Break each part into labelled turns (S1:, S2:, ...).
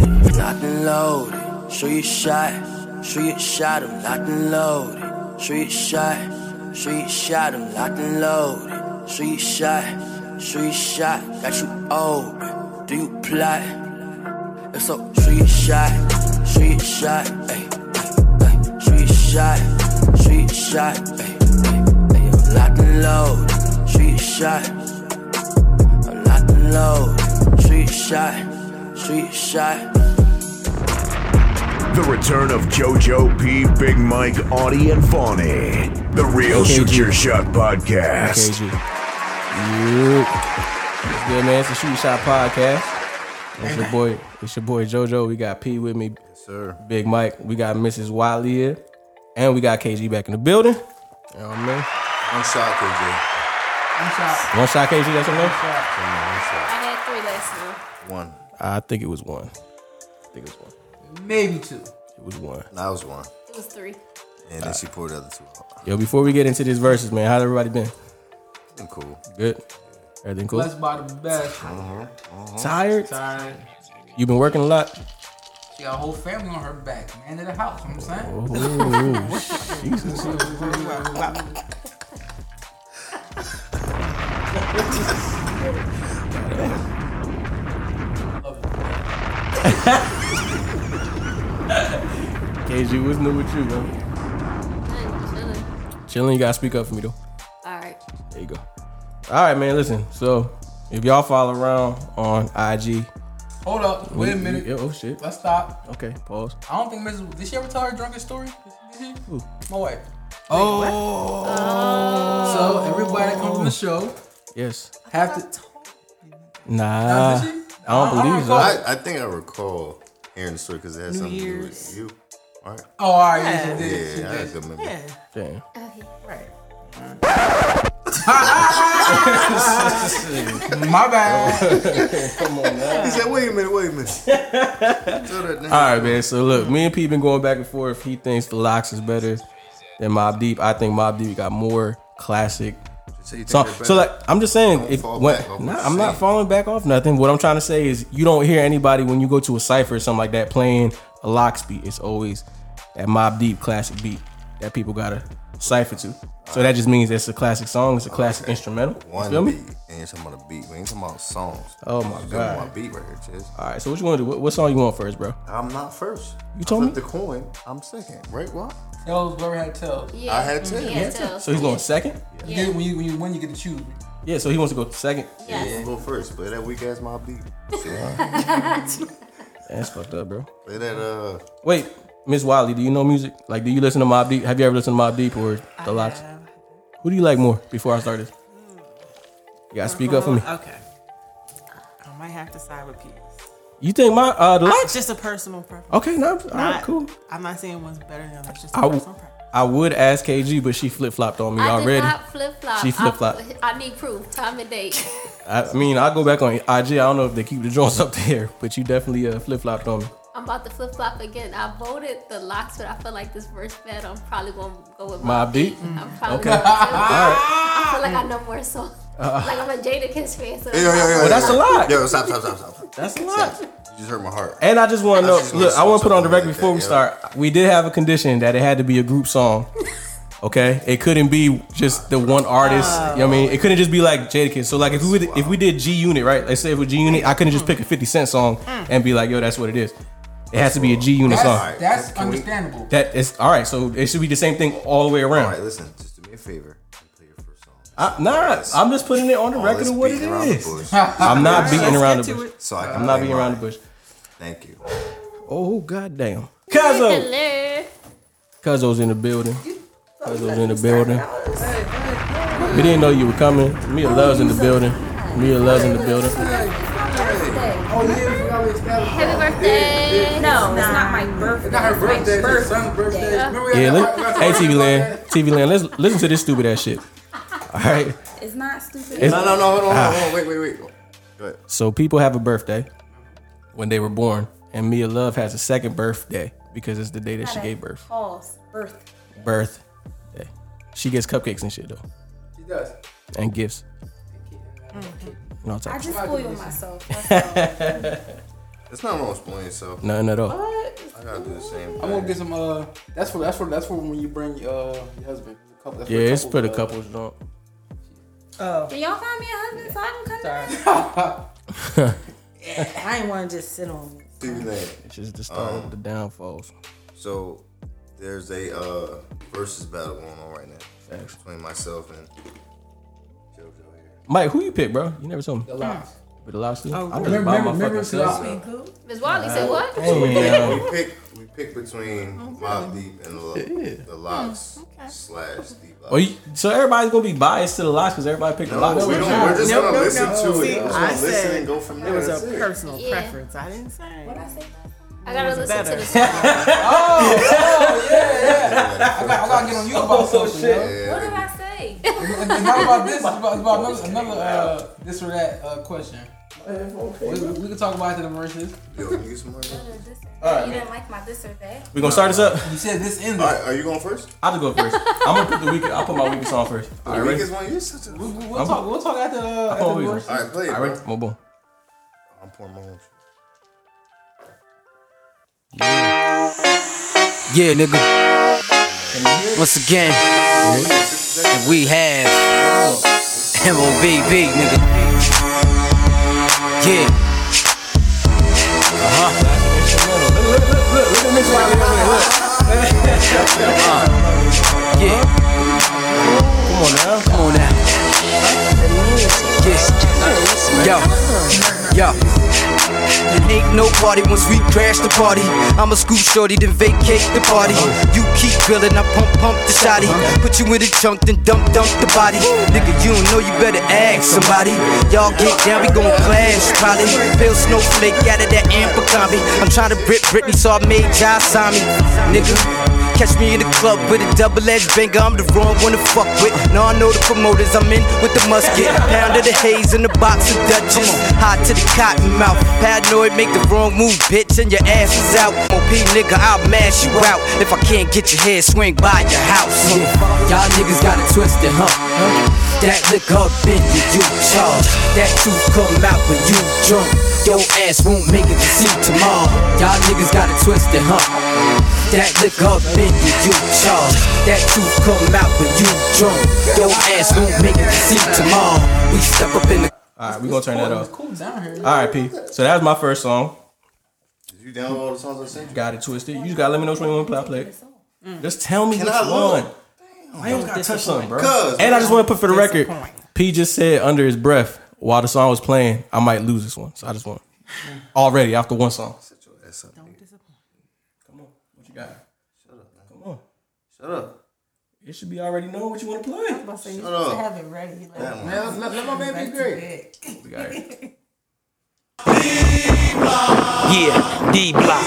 S1: locked and loaded. Shoot you shot, shoot you shot him, locked and loaded. Shoot you shot, shoot you shot him, locked and loaded. Shoot you shot, shoot you shot, got you open. Do you plot? If so, shoot you shot, shoot you shot, ayy, ayy, ayy. Shoot you shot, shoot you shot, ayy, ayy, ayy. I'm locked and loaded. Shoot you shot, I'm locked and loaded. Shoot you shot, shoot you shot.
S2: The return of JoJo P, Big Mike, Audie, and Vonnie. The real
S3: KG.
S2: Shoot Your Shot podcast.
S3: KG. Yep. What's good, man? It's the Shoot Your Shot podcast. It's your boy. It's your boy JoJo. We got P with me,
S4: Sir.
S3: Big Mike. We got Mrs. Wiley here, and we got KG back in the building. You know what I mean?
S4: One shot, KJ.
S3: One shot, KG. That's enough.
S5: I had three last time.
S4: One.
S3: I think it was one. I think it was one.
S6: Maybe two.
S3: It was one.
S4: That was one.
S5: It was three.
S4: And then she poured the other two out.
S3: Yo, before we get into these verses, man, how's everybody been?
S4: Been cool.
S3: Good. Everything cool?
S6: Blessed by the best. Uh-huh.
S3: Tired?
S6: Tired.
S3: You been working a lot?
S6: She got a whole family on her back. Man of the house. You know what I'm saying.
S3: Oh, KG, what's new with you, man? Chilling. You gotta speak up for me though.
S5: All right.
S3: There you go. All right, man. Listen. So if y'all follow around on IG,
S6: Hold up. Wait a minute.
S3: Yeah, oh shit.
S6: Let's stop.
S3: Okay. Pause.
S6: I don't think Mrs. Did she ever tell her drunken story? Did she?
S3: Who?
S6: My wife. Oh. So everybody that comes on the show
S3: Oh. Yes.
S6: have to.
S3: Nah.
S6: Did she?
S3: Uh, I don't believe so.
S4: I, I think I recall hearing the story because it had something to do with you. All right.
S6: Oh, all right. Yeah, she
S4: Yeah,
S6: did. She
S4: I had
S6: did.
S4: a good memory.
S3: Damn.
S6: My bad.
S4: He said, wait a minute, wait a minute. Tell that nigga.
S3: All right, man. So look, me and Pete been going back and forth. He thinks the locks is better than Mob Deep. I think Mob Deep got more classic.
S4: So, you think
S3: So,
S4: they're better.
S3: so like I'm just saying,
S4: Don't
S3: if
S4: fall
S3: when,
S4: back off
S3: nah,
S4: what
S3: I'm
S4: you're
S3: not
S4: saying.
S3: falling back off nothing. What I'm trying to say is, you don't hear anybody when you go to a cipher or something like that playing a locks beat. It's always that Mob Deep classic beat that people gotta cipher to. So that just means it's a classic song. It's a classic instrumental. You
S4: one
S3: feel
S4: beat.
S3: me?
S4: And you're talking about a beat. We ain't talking about songs.
S3: Oh my
S4: You're talking
S3: God.
S4: about beat right here, Chiz.
S3: All right. So what you want to do? What, what song you want first, bro?
S4: I'm not first.
S3: You told
S4: I
S3: me.
S4: flipped the coin. I'm second. Right, What?
S6: Tells whoever had tells.
S5: Yeah.
S4: I had two.
S5: He
S4: Yeah.
S5: had two.
S3: So he's going second.
S6: You get- when you when you win, you get to choose.
S3: Yeah. So he wants to go second.
S5: Yes.
S4: I'm gonna go first. Play that weak ass my beat.
S3: That's fucked up, bro.
S4: Play that uh
S3: Wait, Miss Wiley, do you know music? Like, do you listen to Mob Deep? Have you ever listened to Mob Deep or The Locks? Who do you like more? Before I start this, you gotta speak up for me.
S7: Okay. I might have to side with Pete.
S3: You think my uh, The Locks?
S7: It's just a personal preference.
S3: Okay, no, all right,
S7: Not-
S3: cool.
S7: I'm not saying one's better than the other. It's just a
S3: I,
S7: personal
S3: w-
S7: preference.
S3: I would ask KG, but she flip flopped on me
S5: I did
S3: already.
S5: not flip flop.
S3: She flip-flopped.
S5: I, I need proof. Time and date.
S3: I mean, I go back on IG. I don't know if they keep the joints up there, but you definitely uh, flip flopped on me.
S5: I'm about to flip flop again. I voted the locks, but I feel like this first bet, I'm probably gonna go with
S3: My
S5: my,
S3: beat?
S5: I'm probably
S3: Okay.
S5: gonna do it.
S3: right. Uh-huh.
S5: I feel like I know more songs. like I'm a Jada Kiss fan. So
S4: Yo, yo, yo, yo,
S3: Well, that's
S4: yo.
S3: a lot.
S4: Yo, stop, stop, stop, stop.
S3: That's a
S4: Stop.
S3: lot.
S4: You just hurt my heart.
S3: And I just want to know.
S4: just wanna
S3: Look, I want to
S4: switch
S3: put on
S4: up
S3: the
S4: on
S3: record
S4: like
S3: before we
S4: that,
S3: start. We did have a condition that it had to be a group song. Okay, it couldn't be just the one artist. You know what I mean, it couldn't just be like Jadakiss. So like, if we would, if we did G Unit, right? Let's say if we G Unit, I couldn't just pick a Fifty Cent song and be like, yo, that's what it is. It has to be a G Unit
S6: That's,
S3: song.
S6: that's
S4: Can we-
S6: understandable.
S3: That is all right. So it should be the same thing all the way
S4: All right,
S3: around.
S4: listen. Just do me a favor. and Play your first song.
S3: I, nah, I'm just putting it on the
S4: All
S3: record
S4: this
S3: of what it
S4: beating around the
S3: is.
S4: bush,
S3: I'm not beating
S7: Let's
S3: around
S7: get
S3: the
S7: to
S3: bush.
S7: it.
S4: so I can
S3: I'm not
S4: play
S3: beating around the
S4: mine.
S3: bush.
S4: Thank you.
S3: Oh goddamn, Cuzzo,
S5: Hello.
S3: Cuzzo's in the building. Cuzzo's in the building. We didn't know you were coming. Mia loves in the building. Mia loves in the building.
S5: Happy birthday. No.
S8: It's not my birthday.
S6: Not her birthday. It's her son's birthday. Remember we had
S3: Yeah,
S6: that
S3: li-
S6: argument?
S3: hey TV Land, TV Land, let's listen to this stupid ass shit. All right.
S8: It's not stupid.
S3: It's- Ah.
S4: No, no, no. Hold on, hold on, hold on. Wait, wait, wait. Go ahead.
S3: So people have a birthday when they were born, and Mia Love has a second birthday because it's the day that she gave birth.
S8: False birth.
S3: Birthday. She gets cupcakes and shit though,
S6: She does.
S3: and gifts. And all types.
S8: I just spoiled myself. That's all.
S4: It's not wrong with playing, so
S3: Nothing at all.
S4: I gotta do the same. Thing.
S6: I'm gonna get some. Uh, that's for that's for that's for when you bring uh your husband. It's a couple- that's for
S3: Yeah, it's
S6: couples,
S3: for the
S6: uh,
S3: couples drunk.
S9: Oh. Can y'all find me a husband so I can come down? I ain't want to just sit on this.
S4: See you later.
S3: It's just the start of the downfalls.
S4: Um, So there's a uh, versus battle going on right now between myself and JoJo here.
S3: Mike, who you pick, bro? You never told me.
S6: The locks.
S3: But the last two?
S7: Oh,
S3: I just
S6: Remember,
S3: bought
S6: remember,
S3: my
S6: remember
S3: fucking self.
S6: so,
S5: Ms. Wally said what?
S3: Damn.
S4: We pick we pick between Mob Deep and the, the
S7: Hmm,
S4: Locks slash Deep.
S3: Oh, you, so everybody's gonna be biased to the locks because everybody picked the
S4: No,
S3: locks.
S4: we don't. We're just
S7: No,
S4: gonna
S7: no,
S4: listen
S7: no.
S4: to
S7: See,
S4: it. We're just
S7: I
S4: gonna listen
S7: said
S4: and go from
S7: It
S4: there.
S7: was
S4: That's
S7: a
S4: it.
S7: personal
S5: Yeah.
S7: preference. I didn't say.
S5: I gotta listen
S7: better.
S5: to the song.
S3: Oh,
S8: Oh, I got, I got to get on you about
S3: Oh,
S8: something. you know?
S5: What did I say?
S8: It's not about this. It's about, it's about another, another uh, this or that uh, question. We, we we can talk about it in the verses.
S4: Yo, can you get some more?
S5: You didn't like my this or that.
S3: We're gonna start this up.
S8: You said this in
S4: All
S8: there.
S4: right, are you going first?
S3: I'll just go first. I'm gonna put the weekend. I'll put my weekend song first.
S4: The
S3: All right, ready?
S4: weakest one. You're such a.
S8: We,
S4: All
S8: we, we'll talk. We'll talk after uh, the
S3: I'm
S8: after the
S3: always
S8: verses.
S4: right, play it.
S3: All
S4: bro.
S3: right, boom, boom.
S4: I'm pouring my own. shit.
S10: Yeah, nigga. Once again, and we have MOBB, nigga. Yeah. Uh-huh. Yeah,
S3: Come on now.
S10: come on now. Yeah. Yo. Yo. And ain't nobody once we crash the party. I'ma scoop shorty, then vacate the party. You keep building, I pump, pump the shoddy. Put you in the chunk, then dump, dump the body. Nigga, you don't know, you better ask somebody. Y'all get down, we gon' clash probably. Bill Snowflake out of that amber combi. I'm trying to rip Britney, so I made Jai sign me. Nigga. Catch me in the club with a double-edged banger. I'm the wrong one to fuck with. Now I know the promoters. I'm in with the musket. Pound of the haze in the box of Dutchess. Hot to the cotton mouth. Paranoid, make the wrong move, bitch, and your ass is out. OP nigga, I'll mash you out. If I can't get your head, swing by your house. Y'all niggas got it twisted, huh? That look up in you, you charge. That truth come out when you drunk. Your ass won't make it to see tomorrow. Y'all niggas got it twisted, huh? That look up in you, you charge. That truth come out when you drunk. Your ass won't make it to see tomorrow. We step up in the
S3: All right, we gonna turn that
S8: It's
S3: off.
S8: cool down here.
S3: All right, P. So that was my first song.
S4: Did you download all the songs I sent you?
S3: Got it twisted. You just gotta let me know which one you want to play. play. Just tell me
S4: Can
S3: which
S4: I look?
S3: one. I always gotta touch something, bro.
S4: Cuz,
S3: And I just want to put for the record,
S7: Disappoint.
S3: P just said under his breath while the song was playing, I might lose this one. So I just want already after one song.
S4: Shut your ass up. nigga.
S3: Come on, what you got?
S4: Shut up. man.
S3: Come on,
S4: Shut up.
S3: it should be already know what you want to play.
S7: About to say, you
S4: Shut
S7: supposed to
S4: up.
S7: have it ready. Like,
S4: That one.
S6: Let, let, let my baby be great.
S3: We got it.
S10: yeah, D block.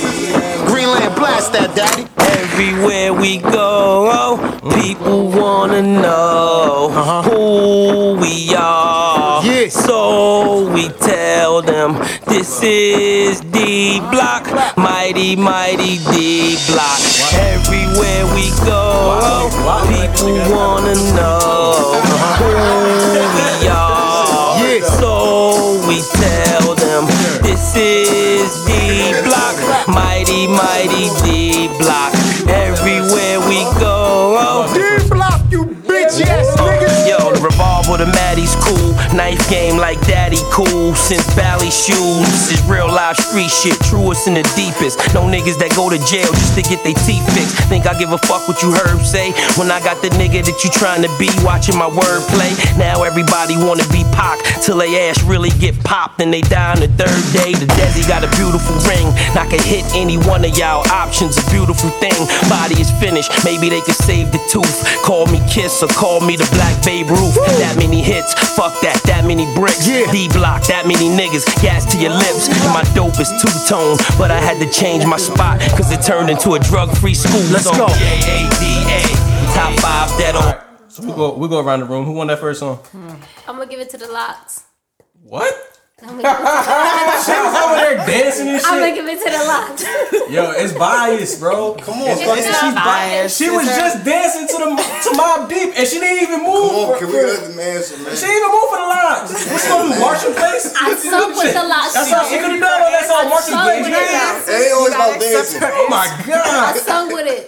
S11: Greenland blast that daddy.
S10: Everywhere we go, people wanna know who we are.
S11: Yeah.
S10: So we tell them this is D Block, mighty, mighty D Block. Everywhere we go, people wanna know who we are.
S11: Yeah.
S10: So we tell them this is D Block, mighty, mighty D Block. Everywhere we go. Uh,
S11: D-block, you bitch ass niggas.
S10: Yo, the revolver, the Maddie's cool. Knife game like daddy cool. Since Bally shoes, this is real life street shit. Truest and the deepest. No niggas that go to jail just to get their teeth fixed. Think I give a fuck what you heard say? When I got the nigga that you trying to be watching my wordplay. Now everybody wanna be Pac till they ass really get popped and they die on the third day. The Desi got a beautiful ring. And I can hit any one of y'all options. A beautiful thing. Body is finished. Maybe they can save the tooth. Call me Kiss or call me the Black Babe Ruth. That many hits. Fuck that. That many bricks.
S11: Yeah.
S10: D block. That many niggas. Gas to your lips. My dope is two tone. But I had to change my spot. Cause it turned into a drug free school. Let's
S11: go.
S10: J-A-D-A. Top five that
S3: All
S10: on.
S3: right, so we go we go around the room. Who won that first song?
S5: I'm gonna give it to the locks.
S3: What?
S5: I'm gonna-
S3: She was over there dancing and
S5: I'm gonna
S3: shit.
S5: give it to the lock.
S3: Yo, it's biased, bro. Come
S5: on, It's bro. not
S3: she's
S5: biased.
S3: She was
S5: It's her-
S3: just dancing to the to Mob Deep, and she didn't even move.
S8: Come on,
S3: for-
S8: can we let the man some man?
S3: She didn't even move for the lines. What's she gonna do? March in place?
S5: I suck with the lines.
S3: That's all she could have done. That's all
S5: I
S3: marching
S5: suck
S3: place.
S5: with the lines.
S8: It ain't always about dancing.
S3: Oh my
S5: I
S3: god.
S5: sung with it.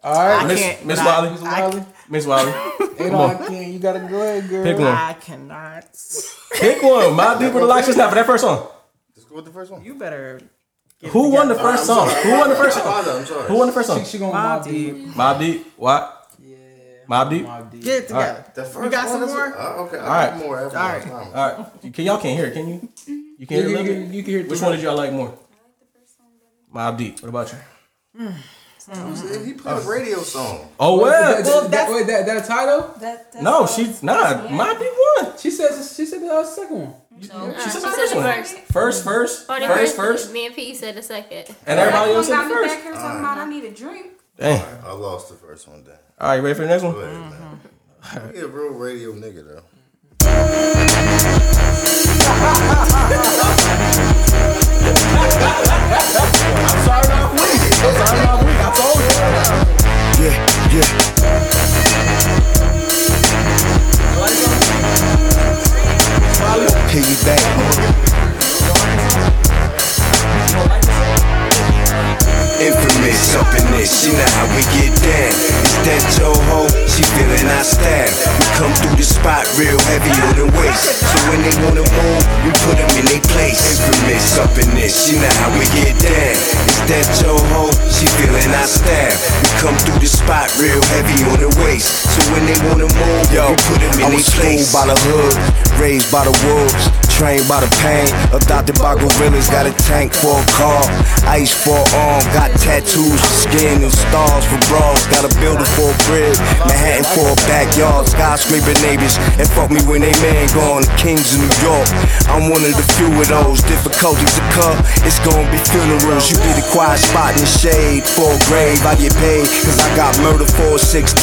S6: All right.
S3: Miss
S7: can't-
S3: Miss
S7: I-
S3: Wiley.
S6: Miss Wiley,
S3: Miss Wiley.
S6: you
S3: Come
S6: know,
S3: on.
S6: I can't- you gotta go ahead, girl.
S3: Pick one.
S7: I cannot.
S3: Pick one. Mob Deep or the Locks. Just not for that first song.
S8: Let's go with the first one.
S7: You better.
S3: Who won the first song? Who won the first song?
S8: Father, I'm sorry.
S3: Who won the first
S6: She,
S3: song?
S6: she gonna
S7: Mobb
S6: mob deep.
S3: Mob Deep. What? Mob Deep. All
S6: Mob deep.
S7: Get it together.
S8: The first
S7: You got some
S8: one is-
S7: more?
S8: Uh, okay, I
S3: All
S8: got
S3: right.
S8: more after
S7: All
S8: my
S7: right.
S8: time.
S3: right. You can y'all can't hear it, can you? You
S6: You,
S3: can't
S6: you, you,
S3: hear a little bit?
S6: you can hear
S3: Which one did y'all like more? Mob Deep. What about you?
S5: Mm.
S8: He played a radio song.
S3: Oh
S6: Uh, Well,
S3: well.
S6: that, that, wait, that, that a title?
S4: That, that's
S3: No, she's not. Mob Deep won.
S6: She says she said that was the second one.
S3: She said
S5: she
S3: the
S5: said
S3: first
S5: the
S3: one.
S5: first.
S3: First, first,
S5: Or the
S3: first, first,
S5: Me and P said the second.
S3: and everybody else
S4: got
S3: said
S4: me
S3: the first.
S4: back here talking about I need a drink.
S3: Dang.
S8: I lost the first one then.
S3: All right, you ready for the next
S8: Go
S3: one?
S8: ahead, man. He a real radio nigga though.
S12: Yeah, yeah. Piggyback, nigga. Infamous up in this, you know how we get down. It's that Joho, she feeling our style. We come through the spot real heavy on the waist. So when they wanna move, we put them in their place. Infamous up in this, you know how we get down. It's that Joho, she feeling our style. We come through the spot real heavy on the waist. So when they wanna move, Yo, we put them in
S2: I
S12: their
S2: was
S12: place.
S2: schooled by the hood, raised by the wolves, trained by the pain, adopted by gorillas, got a tank for a car, ice for an arm, got tattoos for skin and stars for bras, got a building for a crib, Manhattan for a backyard, skyscraper neighbors, and fuck me when they man gone, the kings of New York. I'm one of the few of those, difficulties to come, it's gonna be funerals, you be the quiet spot in the shade, for a grave, I get paid, cause I got murder for a 16,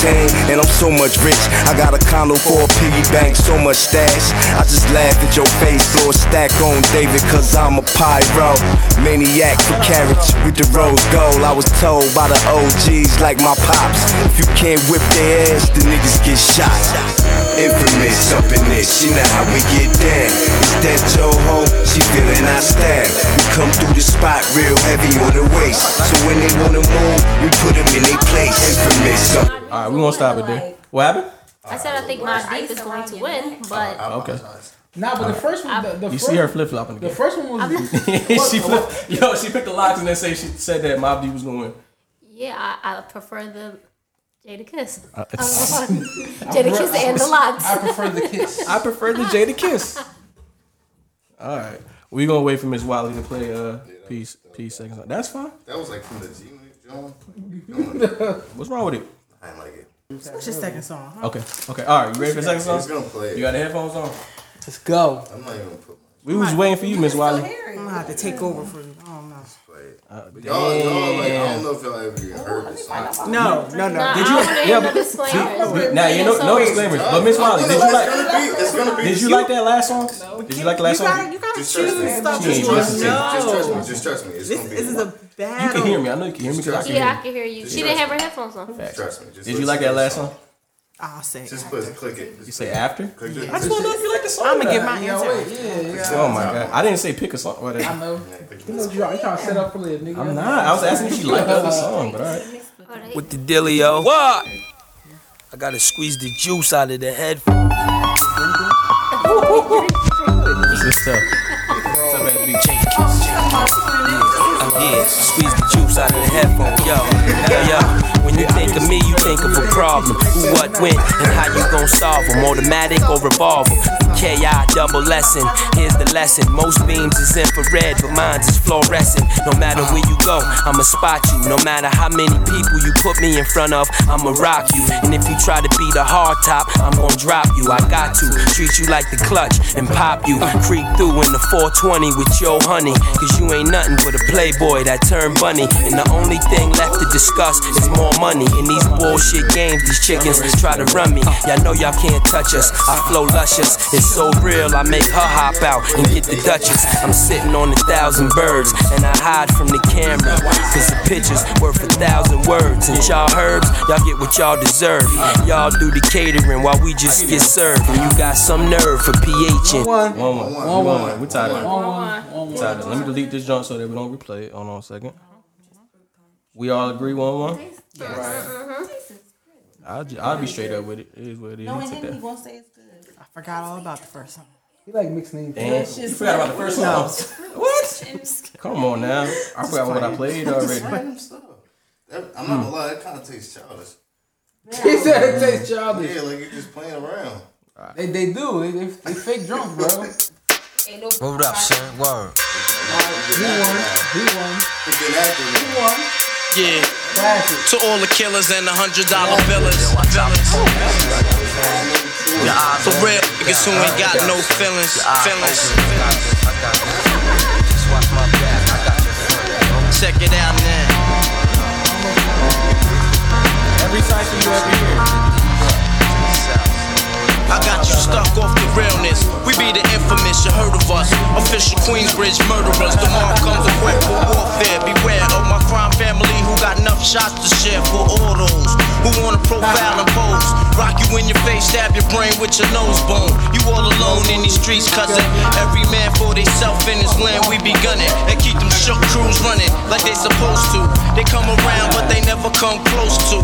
S2: and I'm so much rich, I got a condo for a piggy bank, so much stash. I just laugh at your face, throw a stack on David, cause I'm a pyro. Maniac for carrots with the rose gold. I was told by the OGs like my pops, if you can't whip their ass, the niggas get shot. Infamous up in this, you know how we get down. It's that Joho, she feeling our style. We come through the spot real heavy on the waist. So when they wanna move, we put them in their place. Infamous up.
S3: All right, we won't stop it there. What happened?
S5: I said I think my deep is going to win, but
S3: Oh, Okay.
S6: Nah, but the first one, the, the
S3: You
S6: first,
S3: see her flip flopping
S6: The
S3: again.
S6: first one was.
S3: she flipped. Yo, she picked the locks and then say she said that Mob Deep was gonna win.
S5: yeah, I, I prefer the Jada Kiss.
S3: Uh,
S5: Jada Kiss and the locks.
S6: I prefer the kiss.
S3: I prefer the Jada Kiss. All right, we gonna wait for Miss Wiley to play uh piece piece seconds. That's fine.
S8: That was like from the G Unit, John.
S3: What's wrong with it?
S8: I ain't like it.
S7: What's your second song? huh?
S3: Okay, okay. All right, you ready for the second
S8: He's
S3: song?
S8: gonna play
S3: You
S8: it.
S3: got the headphones on.
S6: Let's go.
S8: I'm not even gonna put my
S3: We was waiting for you, Miss Wiley. Uh,
S7: I'm gonna have to take over for you. I don't know.
S8: play it. But y'all, y'all like I don't know if y'all ever even
S7: Oh,
S8: heard this song.
S7: No,
S5: Nah,
S7: no, no.
S5: I
S3: you-
S5: don't even
S3: yeah,
S5: know
S3: but-
S5: the disclaimers.
S3: Now you know no disclaimers, but Miss Wiley, did you like?
S8: It's gonna be.
S3: Did you like that last song? Did you like the last
S7: you gotta,
S3: song?
S7: you gotta
S8: Just
S7: choose
S8: trust me.
S7: stuff that
S8: Just
S7: you
S8: trust me. Just trust
S7: know.
S8: me. Just trust me. It's
S7: This
S8: gonna be.
S7: is a
S3: You
S7: battle.
S3: can hear me. I know you can hear me because I can
S5: Yeah, I
S3: hear
S5: can hear you. She didn't have her headphones on.
S3: you.
S8: Trust me. Just
S3: Did you
S8: listen
S3: like
S8: to
S3: that
S8: the
S3: last song?
S7: Ah, I'll say.
S8: Just put, click it. Just
S3: You say after?
S8: click it.
S3: I just want to know if you like the song. I'm
S7: I'm gonna get my answer.
S3: Oh my god! I didn't say pick a song.
S6: I
S3: Whatever.
S6: know. You know
S8: Click
S6: what you are. You trying to set up for later, nigga.
S3: I'm not. I was asking if she liked the other song, but alright.
S10: Uh, With the dealio. What? I gotta squeeze the juice out of the head.
S3: This is tough. Tough ass beat.
S10: Yeah, squeeze the juice out of the headphone, yo. Hey, yo. When you think of me, you think of a problem. Who, what, when, and how you gon' solve them? Automatic or revolver? KI double lesson. Here's the lesson. Most beams is infrared, but mine's is fluorescent. No matter where you go, I'ma spot you. No matter how many people you put me in front of, I'ma rock you. And if you try to be the hard top, I'm gon' drop you. I got to treat you like the clutch and pop you. Creep through in the 420 with your honey. Cause you ain't nothing but a playboy that turned bunny. And the only thing left to discuss is more money. In these bullshit games, these chickens try to run me. Y'all know y'all can't touch us. I flow luscious. It's so real, I make her hop out and get the Duchess. I'm sitting on a thousand birds, and I hide from the camera. Cause the picture's worth a thousand words. And y'all herbs, y'all get what y'all deserve. Y'all do the catering while we just get served. And you got some nerve for PH and
S3: One one. One
S10: One, one.
S3: one. We tied it.
S10: One,
S3: We tied it. Let me delete this joint so that we don't replay it. Hold on a second. We all agree one one.
S9: Mm-hmm.
S3: I'll, ju- I'll be straight up with it. It is what it is.
S7: No,
S3: You
S7: and
S3: took
S7: then
S3: that.
S7: he gonna say it's good. I forgot all about the first song.
S6: You like mixed names.
S3: Damn. It's You just- forgot about the first
S7: No.
S3: song.
S7: What?
S3: Come on now. I forgot what I played already.
S4: Random stuff. That, I'm not gonna lie, that kind of tastes childish.
S6: He said it tastes childish.
S4: Yeah, like you're just playing around.
S6: They, they do. They, they, they fake drunk, bro.
S13: What up, son? Word.
S6: He won. He won. He won.
S13: Yeah. To all the killers and the hundred dollar billers. For real, niggas who ain't got no feelings. Feelings. Check it out now. Every cycle you ever hear. I got you stuck off the realness. We be the infamous, you heard of us. Official Queensbridge murderers. Tomorrow comes equipped for warfare. Beware of my crime family who got enough shots to share for all those who wanna profile and pose. Rock you in your face, stab your brain with your nose bone. You all alone in these streets, cousin. Every man for theyself in his land, we be gunning. And keep them shook crews running like they supposed to. They come around, but they never come close to.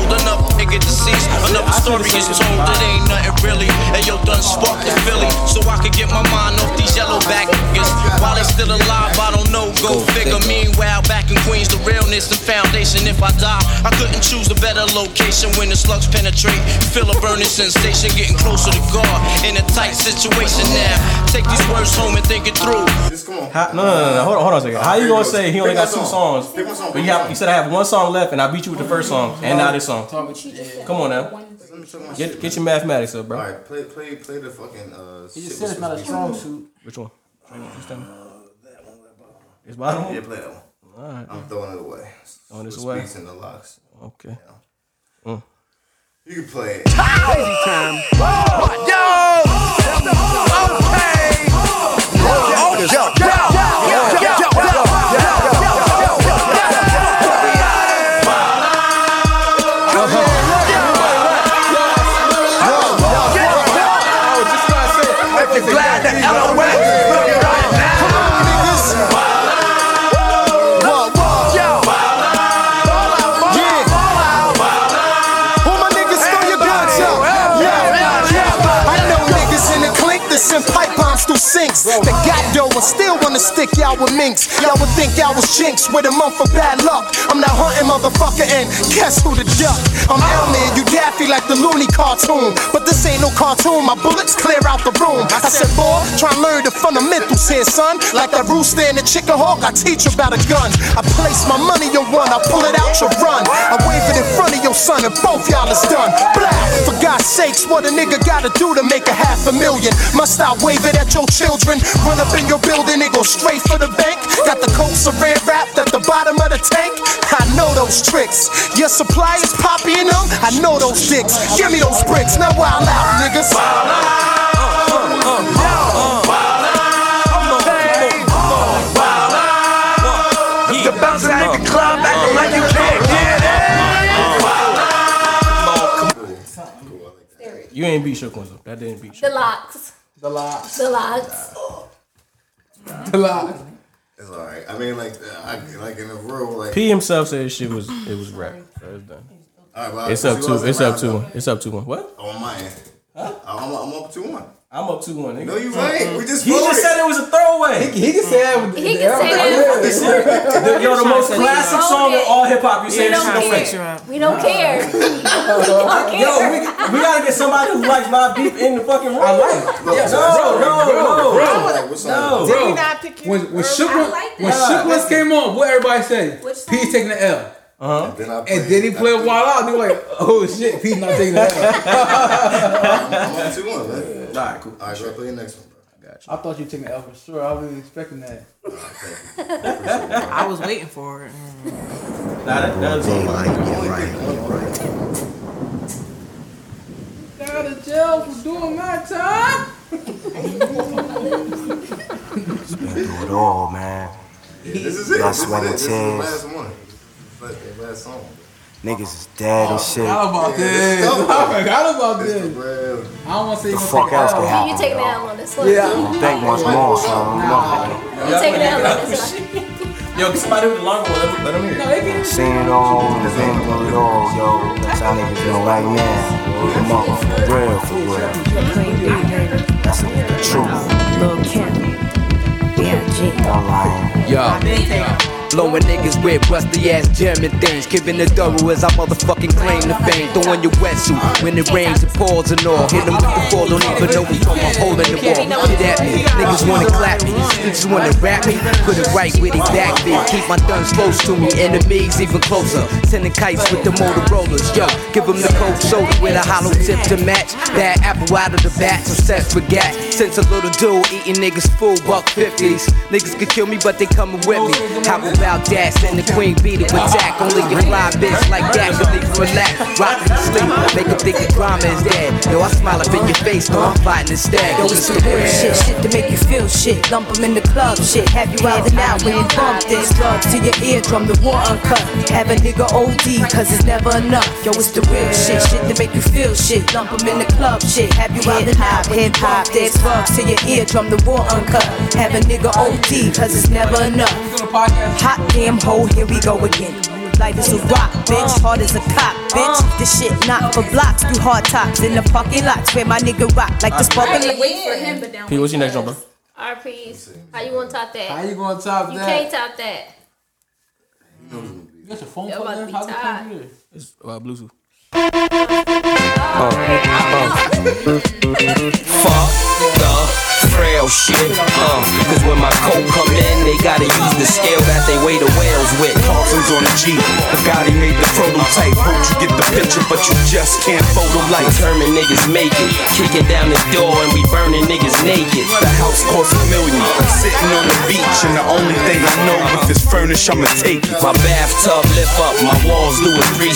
S13: Another nigga deceased, another story is told. It ain't nothing really. And yo, done sparked the Philly, so I could get my mind off these yellow back niggas. While they still alive, I don't know. Go figure. Meanwhile, back in Queens, the realness and foundation. If I die, I couldn't choose a better location when the slugs penetrate. You feel a burning sensation, getting closer to God. In a tight situation now. Take these words home and think it through.
S3: How, no, no, no, no. Hold on, hold on a second. How you gonna say he only got two songs? But you, have, you said I have one song left, and I beat you with the first song, and now this song. Come on now, get get your mathematics up, bro.
S4: Alright, play, play, play the fucking. Uh,
S6: He
S4: shit
S6: just said it's
S4: we're
S6: not
S4: supposed to
S6: a
S4: be
S6: strong
S4: doing.
S6: suit.
S3: Which one?
S4: Uh,
S3: It's bottom.
S4: Yeah, play that one.
S3: Alright.
S4: I'm throwing it away.
S3: Throwing this
S4: With
S3: away.
S4: Speaks in the locks.
S3: Okay. Mm.
S4: You can play it.
S13: Crazy time. Yo! Okay! Oh, yo, yo, yo, yo, yo, yo, yo, yo, yo, yo. Glad that LOS look right now. Come on, niggas. Whoa, whoa, yo. Yeah. All my niggas throw your guns up. Yeah, yeah. I know niggas in the clique that send pipe bombs through sinks. They got dough and still wanna stick y'all with minks. Y'all would think y'all was chinks with a month of bad luck. I'm not hunting motherfucker and guess who the duck? I'm out there, you daffy like the loony cartoon. But this ain't no cartoon, my bullets clear out the room. I said, boy, try and learn the fundamentals here, son. Like that rooster and the chicken hawk, I teach about a gun. I place my money on one, I pull it out, you run. I wave it in front of your son, and both y'all is done. Blah! For God's sakes, what a nigga gotta do to make a half a million? Must I wave it at your children? Run up in your building and go straight for the bank? Got the coats of red wrapped at the bottom of the tank? I know those tricks. Your suppliers copying them? I know those dicks. Give me those bricks, now wild out, niggas.
S10: You're bouncing at the club, acting like you can't get
S3: You ain't beat Shook ones though. That didn't beat.
S5: The locks.
S6: The locks.
S5: The locks.
S6: The locks.
S4: It's alright. I mean, like, uh, I, like in the real, like.
S3: P himself said shit was it was rap. So it's done.
S4: Alright, well,
S3: It's up
S4: see what else
S3: to it's
S4: around,
S3: up to
S4: though.
S3: it's up to one. What?
S4: On my end. Huh? I'm, I'm up to one.
S3: I'm up two one. Nigga.
S4: No, you ain't. We just
S3: he
S4: voted.
S3: just said it was a throwaway.
S6: He, can say that.
S5: He can say that.
S3: The, yo, the most classic song in all hip hop. You
S5: We
S3: say this
S5: don't
S3: shit
S5: care.
S3: don't fit.
S5: We don't care. We don't
S3: Yo, we,
S5: care.
S3: we gotta get somebody who likes live beef in the fucking room. I like.
S4: Bro,
S3: Yeah,
S4: bro,
S3: no, no, no,
S4: bro.
S3: no.
S6: Did we
S7: not pick
S6: When when
S8: I
S6: Shook
S8: like
S6: when
S8: that.
S6: Shook List came on, what everybody say? P's taking the L.
S3: Uh
S4: Then I
S6: And then he played Wild Out. They were like, oh shit, P's not taking the L.
S4: I'm on two one, man.
S3: All right, cool.
S4: All right, bro. Play the next one, bro.
S6: I thought you were taking the L for sure. I wasn't expecting that.
S7: I was waiting for it.
S3: Nah, that, that was
S6: Got out of jail for doing my time.
S2: Do it all, man.
S4: Yeah, this is it.
S2: Y'all
S4: This is it.
S2: sweating
S4: This is the
S2: tears.
S4: last one. Last- Last song.
S2: Niggas is dead and shit.
S6: Forgot about this. I forgot about this.
S4: Bro.
S6: I don't want to say
S2: The
S6: you
S2: fuck else can
S5: You
S2: happen?
S5: take that out on this one.
S6: Yeah.
S2: Think once more, son.
S5: You take that out on this one.
S3: Yo, somebody with the long one. Let, let him hear. it.
S2: Seen it all, been through it all, yo. That's how niggas feel right now. Come on, for real, for real. That's the truth.
S14: Lil' Kim, B.I.G.
S2: I'm lying.
S14: Yo. Blowing niggas with rusty ass German things. Giving the thorough as I motherfucking claim the fame. Throwing your wetsuit when it rains, it pours and all. Hit them with the fall, don't even know me from a hole in the wall. Get at me, niggas wanna clap me. Niggas wanna rap me. Put it right with it back then. Keep my guns close to me, enemies even closer. Sending kites with the Motorola's. Yo, give them the cold shoulder with a hollow tip to match. That apple out of the bat, obsessed with gat. Since a little dude eating niggas full buck 50s. Niggas could kill me, but they coming with me. How about that? Send the queen bee to attack. Only a fly bitch like that can leave you relax. Rock me to sleep, make them think the drama is dead. Yo, I smile up in your face, though I'm fighting instead.
S9: Yo, it's some real shit, shit to make you feel shit. Lump 'em in the club, shit. Have you out and out when you bump this drug to your eardrum, the war uncut. Have a nigga OD, cause it's never enough. Yo, it's the real shit, shit to make you feel shit. Lump 'em in the club, shit. Have you out and out when you bump this drug to your eardrum, the war uncut. Have a nigga OD, cause it's never enough. Hot damn hoe, here we go again. Life is a rock, bitch. Hard as a cop, bitch. This shit not for blocks. Do hard tops in the parking lots where my nigga rock like the
S5: I
S9: sparkling
S5: didn't
S9: light.
S5: wait for him, but down.
S3: P, what's your next one, bro?
S5: RPs. How you gonna top that?
S6: How you gonna top
S5: You
S6: that?
S5: can't top that.
S6: You got your phone
S5: Yo,
S6: plugged
S5: about to
S6: in?
S5: be
S6: How's the
S5: tied.
S6: phone here?
S3: It's uh, Bluetooth.
S10: Fuck the frail shit. Um, cause when my coat come in, they gotta use the scale that they weigh the whales with.
S2: Parsons on the Jeep. The guy he made the prototype. Hope you get the picture, but you just can't photo like
S10: Determined niggas make it. Kicking down the door and we burning niggas naked.
S2: The house costs a million. I'm sitting on the beach, and the only thing I know with this furnish, I'ma take it.
S10: My bathtub lift up, my walls do a 360.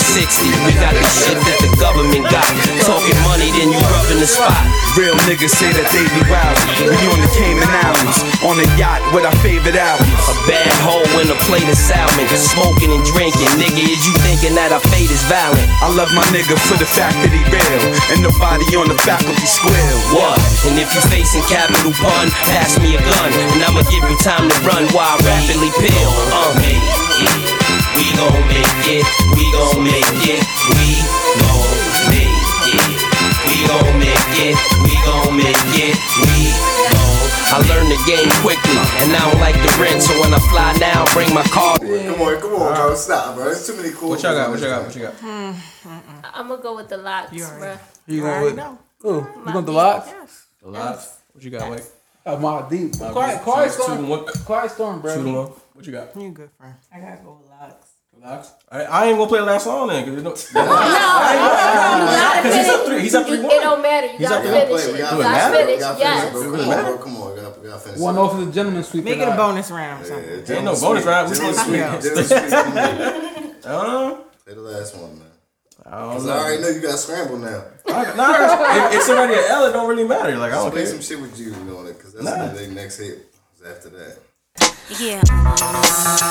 S10: We got the shit that the government got. Talking money, then you rubbing the spot.
S2: Real niggas say that they be wild. We on the Cayman Islands, on a yacht with our favorite albums.
S10: A bad hoe in a plate of salmon. Smoking and drinking, nigga, is you thinking that our fate is violent?
S2: I love my nigga for the fact that he real, and nobody on the faculty square.
S10: What? And if you facing capital pun, pass me a gun, and I'ma give you time to run while I rapidly peel. Uh, make it. We gon' make it. We gon' make it. We gon' make it. We gon' make it. We gon' make it. We gon'. I learned the game quickly, and I don't like the rent, so when I fly now, bring my car.
S4: Come on, come on, bro. Stop, bro. It's too many cool.
S3: What y'all got? What y'all got? What you got?
S5: I'm gonna go with the locks, bruh.
S6: You
S5: I
S6: going with?
S5: know.
S6: Ooh, you going the locks?
S3: The locks. What you got, Wake?
S6: Uh, my deep.
S3: Wade.
S6: Quiet,
S3: So
S6: quiet
S3: it's two
S6: storm.
S3: to one.
S6: Quiet storm, bro.
S3: Two to one. What you got?
S7: You good friend. I gotta go with locks.
S3: Locks. I, I ain't gonna play the last song then, cause it's no.
S5: Because
S3: he's up three. He's up three
S5: It don't matter. You
S3: He's
S5: gotta
S3: up three.
S5: finish
S3: Play,
S5: it.
S3: we
S5: You
S3: gotta
S5: gotta
S3: finish.
S5: finish.
S4: Got
S5: Yes.
S4: bro. Come on, bro. Come on. We gotta, we gotta finish.
S6: One off of the gentleman sweep.
S7: Make it a bonus round or something.
S3: Ain't no bonus round. We
S4: Gentleman's
S3: supposed
S4: sweep.
S3: to-
S4: Gentleman's sweep.
S3: Uh,
S4: Play the last one, man.
S3: I don't
S4: Cause
S3: know.
S4: I already know you got scrambled now.
S3: I- Nah, if it's already an L. It don't really matter. Like I
S4: I'll
S3: don't
S4: play
S3: care.
S4: some shit with you on it, cause that's
S3: Nah.
S4: the next hit. is After that.
S14: Yeah.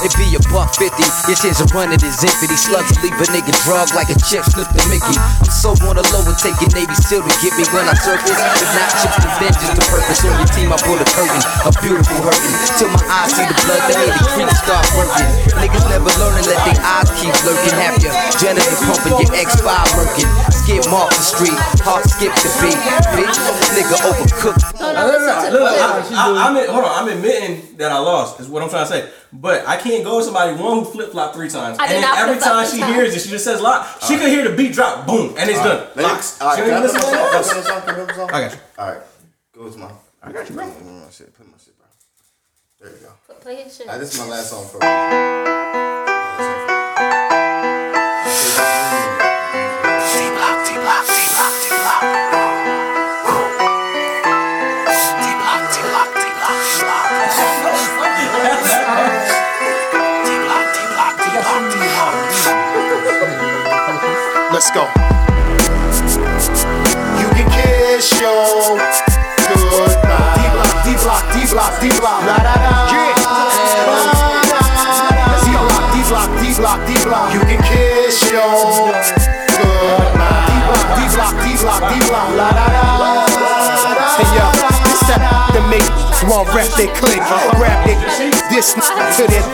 S10: It be a
S14: buck 50. Your chance of running is infinity. Slugs leave a nigga drug like a chip slipped to Mickey. I'm so on the low and taking Navy SEAL to get me when I surface. If not chips to vengeance, the purpose on your team, I pull the curtain. A beautiful hurting. Till my eyes see the blood, they made the creek start working. Niggas never learn and let their eyes keep lurking. Have your janitor pumping, your X5 working. Skip off the street, heart skip the beat. Bitch, nigga overcooked.
S3: No, no, no, no, I, I, I'm in, hold on. I'm admitting that I lost. Is what I'm trying to say. But I can't go with somebody one who flip flop three times,
S5: I did
S3: and then
S5: not
S3: every
S5: flip-flop
S3: time she
S5: three times.
S3: hears it, she just says lock. She can hear the beat drop, boom, and it's
S15: All
S3: done.
S15: right. Let me-
S3: Locks.
S15: all right,
S3: She
S15: can I
S3: ain't listen to
S15: put
S3: nothing
S15: my
S3: else.
S15: song- can I put my song?
S3: I got you.
S15: All right, go with my. I got you, bro. My shit. Put my shit, bro. There you go.
S5: Play his shit.
S15: All right, this is my last song for. T-Block, T-Block, T-Block, T-Block. T-Block, T-Block, T-Block, T-Block. T-Block, T-Block, T-Block, T-Block. Let's go. You can kiss your goodbye. D-block, D-block, D-block, D-block. La da da. Yeah. Let's go. D-block, D-block, D-block, D-block. You can kiss your goodbye. D-block, D-block, D-block, D-block. La da da. Hey yo, this that to me. One rep they click, grab it. This to this.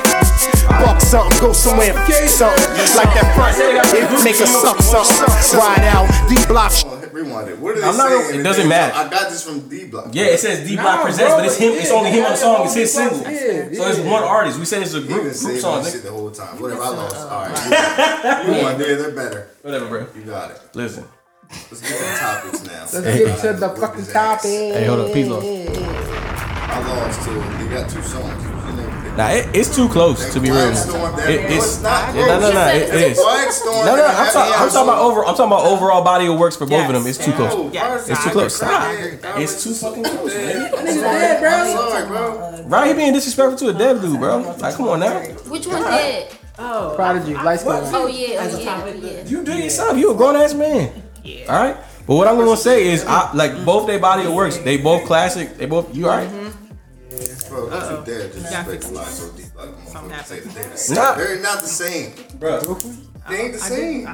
S15: Buck something, go somewhere and get something. Like that front, it make us suck something. Ride out, D-block. Rewind it. What did they
S3: I'm not-
S15: say in
S3: it
S15: the
S3: doesn't
S15: thing?
S3: matter.
S15: I got this from D Block.
S3: Yeah, it says D Block presents, but it's him. It's only him on the song. It's his single. So it's one artist. We said it's a group, group
S15: Save
S3: song.
S15: my shit the whole time. Whatever, I lost. All right.
S3: nigga.
S15: You want there, they're better.
S3: Whatever, bro.
S15: You got it.
S3: Listen.
S15: Let's get to the topics now.
S16: Let's get to the fucking topic.
S3: Hey, hold up, Pilo.
S15: I lost too. They got two songs.
S3: Nah, it, it's too close to be real. It, it's
S15: not,
S3: yeah, no, no, no. It, it is.
S15: Quiet Storm
S3: No, no.
S15: and
S3: I'm, talk, I'm
S15: Happy
S3: talking about over. I'm talking about overall body of works for both of them. It's too
S15: Hours.
S3: close.
S15: Yes.
S3: It's too close. It's too fucking close, man. Right, he being disrespectful to a dev dude, bro. Like, come on now.
S5: Which one did? Oh.
S6: Prodigy, light skin.
S5: Oh yeah, oh yeah, oh, yeah.
S3: You do yourself. You a grown ass man. Yeah. All right. But what I'm gonna say is, I like both their body of works. They both classic. They both. You all right?
S15: Bro, don't you dare just expect a lot so deep. Like, I'm gonna say that they're the same.
S3: Nah.
S15: They're not the same.
S3: Bro.
S15: They ain't the same.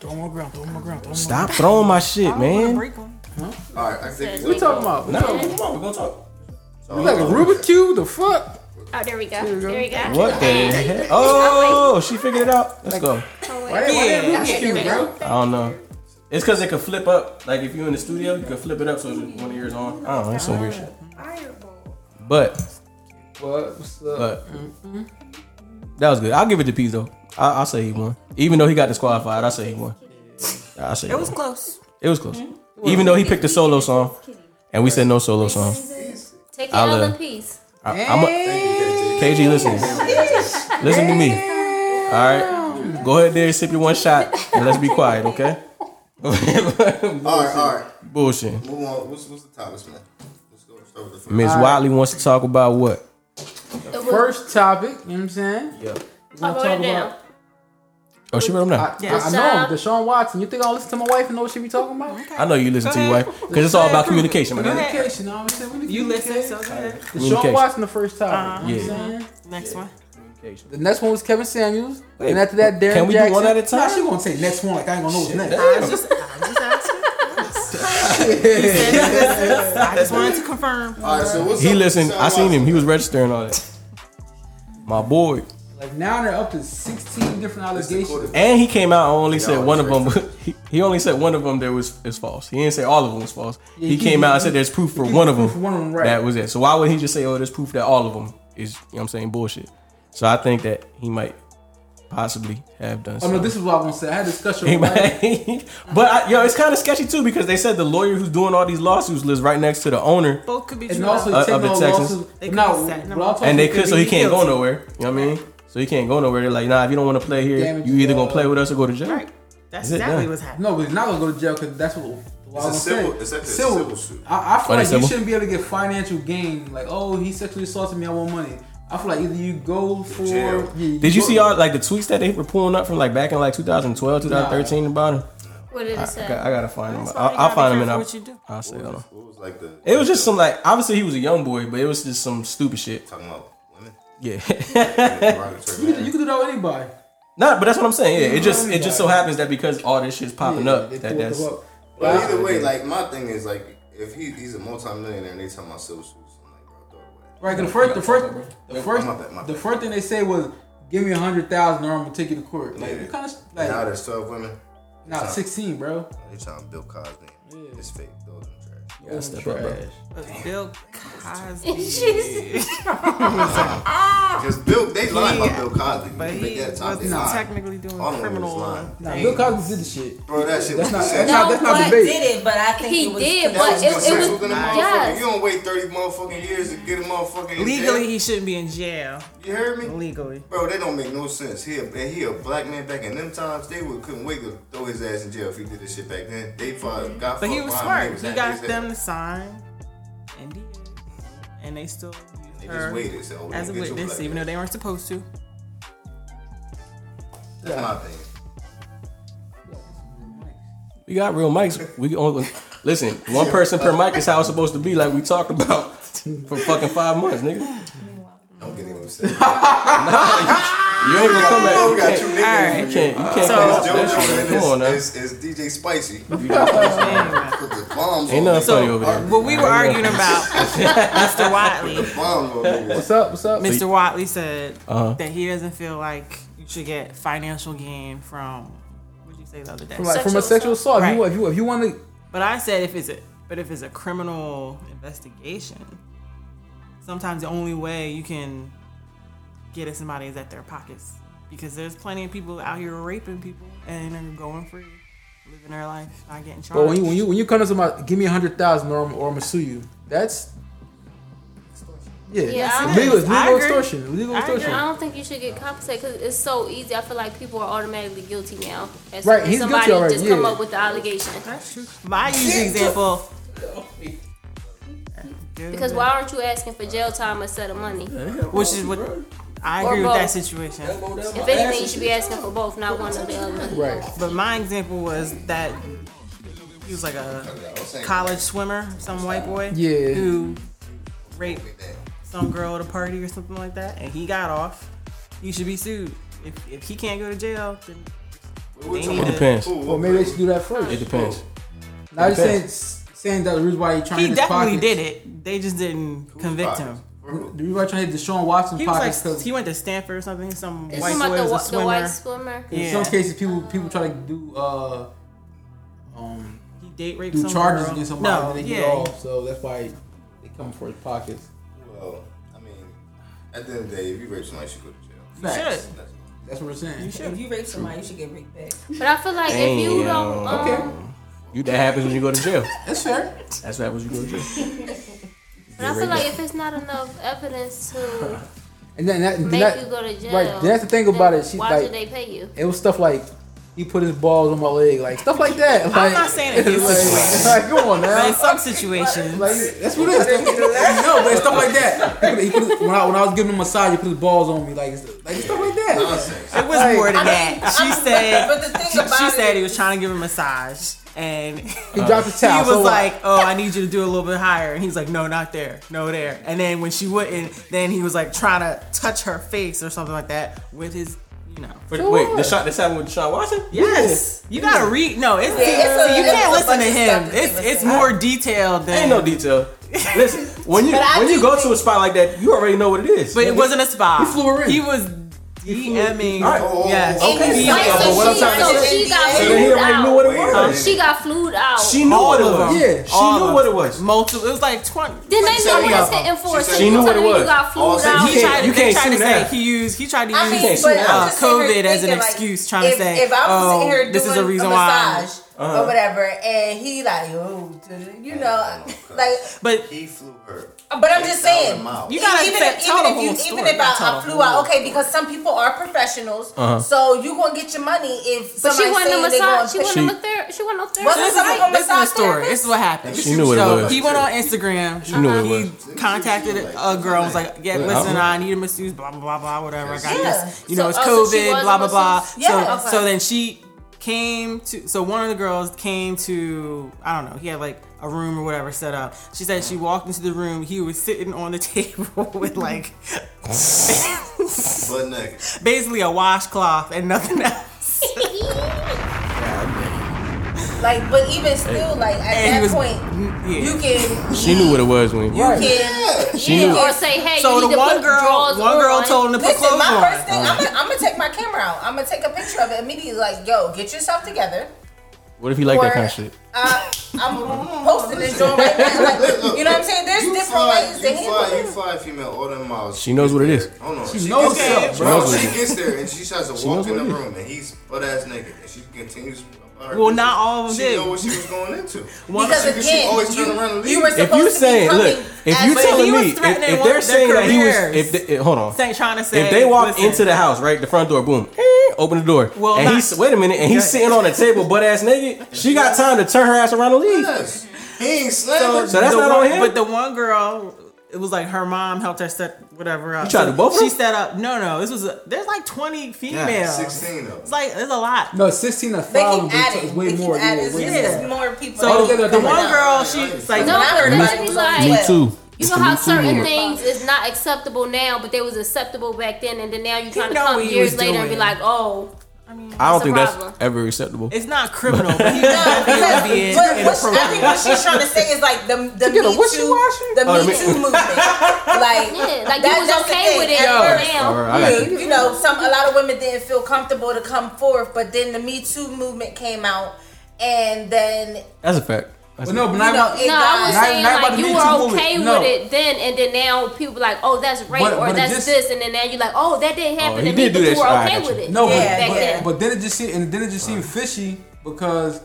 S6: Throw him on the ground, throw him on the ground, throw him on the
S3: Stop throwing my shit, man.
S15: All right, I think
S6: What we talking about?
S3: No, come on, we gonna talk.
S6: We like a Rubik's Cube, the fuck?
S5: Oh, there we go. There we go.
S3: What the heck? Oh, she figured it out. Let's go.
S6: Why, why that Rubik's
S5: Yeah.
S6: Cube, bro?
S3: I don't know. It's because it could flip up. Like if you in the studio, you could flip it up so it's one ear's on. I don't know. It's some weird shit. But
S6: What? What's up?
S3: But-
S7: Mm-hmm.
S3: that was good. I'll give it to Pizzo. I, I'll say he won, even though he got disqualified. I say he won. I say he
S7: It was
S3: won.
S7: close.
S3: It was
S5: Hmm?
S3: close. Even though he picked a solo song, and we said no solo song.
S5: Take
S3: I
S5: your L
S3: love-
S5: in peace.
S3: I, I'm a, KG, listen. Listen to me. All right. Go ahead there, sip your one shot, and let's be quiet, okay?
S15: All right, all right.
S3: Bullshit.
S15: Move on. What's, what's the topics, man? Let's go start with the first.
S3: Ms. Wiley wants to talk about what?
S6: First topic, you know what I'm saying?
S3: Yeah.
S6: We're
S5: I
S6: gonna
S5: wrote
S6: talk
S5: it
S6: about.
S5: down.
S3: Oh, she wrote them down.
S6: I, I, I know, Deshaun Watson. You think I don't listen to my wife and know what she be talking about?
S3: I know you listen to your wife because it's all about communication, man.
S6: Communication, you know what I'm saying?
S7: You listen, so go ahead.
S6: Deshaun Watson, the first topic.
S3: Uh-huh.
S6: You know what
S3: Yeah.
S6: I'm saying?
S7: Next one.
S6: The next one was Kevin Samuels.
S3: Wait,
S6: and after that, Darren
S3: can we do
S6: Jackson.
S3: one at a time?
S6: Nah, she gonna say next one like I ain't gonna know what's next.
S7: I was just, I was just asking. You said it. I just wanted to confirm.
S15: All right, so what's
S3: He
S15: up with
S3: listened.
S15: Deshaun
S3: I
S6: uh,
S3: seen him. He was registering all that. My boy.
S6: Like now they're up to 16 different allegations.
S3: And he came out and only said one of them. He, he only said one of them that was is false. He didn't say all of them was false.
S6: Yeah, he-
S3: he came out and said
S6: he-
S3: there's proof for
S6: he-
S3: one of them.
S6: proof for one of 'em, right.
S3: That was it. So why would he just say, "Oh, there's proof that all of them is," you know what I'm saying, bullshit. So I think that he might possibly have done.
S6: Oh no,
S3: something.
S6: this is what I want to say. I had a discussion
S3: He
S6: with my wife.
S3: might. but I, yo, it's kind of sketchy too because they said the lawyer who's doing all these lawsuits lives right next to the owner,
S7: Both could be
S6: And
S7: true.
S6: also uh,
S3: Uh, up in
S6: taking on
S3: Texas.
S6: lawsuits.
S7: They
S6: But
S7: could
S6: No,
S7: be setting them
S6: what I'm
S7: up.
S6: talking
S3: and they
S6: about
S3: could,
S6: is
S3: so he
S6: be
S3: can't go
S6: guilty.
S3: nowhere. You know what I mean? So he can't go nowhere. They're like, nah, if you don't want to play here,
S6: Damage,
S3: you either
S6: uh,
S3: gonna play with us or go to jail.
S7: Right. That's
S3: Is it?
S7: exactly
S3: Yeah.
S7: what's happening.
S6: No, but he's not gonna go to jail because that's what. what
S15: It's a
S6: I was
S15: civil-
S6: saying.
S15: it's actually a civil suit.
S6: I, I
S3: Oh,
S6: feel like
S3: that's
S6: you
S3: civil?
S6: shouldn't be able to get financial gain. Like, oh, he sexually assaulted me. I want money. I feel like either you go for.
S15: jail.
S6: yeah,
S3: Did you
S6: go-
S3: see all like the tweets that they were pulling up from like back in like 2012, 2013 about him?
S5: What did it
S3: I, I,
S5: say?
S3: got- I gotta find him.
S7: That's why
S3: I'll,
S7: you
S3: I'll
S7: gotta
S3: find
S7: be
S3: him and
S7: careful
S3: I'll,
S7: what you do.
S3: I'll say it. Hold on.
S15: What was like the
S3: It was just some like obviously he was a young boy, but it was just some stupid shit.
S15: talking about women?
S3: Yeah.
S6: You can, you can do that with anybody.
S3: Nah, but that's what I'm saying. Yeah, it just it just so happens that because all this shit's popping
S4: Yeah,
S3: up,
S4: they
S3: that
S4: threw it
S3: that's
S4: up. But either way, like my thing is like if he he's a multimillionaire and they talking about silk shoes,
S6: Right, 'cause the first, the first, the
S4: Wait,
S6: first,
S4: my bad, my
S6: the first thing they say was, "Give me a hundred thousand, or I'm gonna take you to court." Like, what kind of like?
S4: now there's twelve women.
S6: Nah,
S4: Nah.
S6: 16, bro.
S4: They trying to Bill Cosby. It's fake. Those them trash.
S6: Yeah, that's step up, bro. Trash.
S7: But Bill Cosby.
S4: Jesus. Because Bill, they lied about Bill Cosby.
S7: But
S4: They
S7: he
S4: that time, they
S7: wasn't
S4: lied.
S7: technically doing
S4: All the women was
S7: criminal.
S4: lying.
S6: Nah, Bill Cosby did the shit.
S4: Bro, that shit was
S6: That's not-
S4: consent.
S6: that's not- that's not No, debate. did
S17: it, but I think
S5: he
S17: it was
S5: did,
S4: That
S5: but
S4: was
S5: it, it was
S4: consent. Look at the motherfucker.
S5: yes.
S4: You don't wait 30 motherfucking years to get a motherfucking
S7: Legally, he shouldn't be in jail.
S4: You heard me?
S7: Legally.
S4: Bro, they don't make no sense. He a, and he a black man back in them times. They would couldn't wait to throw his ass in jail if he did this shit back then. They fucked, got
S7: Mm-hmm. But he
S4: fucked
S7: was
S4: by him. They
S7: smart.
S4: was
S7: He
S4: happy as
S7: got
S4: hell.
S7: them to sign, and did, and they still
S4: They
S7: used
S4: just
S7: her
S4: waited, said, "Oh,
S7: as a
S4: get your
S7: witness,
S4: black
S7: even though they weren't supposed to.
S4: That's my thing.
S3: we got real mics. We only listen one person per mic is how it's supposed to be, like we talked about for fucking five months, nigga.
S4: Don't get even upset.
S3: You ain't gonna come back.
S4: We got two
S3: You
S4: niggas.
S3: can't. You can't. You can't
S4: It's
S3: come back.
S4: JoJo and
S3: Come on now.
S4: it's, it's, it's DJ Spicy. Put the bombs
S3: Ain't
S4: on
S3: nothing funny over there.
S7: What we were arguing about, Mr. Watley.
S6: What's up? What's up?
S7: Mr. Watley said
S3: Uh-huh.
S7: that he doesn't feel like you should get financial gain from what did you say the other day?
S6: From, like, from a sexual assault. If, you,
S7: Right.
S6: if you if you want to,
S7: But I said if it's a but if it's a criminal investigation, sometimes the only way you can get at somebody is at their pockets. Because there's plenty of people out here raping people and they're going free, living their life, not getting charged.
S6: but when you when you when you come to somebody, give me a hundred thousand, or I'm or I'm gonna sue you. That's yeah,
S5: Yeah, I
S6: legal,
S5: agree.
S6: legal
S5: I agree.
S6: extortion, legal
S5: I, agree.
S6: extortion.
S5: I don't think you should get compensated because it's so easy. I feel like people are automatically guilty now. As
S6: Right,
S5: soon as
S6: he's guilty
S5: somebody
S6: already,
S5: just come
S6: yeah.
S5: up with the allegation. That's true.
S7: My use example.
S5: Because why aren't you asking for jail time instead of money?
S7: Which is what I
S5: Or
S7: agree with that
S5: both.
S7: situation.
S5: If anything, you should be asking for both, not one or the other.
S7: Right. But my example was that he was like a college swimmer, some white boy.
S6: Yeah.
S7: Who raped some girl at a party or something like that, and he got off. You should be sued. If, if he can't go to jail, then they need
S3: It
S7: to.
S3: depends.
S6: Well, maybe they should do that first.
S3: It depends.
S6: Now you're saying
S3: Depends.
S6: saying that the reason why he trying
S7: He
S6: to hit his
S7: definitely
S6: pockets.
S7: did it. They just didn't convict him.
S6: The reason why he trying to hit Deshaun Watson
S7: He
S6: pockets
S7: was like,
S6: because
S7: he went to Stanford or something. Some
S5: It's
S7: white
S5: talking
S7: boy
S5: about the
S7: was a
S5: wa- the white
S7: swimmer.
S5: swimmer?
S6: in
S7: Yeah.
S6: some cases people people try to do uh um
S7: he date raped
S6: do
S7: some
S6: charges
S7: girl.
S6: against somebody
S7: No,
S6: and they
S7: yeah.
S6: get off. So that's why they come for his pockets.
S4: Well, I mean, at the end of the day, if you rape somebody, you should go to jail.
S6: Facts.
S4: That's-
S6: That's what we're saying.
S17: If you rape somebody, you should get raped back.
S5: But I feel like if you don't,
S3: Damn.
S5: um,
S3: You that happens when you go to jail.
S6: That's fair.
S3: That's what happens when you go to jail.
S5: but I feel like if it's not enough evidence to
S6: And then that,
S5: make
S6: that-
S5: you go to jail,
S6: Right. That's the thing about
S5: then
S6: it. She's
S5: why
S6: like,
S5: should they pay you?
S6: It was stuff like he put his balls on my leg, like stuff like that. Like,
S7: I'm not saying it in
S6: like,
S7: situations.
S6: like, come on
S7: But
S6: now.
S7: in some situations,
S6: like, That's what it is. no, but it's stuff like that. He put- he put- when, I, when I was giving him a massage, he put his balls on me, like, it's- like stuff like that.
S7: It was more than that. She said.
S17: But the thing
S7: she,
S17: about
S7: she
S17: it
S7: said he was trying to give him a massage, and he
S6: dropped his towel,
S7: He was
S6: so what?
S7: like, "Oh, I need you to do a little bit higher," and he's like, "No, not there, no there." And then when she wouldn't, then he was like trying to touch her face or something like that with his, you know.
S3: But wait, the shot that's happened with Deshaun Watson?
S7: Yes, you gotta read. No, it's,
S17: Yeah, it's a-
S7: you can't
S17: it's a
S7: listen
S17: bunch
S7: to
S17: of
S7: him.
S17: stuff that
S7: It's it's more detailed than
S3: Ain't no detail. Listen, when you
S7: But I
S3: when you
S7: do
S3: go to a spot like that, you already know what it is.
S7: But it wasn't a spy.
S3: He flew her in.
S7: He was DMing. Yes.
S3: Okay.
S7: DMing.
S3: Yeah, but what I'm trying to
S5: So
S3: say-
S5: she got
S3: So then he
S5: flued
S3: already knew what it
S5: out.
S3: was.
S5: She got flued out.
S3: She knew what it was.
S7: of them.
S3: Yeah, she knew what it was.
S7: Multiple. It was like twenty.
S5: Then they know what it's hitting for. So you telling me You got flued out.
S7: He tried,
S3: you
S7: they
S3: can't
S7: tried to
S3: sue now.
S7: say he used. He tried to use
S17: I mean, but I'm
S7: uh,
S17: just sitting
S7: COVID
S17: here
S7: as an
S17: thinking, like,
S7: excuse, trying
S17: if,
S7: to say,
S17: if I was
S7: "Oh,
S17: sitting here doing
S7: this is a reason why."
S17: massage
S7: Uh-huh.
S17: or whatever, and he like, oh, you know, like
S7: But
S4: he flew her.
S17: But I'm just saying, e
S7: You gotta
S17: even,
S7: tell-
S17: if-
S7: tell
S17: even
S7: the
S17: if you
S7: whole
S17: even
S7: story,
S17: if
S7: not tell
S17: I,
S7: the
S17: I flew
S7: whole
S17: out, okay, because some people are professionals,
S3: Uh-huh.
S17: so you gonna get your money if
S5: But she
S17: somebody
S5: wasn't a
S17: saying they
S5: massage. She
S17: gonna
S5: wasn't
S17: pay-
S5: a therapist. She wasn't no
S17: Wasn't
S5: therapist.
S7: Listen,
S17: somebody gonna
S7: listen to the
S17: massage
S7: story. This is what happened.
S3: She knew what it
S7: so
S3: was.
S7: he went on Instagram.
S3: She knew what it
S7: he contacted a girl. and Was like, "Yeah,
S3: Look,
S7: listen,
S3: I-
S7: I need a masseuse. Blah blah blah blah. Whatever. I got
S17: Yeah.
S7: this. You
S17: So-
S7: know, it's
S17: oh, so she
S7: COVID.
S17: was a
S7: blah blah blah.
S17: masseuse? Yeah,
S7: So
S17: okay.
S7: so then she came to. So one of the girls came to. I don't know. He had like a room or whatever set up. She said she walked into the room. He was sitting on the table with like
S4: Butt naked.
S7: Basically a washcloth and nothing else.
S9: Like, but even still, like at
S3: And he
S9: that
S3: was-
S9: point, you can.
S3: She knew what it was when
S9: You can,
S3: She
S9: you
S3: knew.
S9: can-
S5: Or say, hey,
S7: So
S5: you
S7: the
S5: need to
S7: one
S5: put
S7: girl-
S5: drawers
S7: one
S5: on.
S7: girl told him to put
S9: Listen,
S7: clothes
S9: my
S7: on.
S9: first thing, I'm gonna, I'm gonna take my camera out. I'm gonna take a picture of it immediately. Like, yo, get yourself together.
S3: What if he like that kind of shit?
S9: Uh, I'm posting this joint right now. Like, you know what I'm saying? There's
S4: You
S9: different
S4: fly,
S9: ways to
S4: you
S9: handle
S4: fly,
S9: it.
S4: you fly female all them miles.
S3: She knows what it is.
S4: Hold on.
S3: She knows
S4: gets
S3: herself,
S4: there,
S3: bro. She knows what
S4: She
S3: it
S4: gets
S3: is.
S4: there and she tries to
S3: She
S4: walk
S3: knows
S4: in the
S3: what it is.
S4: room and he's butt ass naked and she continues. her
S7: Well,
S4: business.
S7: not all of them
S4: She
S7: did.
S4: know what she was going into.
S7: One-
S4: she,
S7: Because
S4: she
S7: again,
S4: always
S7: you-
S4: turn around and leave.
S7: you were
S3: If you saying, look, if you
S7: But
S3: telling
S7: he was
S3: me, if,
S7: threatening
S3: if
S7: one
S3: they're
S7: of their
S3: saying that he was,
S7: careers.
S3: if they, eh, hold on,
S7: Say, trying to say
S3: if they walk
S7: listen,
S3: into the house, right, the front door, boom, eh, open the door,
S7: Well,
S3: and
S7: not-
S3: he's wait a minute, and he's
S7: Good.
S3: sitting on the table, butt ass naked. She got time to turn her ass around and leave.
S4: Yes. He ain't slammed.
S3: So that's
S7: the
S3: not on
S7: one-
S3: him?
S7: But the one girl, it was like her mom helped her set whatever up.
S3: You tried to both of
S7: She
S3: them?
S7: set up. No, no. This was a, there's like 20 females.
S4: 16 of them.
S7: It's like there's a lot.
S6: No, 16 to 5 is way more. Yeah, way more.
S9: more people.
S7: So
S6: Altogether, I
S7: the
S6: think
S7: one
S6: like-
S7: girl, she's like,
S5: No,
S9: I heard
S5: but
S9: about
S5: they
S9: it
S5: be
S9: was
S5: like,
S9: on Me
S3: too.
S5: You know how certain things is not acceptable now, but they was acceptable back then, and then now you're trying to
S7: know
S5: come
S7: what he
S5: years
S7: was
S5: later and be
S7: doing.
S5: like, oh,
S3: I don't
S5: That's a
S3: think
S5: problem.
S3: that's ever acceptable.
S7: It's not criminal, but he knows it would be
S9: But what, she- I think what
S7: inappropriate.
S9: she's trying to say is like the the Me
S7: Together, what
S9: Too, the
S3: Oh, the
S9: Me
S3: Me-
S9: Too movement. Like,
S5: Yeah, like, you was
S9: that's the
S5: okay
S9: thing.
S5: with it
S9: Yo.
S5: until now.
S3: All right, I got
S9: You know, some a lot of women didn't feel comfortable to come forth, but then the Me Too movement came out, and then
S3: That's a fact. That's
S6: no,
S3: a-
S6: but
S9: You know,
S6: not,
S9: it-
S5: no,
S9: Not-
S5: I was
S6: not-
S5: saying
S6: not about
S5: like
S6: the
S5: you
S6: Me
S5: were
S6: Too movement,
S5: okay
S6: no.
S5: with it then, and then now people like, oh, that's rape
S6: But-
S5: or
S6: but it
S5: that's
S6: just-
S5: this, and then now you're like, oh, that didn't happen
S6: Oh,
S5: to
S6: he
S5: me,
S6: did
S5: but
S6: do
S5: you
S6: that
S5: were
S6: shit.
S5: okay with it.
S6: No, but-
S5: back
S6: but,
S5: then.
S6: but then it just seemed, and then it just seemed fishy because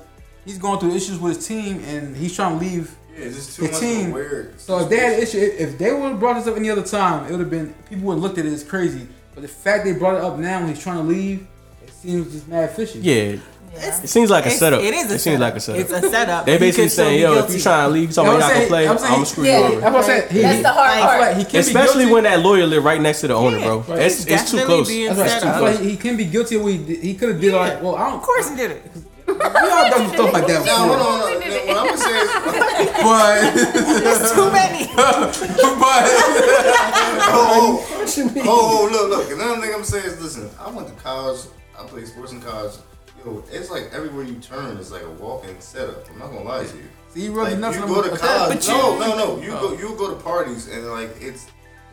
S6: he's going through issues with his team and he's trying to leave
S4: Yeah, it's just too
S6: his
S4: much
S6: team.
S4: weird.
S6: So if they had an issue, if, if they would have brought this up any other time, it would have been people would have looked at it as crazy. But the fact they brought it up now when he's trying to leave, it seems just mad fishy.
S3: Yeah. It seems like a
S6: It's-
S3: setup.
S6: it is a
S3: It seems like a
S6: setup.
S3: setup.
S6: It's a setup,
S3: They
S6: but he
S3: basically
S6: could still
S3: saying,
S6: be
S3: yo, if
S6: guilty.
S3: you trying to leave, you
S6: You
S3: talking
S6: know
S3: about
S6: what
S3: y'all
S6: I'm
S3: can play,
S6: saying?
S3: I'm
S6: I'm saying
S3: gonna
S6: he-
S3: screw
S6: yeah,
S3: you over.
S6: that's what I'm saying. He-
S9: That's the hard
S6: I feel
S9: part.
S6: like he can be
S3: Especially
S6: guilty.
S3: when that lawyer live right next to the owner, bro.
S6: Right.
S3: It's, it's too close.
S6: That's right.
S3: It's too
S6: I feel like
S3: close.
S6: he can be guilty of what he did. He could have did all that. Well, I don't. Of
S7: course he did it.
S6: We all done stuff like that
S4: Now,
S6: before.
S4: hold on. hold on. Now, What I'm gonna say is,
S6: But
S7: There's too many.
S4: oh, oh, oh, look, look. Another thing I'm saying is, listen, I went to college. I played sports in college. Yo, it's like everywhere you turn is like a walking setup. I'm not gonna lie to you.
S6: See, you really
S4: like,
S6: nothing
S4: you go to
S6: about that,
S4: college.
S6: but
S4: no,
S6: you- Oh.
S4: no, no. You go, you go to parties and like it's,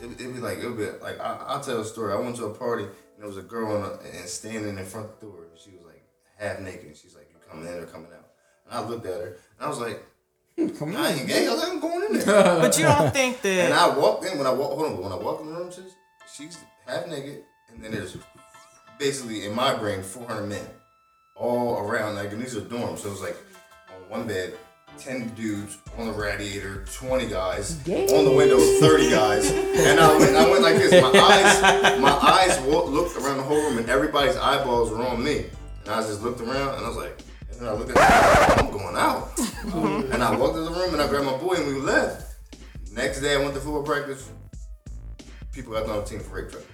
S4: it, it be like it'll be like I, I'll tell a story. I went to a party and there was a girl on a, and standing in front of the door. She was like half naked. and She's like, you coming in or coming out? And I looked at her and I was like. I ain't gay. I was like, I'm going in there.
S7: But you don't think that-
S4: And I walked in when I walk. Hold on, but when I walked in the room, sis, she's half naked, and then there's basically in my brain 400 men all around. Like, and these are dorms, so it was like on one bed, 10 dudes on the radiator, 20 guys on the window, 30 guys, and I went, I went like this. My eyes, my eyes wa- looked around the whole room, and everybody's eyeballs were on me, and I just looked around, and I was like, and then I looked at, her, I'm going out. And I walked in the room and I grabbed my boy and we left. Next day I went to football practice. People got on the team for rape charges.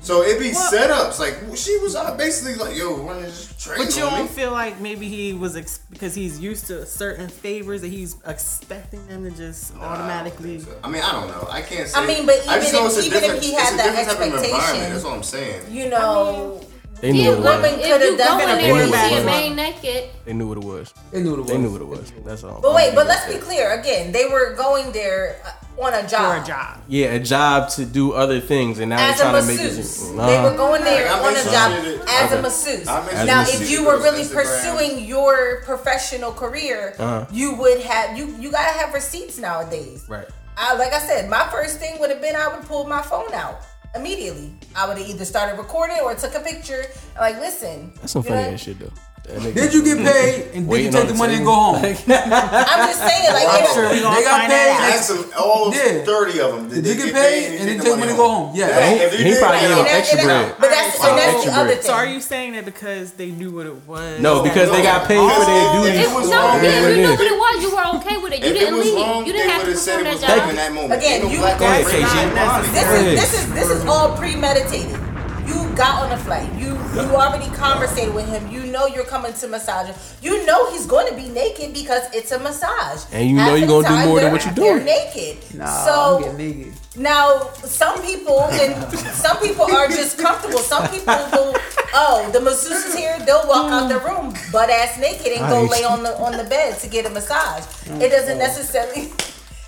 S4: So it be setups. Like she was uh, basically like, yo, running this train
S7: But you
S4: on
S7: don't
S4: me.
S7: feel like maybe he was ex- because he's used to certain favors that he's expecting them to just automatically.
S4: I mean, I don't know. I can't say.
S9: I mean, but
S4: I just
S9: even
S4: know
S9: if-
S4: it's a
S9: even if
S4: different-
S9: he
S4: it's
S9: had
S4: a
S9: that
S4: different type of environment.
S9: expectation-
S4: That's what I'm saying.
S9: you know,
S3: They knew
S9: the
S3: what it
S9: woman
S3: was.
S9: could
S5: If you
S9: have
S5: go
S9: done
S5: in
S9: been a
S5: there and
S3: quarterback.
S5: see a man naked,
S3: They knew what it was.
S6: They knew what it was.
S3: They knew what it was. That's all.
S9: But wait, but let's be clear again. They were going there uh, on a job.
S7: For a job.
S3: Yeah, a job to do other things, and now
S9: As
S3: they're
S9: a
S3: trying to make
S9: masseuse,
S3: this.
S9: they were going there
S4: Like, I
S9: on a
S4: mentioned
S9: job
S4: it-
S9: as
S3: okay.
S9: a masseuse.
S3: I mentioned
S9: Now,
S3: it
S9: if
S3: on
S9: you were really
S4: Instagram.
S9: pursuing your professional career,
S3: Uh-huh.
S9: you would have you you gotta have receipts nowadays.
S3: Right.
S9: I, like I said, my first thing would have been I would pull my phone out immediately. I would have either started recording or took a picture. Like, listen,
S3: That's some
S9: you know,
S3: funny ass shit though. That nigga-
S6: Did you get paid and did you
S3: Waiting
S6: take
S3: on
S6: the money and
S3: table.
S6: go home?
S9: I'm just saying, like,
S4: Wow.
S9: it-
S6: we gonna
S4: they got
S6: find that out.
S4: paid. That's some- all
S6: Yeah.
S4: 30 of them. Did,
S6: Did you get paid and then take money and go home? Yeah.
S4: if you did, like, you know,
S9: But that's
S3: and that's the Extra other bread. thing.
S7: So are you saying that because they knew what it was?
S3: No, because they got paid for their
S4: Because
S3: duties.
S4: if it was
S5: no,
S4: wrong,
S5: yeah,
S3: That's
S5: you
S3: what it
S5: knew
S3: is.
S5: what it was. You were okay with it. You
S4: If it
S5: didn't
S4: was
S5: leave.
S4: wrong,
S5: you didn't
S4: they
S5: have to
S4: would've said
S5: perform that
S4: it was
S5: job.
S4: wrong in that moment.
S9: Again,
S4: Ain't no
S9: you-
S4: black
S9: Go ahead,
S4: on rape.
S9: KG.
S4: Body.
S9: This is this is this is all premeditated. You got on the flight. You you already conversated with him. You know you're coming to massage him. You know he's going to be naked because it's a massage.
S3: And you know
S9: Half
S3: you're
S9: the
S3: gonna do
S9: time
S3: more than
S9: they're-
S3: what you're
S9: they're
S3: doing.
S9: naked. so
S6: get naked.
S9: now some people, if and some people are just comfortable. Some people will, oh, the masseuse is here. They'll walk out the room butt ass naked and go
S18: Nice.
S9: lay on the on the bed to get a massage. It doesn't necessarily.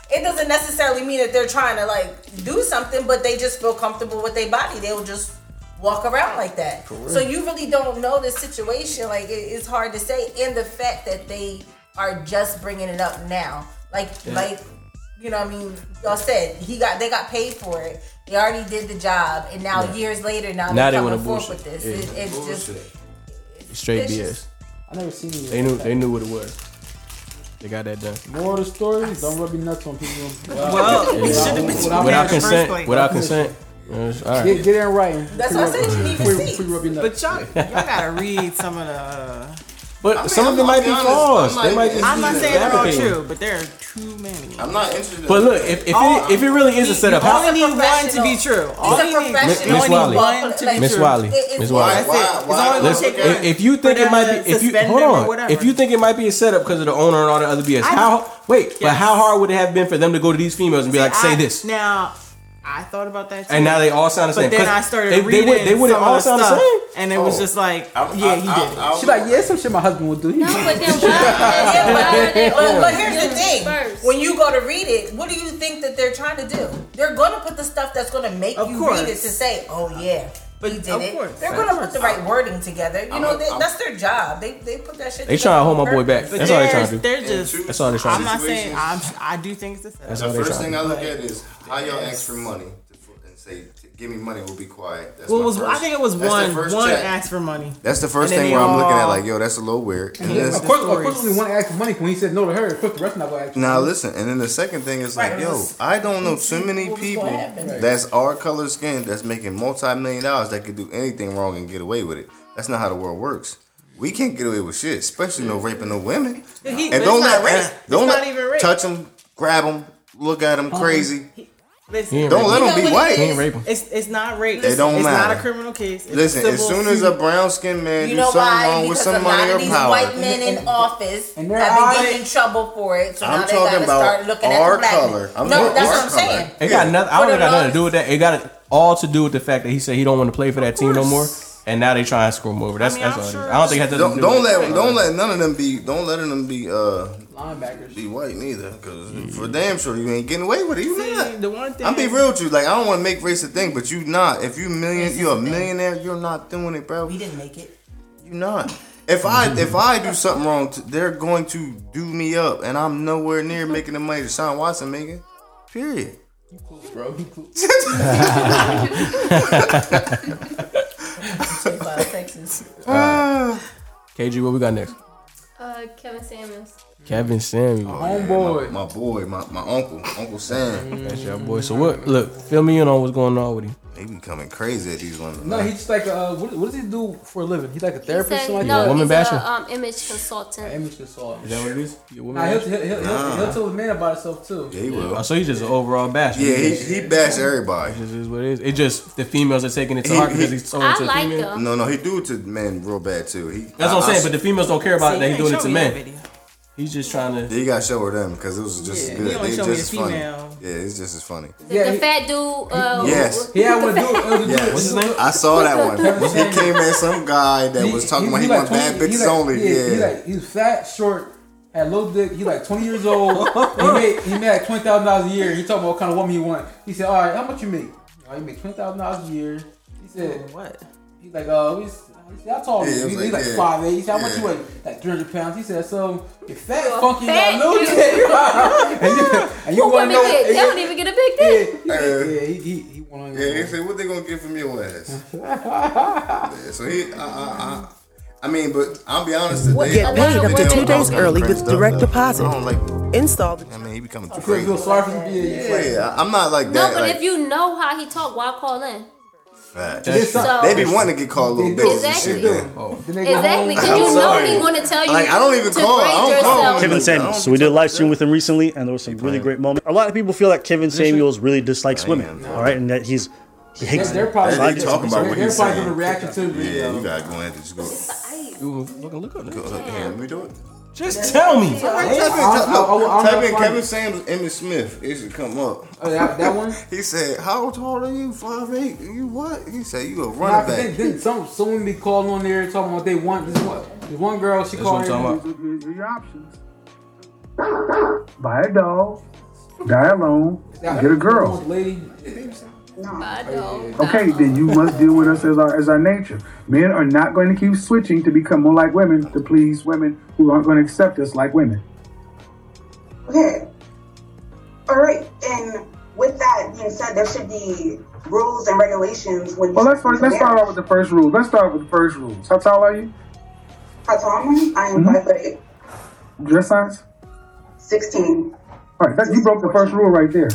S9: It doesn't necessarily mean that they're trying to like do something, but they just feel comfortable with their body. They'll just walk around like that.
S18: Correct.
S9: So you really don't know the situation. Like it, it's hard to say, and the fact that they are just bringing it up now, like
S18: Yeah.
S9: like you know, what I mean, y'all said he got they got paid for it. They already did the job, and now
S3: Yeah.
S9: years later, now,
S3: Now they
S9: they're
S3: wanna
S9: coming forth with
S3: bullshit.
S9: this.
S3: Yeah.
S9: It, it's just
S3: Straight
S9: It's
S3: BS.
S9: just-
S6: I never seen it.
S3: They knew. They knew what it was. They got that done.
S6: Moral of the story: Don't rub your nuts on people.
S3: Yeah. without consent. Without consent. Yes, all right.
S6: Get, get it in writing.
S9: That's what I said, you need receipts.
S7: But y'all, y'all gotta read some of the.
S3: But I mean, some of them I'm might be gonna be honest, false. I'm They not might just
S7: I'm not
S3: be
S7: saying they're all
S3: fabricating.
S7: true, but there are too many.
S4: I'm not interested.
S3: But look, if if, it, if it really is a setup,
S7: You
S3: how
S7: only need one to be true. All
S9: He's a
S7: you need
S3: Miss
S7: you only need
S3: Wiley,
S7: one to be
S3: Miss
S7: true.
S3: Wiley, Miss Wiley.
S7: That's
S3: Listen,
S7: it. It's only gonna take
S3: if,
S7: one.
S3: if you think it might be, if you
S7: suspend
S3: hold
S7: them or
S3: on,
S7: whatever.
S3: if you think it might be a setup because of the owner and all the other BS, how wait? But how hard would it have been for them to go to these females and be like, say
S7: I-
S3: this?
S7: Now, I thought about that too.
S3: And now they all sound the same,
S7: But then
S3: 'cause
S7: I started
S3: they-
S7: they,
S3: they would-
S7: reading
S3: they wouldn't
S7: some
S3: all
S7: of the
S3: sound the
S7: stuff,
S3: same?
S7: And it
S4: Oh.
S7: was just like, yeah, he did it.
S6: She like, yeah, some shit my husband would do. No, but
S9: then Yeah, but, but here's the thing: when you go to read it, what do you think that they're trying to do? They're gonna put the stuff that's gonna make you
S7: course.
S9: read it to say, "Oh yeah, but he did
S7: of
S9: it."
S7: course.
S9: They're
S7: Of
S9: gonna
S7: course.
S9: put the right wording together. You
S7: I'm
S9: know,
S7: a-
S9: they,
S7: I'm-
S9: that's their job. They they put that shit.
S3: They
S9: together
S3: trying to hold
S9: on
S3: my boy back.
S9: purpose.
S3: That's all they trying to do.
S7: They're just.
S3: That's all they trying to
S7: I'm
S3: do.
S7: not saying I'm. I do think it's the same.
S3: That's
S4: the
S3: all they
S4: first
S3: trying
S4: thing
S3: to
S4: I
S3: do.
S4: look at is how y'all ask for money to, f- and say, "Give me money, we'll be quiet." That's
S7: Well,
S4: my
S7: it was, I
S4: first-
S7: think it was
S4: that's the
S7: one.
S4: first
S7: One
S4: check.
S7: asked for money.
S4: That's the first
S7: And then
S4: thing
S7: they
S4: where I'm looking at
S7: all-
S4: like, yo, that's a little weird. And then
S6: Of course, of course, only one asked for money when he said no to her. Of course, the rest not gonna ask.
S4: now listen, and then the second thing is like,
S6: Right,
S4: yo,
S6: let's-
S4: I don't know too many
S6: what's gonna
S4: people
S6: happen. Right.
S4: that's our color skin that's making multi-million dollars that could do anything wrong and get away with it. That's not how the world works. We can't get away with shit, especially no raping no women.
S7: But he-
S4: and
S7: but
S4: don't
S7: it's
S4: let
S7: not rape.
S4: and don't
S7: It's
S4: let
S7: not even rape.
S4: touch them, grab them, look at them crazy.
S7: Listen,
S4: He ain't Don't raping. let 'em
S7: You know
S4: be
S7: what it
S4: white.
S7: is?
S4: He ain't raping.
S7: It's it's not rape.
S4: It don't
S7: it's not
S4: matter.
S7: a criminal case. It's a
S4: Listen, as
S7: civil
S4: soon as
S7: suit.
S4: a brown skinned man
S9: You
S4: do
S9: know
S4: something
S9: why?
S4: wrong with
S9: Because a lot
S4: somebody
S9: of
S4: or
S9: these
S4: power,
S9: white men in office have been
S6: all-
S9: getting in trouble for it. So now
S4: I'm
S9: they gotta
S4: talking
S9: start
S4: about
S9: looking at the
S4: our
S9: black
S4: color.
S9: men.
S4: I'm
S9: No,
S4: talking
S9: that's what I'm
S4: about our color.
S9: saying.
S3: It got nothing. I don't
S9: For
S3: think
S9: the
S3: got nothing to do with that. It got all to do with the fact that he said he don't want to play for that team no more, and now they trying to screw him over. That's that's all. it is. I don't think that
S4: don't,
S3: doesn't
S4: don't let don't let none of them be don't let them be uh
S6: linebackers
S4: be white neither because for damn sure you ain't getting away with it you not
S7: the one thing
S4: I'm be real with you like I don't want to make race a thing but you not if you million you're a millionaire you're not doing it bro we
S9: didn't make it
S4: you not if I if I do something wrong t- they're going to do me up and I'm nowhere near making the money that Sean Watson making period
S6: bro
S3: Uh, KG, what we got next?
S5: Uh, Kevin Samuels.
S3: Kevin Samuel.
S4: Homeboy. my, my boy, my, my uncle, Uncle Sam.
S3: That's your boy. So what? Look, fill me in on what's going on with him.
S4: They be coming crazy at these women.
S6: No, he's just like uh, what, what does he do for a living? He's like a
S5: He
S6: therapist,
S5: said-
S6: something like
S5: no,
S6: that.
S5: he's
S3: Woman bashing?
S5: a um, image consultant.
S6: Image consultant.
S3: Is that what it is? You a woman
S6: Nah, he'll,
S3: basher?
S6: he'll, he'll,
S3: Nah.
S6: he'll, he'll tell a man about himself too.
S4: Ah. he will.
S3: Oh, so he's just an overall bash.
S4: Yeah, he- he bash everybody.
S3: This is what it is. It just the females are taking it to heart because he's so into females.
S4: No, no, he do it to men real bad too. He,
S3: That's what I'm saying, but the females don't care about
S4: it.
S3: See, that he you doing ain't it to show me men. that video. He's just trying to.
S4: You gotta show her them because it was just
S3: Yeah,
S4: as
S3: you
S4: good.
S3: only
S4: They
S3: show
S4: just
S3: me
S4: as
S3: the
S4: funny. Yeah,
S3: female.
S4: it's just as funny.
S5: The, the fat dude. Uh,
S4: Yes.
S5: who-
S6: Yeah, I would do it. it.
S4: Yes.
S6: What's his name?
S4: I saw that one. he came at some guy that was talking about he, want bad bitches
S6: like,
S4: only. Yeah.
S6: He like, he's fat, short, had low dick. He like 20 years old. he made he made like $20,000 a year. He talking about what kind of woman he want. He said, all right, how much you make? Oh, you make $20,000 a year. He said,
S7: what?
S6: He's like, uh, we s- he said, how tall are
S4: Yeah,
S6: you?
S4: it was like,
S6: He's like,
S4: yeah.
S6: five eight. He said, how much
S4: Yeah.
S6: you weigh? Like 300 pounds. He said, so you're fat,
S5: You're
S6: funky, you got
S5: fat,
S6: no
S5: you-
S6: dick. And you- And you
S5: Who women
S6: want to know?
S5: get? They don't even get a big dick.
S4: yeah, uh,
S6: he, he, he wanted.
S4: Yeah, he said, "What they gonna get from your ass?" Yeah, so he, I, I, I, I mean, but I'll be honest. Today, I
S19: Get
S4: watched
S19: paid
S4: the
S19: up to
S4: video
S19: two
S4: and I was
S19: days
S4: kinda
S19: early
S4: cringed
S19: with
S4: up,
S19: direct
S4: though.
S19: deposit.
S4: I don't like.
S19: Install
S4: I mean, he becoming too
S6: I feel
S4: crazy.
S6: feel sorry for him. Yeah, yeah.
S4: Yeah, I'm not like
S5: No,
S4: that.
S5: but
S4: like,
S5: if you know how he talk, why call in?
S4: Facts.
S5: That's So-
S4: they be wanting to get called little
S5: They
S4: bitches
S5: do.
S4: and shit.
S5: Exactly.
S4: yeah.
S6: Oh.
S5: Exactly, because
S4: I'm
S5: you know
S4: sorry.
S5: he want to tell you.
S4: Like, I don't even
S5: to
S4: call. I
S5: grade
S4: don't call.
S5: yourself.
S20: Kevin Samuels. So we did a live stream with him recently, and there was some really great moments. A lot of people feel that Kevin Samuels really dislikes women, all right, and that he's he hates.
S6: They're
S20: them.
S6: probably
S20: So I
S6: they're
S20: get-
S6: probably
S20: so-
S6: gonna react to
S4: Yeah, you gotta go ahead and just go.
S3: You fucking look up.
S4: Go, yeah, let me do it.
S3: Just tell me.
S4: Type in,
S3: I'm- I'm- I'm
S4: type in
S3: not
S4: Kevin Samuels, Emmitt Smith. It should come up.
S6: Oh, that- that one?
S4: he said, "How tall are you? Five eight? You what?" He said, "You a
S6: Nah, 'cause
S4: running
S6: they,
S4: back."
S6: they, some someone be calling on there talking about they want this one. This one girl, she
S4: That's
S6: called.
S4: what I'm
S6: in-
S4: talking
S6: Your options.
S18: Buy a dog, die alone, and get a girl.
S6: Lady.
S18: Okay, then you must deal with us as our as our nature. Men are not going to keep switching to become more like women to please women who aren't going to accept us like women.
S19: Okay. All right. And with that being said, there should be rules and regulations when.
S18: Well, let's first, let's start off with the first rule. Let's start with the first rule. How tall are you?
S19: How tall am I? I am
S18: Mhm.
S19: five foot eight,
S18: Dress size?
S19: sixteen.
S18: All right, that, you broke the first rule right there.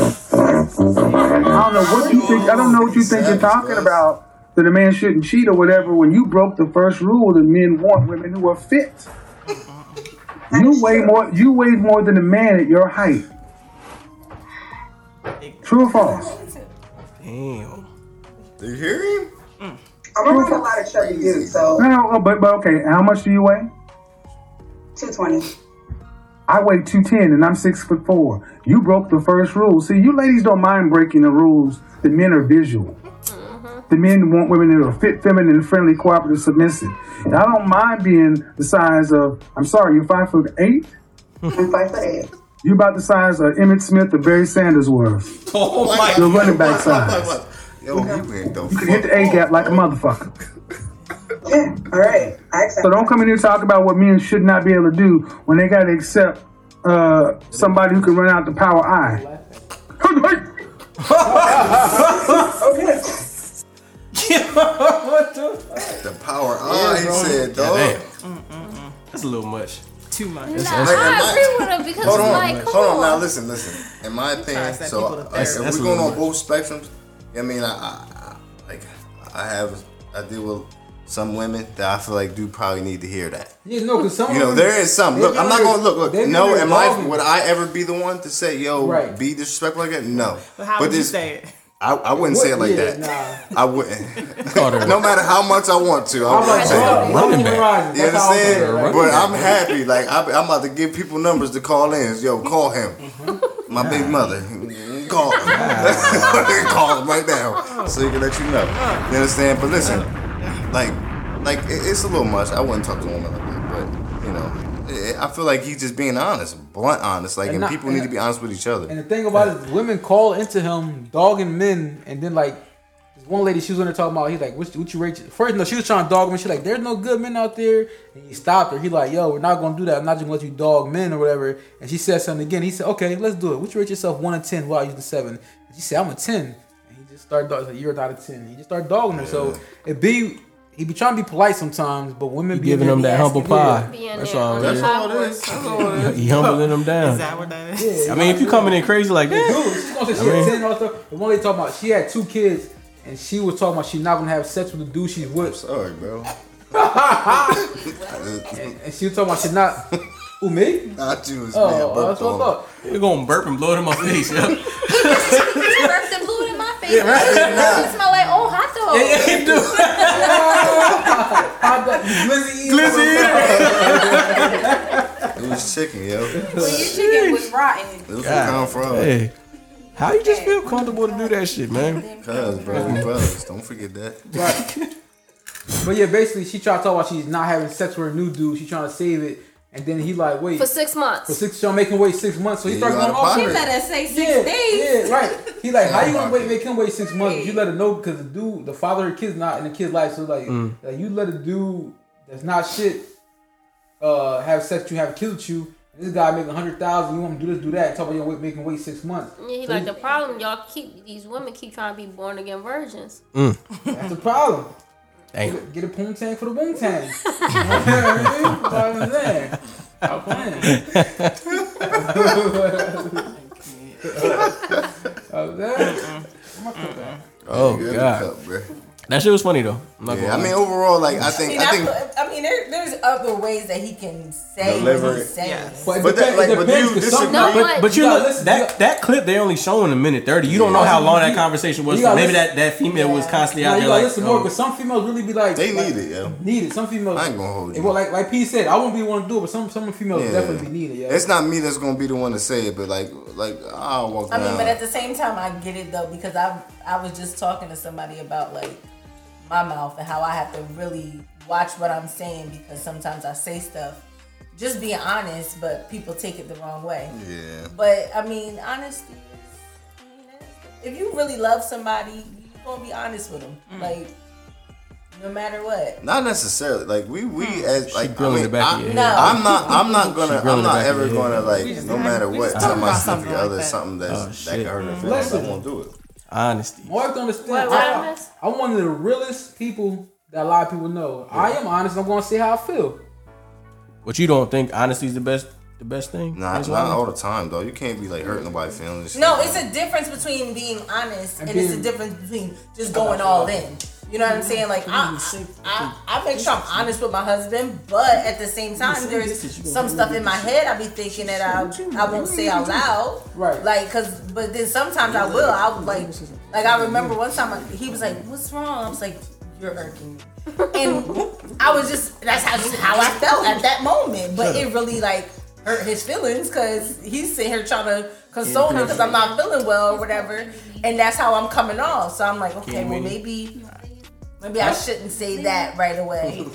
S18: I don't know what you think. I don't know what you think you're talking about. That a man shouldn't cheat or whatever. When you broke the first rule, that men want women who are fit. You weigh more. You weigh more than a man at your height. True or false?
S3: Damn.
S4: Do you hear him?
S19: I'm around a lot of chubby dudes, so
S18: No, no, oh, but but okay. How much do you weigh?
S19: two twenty.
S18: I weigh two ten and I'm six foot four. You broke the first rule. See, you ladies don't mind breaking the rules. The men are visual. The men want women that are fit, feminine, friendly, cooperative, submissive. And I don't mind being the size of. I'm sorry, you're five foot eight.
S19: I'm five foot eight.
S18: You're about the size of Emmett Smith or Barry Sanders was.
S4: Oh
S18: my The running back size.
S4: Yo, you ain't the
S18: You can hit the A gap like a motherfucker.
S19: Yeah. All right. I accept.
S18: So don't come in here talking about what men should not be able to do when they got to accept uh, somebody who can run out the power eye.
S19: okay.
S3: what the?
S4: The power eye. He said, "Dog."
S3: That's a little much.
S7: Too much.
S3: That's,
S4: Nah,
S3: that's,
S4: I
S3: that's-
S5: agree with him because
S4: hold
S5: it's
S4: on,
S5: like,
S4: hold
S5: come
S4: on. Now
S5: on.
S4: listen, listen. In my opinion,
S5: Sometimes that
S4: so
S5: people to
S4: uh,
S5: therapy.
S4: if
S5: That's a
S4: we're going
S5: little
S4: on both spectrums, I mean, I, I, I like I have I deal with some women that I feel like do probably need to hear that.
S6: Yeah, no, because some.
S4: You know,
S6: women-
S4: there is some.
S6: they
S4: Look,
S6: be
S4: I'm not
S6: there-
S4: gonna look. Look,
S6: they be
S4: no.
S6: there
S4: Am I?
S6: dogging.
S4: Would I ever be the one to say, "Yo,
S6: Right.
S4: be disrespectful like that"? No.
S7: But how would you
S4: this-
S7: say it?
S4: I, I wouldn't say it like
S7: Yeah,
S4: that. I wouldn't. no matter how much I want to, I
S6: I'm
S4: wouldn't
S6: like,
S4: say
S6: bro,
S4: it.
S6: I'm Running back. running.
S4: You
S6: That's how I
S4: understand?
S6: feel, right?
S4: But I'm happy. Like I, I'm about to give people numbers to call in. Yo, call him. My big mother. Call him. call him right now, so he can let you know. You understand? But listen, like, like it, it's a little much. I wouldn't talk to a woman like that, but you know, it, I feel like he's just being honest, blunt honest. Like,
S6: And
S4: and,
S6: not-
S4: people
S6: and
S4: need to be honest with each other.
S6: And the thing about it, is women call into him, dogging men, and then like this one lady, she was on there talking about, he's like, what, what you rate? First, no, she was trying to dog him. She's like, there's no good men out there. And he stopped her. He like, yo, we're not gonna do that. I'm not just gonna let you dog men or whatever. And she said something again. He said, okay, let's do it. What you rate yourself one to ten? Wow, you the seven. And she said, I'm a ten. And he just started dogging. Like, You're not a ten. And he just started dogging her. So it be. He be trying to be polite sometimes, but women
S3: He
S6: be
S3: giving
S6: in
S3: them
S6: there
S3: that humble
S6: nasty. Yeah.
S3: pie. Being That's there all on it is. top
S4: all it is. That's all it
S3: he humbling them down.
S7: Is that what that is?
S3: I mean, if you coming in crazy like
S6: Dude,
S3: this,
S6: she's gonna say
S3: I
S6: she had
S3: mean-
S6: ten all stuff. The one lady talking about she had two kids and she was talking about she's not gonna have sex with the dude she's with.
S4: sorry, bro.
S6: and, and she was talking about she's not. Who me?
S4: Not you.
S6: Oh, oh, that's what I thought.
S3: you're gonna burp and blow it in my face. Yeah.
S5: Burped and blew it in my face.
S3: Yeah, right.
S5: It smell like old hot dog.
S3: Yeah, yeah, it do.
S6: Hot dog, glizzy.
S4: It was chicken, yo.
S17: Well, your chicken was rotten.
S4: It was
S3: God.
S4: from Crown Frog.
S3: Hey, how you just feel comfortable to do that shit, man?
S4: Cuz, bro, we brothers. Don't forget that.
S6: Right. but yeah, basically she tried to talk about she's not having sex with her new dude. She trying to save it, and then he like wait
S5: For six months.
S6: For six, she'll make him wait six months. So he
S4: Yeah,
S6: started
S4: you out of
S6: going off.
S4: pocket.
S6: her.
S4: She let
S17: us say six
S6: yeah,
S17: days.
S6: Yeah, right. He like, how you gonna
S4: Out of
S6: wait, make him wait six months? You let him know because the dude, the father of the kid's not in the kid's life. So like,
S3: Mm.
S6: like you let a dude that's not shit uh have sex with you, have kids with you. and This guy making a hundred thousand. You want him to do this, do that. Talk about you wait, make him wait six months.
S5: Yeah, he
S6: So
S5: like
S6: he-
S5: the problem. Y'all keep these women keep trying to be born again virgins.
S6: That's the problem.
S3: Damn.
S6: Get, get a poontang for the boomtang. You know what I'm saying? Stop playing. I'm there.
S3: Oh
S4: Good
S3: god.
S4: cup, bro.
S3: That shit was funny though. I'm not
S4: Yeah, I
S3: gonna
S4: mean
S3: lie.
S4: overall, like I think
S9: mean,
S4: I think
S9: I mean, there, there's other ways that he can say
S4: Deliver
S9: what
S4: it.
S9: he's saying.
S4: But But that- that- like, but depends, you 'cause some- disagree- No,
S3: But,
S4: like-
S3: but you
S4: You
S3: know
S4: gotta listen,
S3: that that clip they only showing a minute thirty. You don't know how long that conversation was.
S6: You gotta
S3: Maybe
S6: listen-
S3: that, that female was constantly
S6: Nah,
S3: out
S6: you
S3: there
S6: gotta
S3: like
S6: listen more
S3: um,
S6: because some females really be like they
S4: need it, yo.
S6: Need it. Some females. I ain't
S4: gonna hold
S6: you. Well, like like P said, I won't be one to do it, but some some females
S4: Yeah.
S6: definitely be needed. Yeah.
S4: it's not me that's gonna be the one to say it, but like like I'll walk
S9: I mean,
S4: around.
S9: but at the same time, I get it though because I I was just talking to somebody about like my mouth and how I have to really watch what I'm saying because sometimes I say stuff just being honest, but people take it the wrong way.
S4: yeah.
S9: But I mean, honesty is. If you really love somebody, you're gonna be honest with them, like no matter what.
S4: Not necessarily. Like we we as like I
S3: grilling
S4: mean,
S3: the back
S4: I,
S3: of your
S9: head. Hmm. No.
S4: I'm not I'm not gonna
S3: She
S4: I'm
S3: grilling the
S4: not
S3: back of
S4: ever
S3: your head.
S4: gonna like
S3: We just
S4: no
S3: had-
S4: matter
S3: we
S4: what
S3: just
S4: tell
S3: talked
S4: my
S3: about
S4: significant other something
S3: Oh,
S4: that's that can hurt her feelings. I
S6: Listen.
S4: won't do it.
S3: honesty.
S6: More have to understand.
S3: What- what
S6: I, am one of the realest people that a lot of people know. I am honest. I'm gonna say how I feel.
S3: But you don't think honesty is the best the best thing?
S4: Nah,
S3: That's
S4: not
S3: why-
S4: all the time though. You can't be like hurting nobody's feelings.
S9: No, it's a difference between being honest and,
S4: And
S9: it's a
S4: being-
S9: difference between just going all in. You know what I'm saying? Like I, I, I make sure I'm honest with my husband, but at the same time, there's some stuff in my head I be thinking that I, I won't say out loud.
S6: Right.
S9: Like, cause, but then sometimes I will. I will, like, like I remember one time I, he was like, "What's wrong?" I was like, "You're irking me," and I was just that's how just how I felt at that moment. But it really like hurt his feelings because he's sitting here trying to console me because I'm not feeling well or whatever, and that's how I'm coming off. So I'm like, okay, well maybe maybe I shouldn't say that right away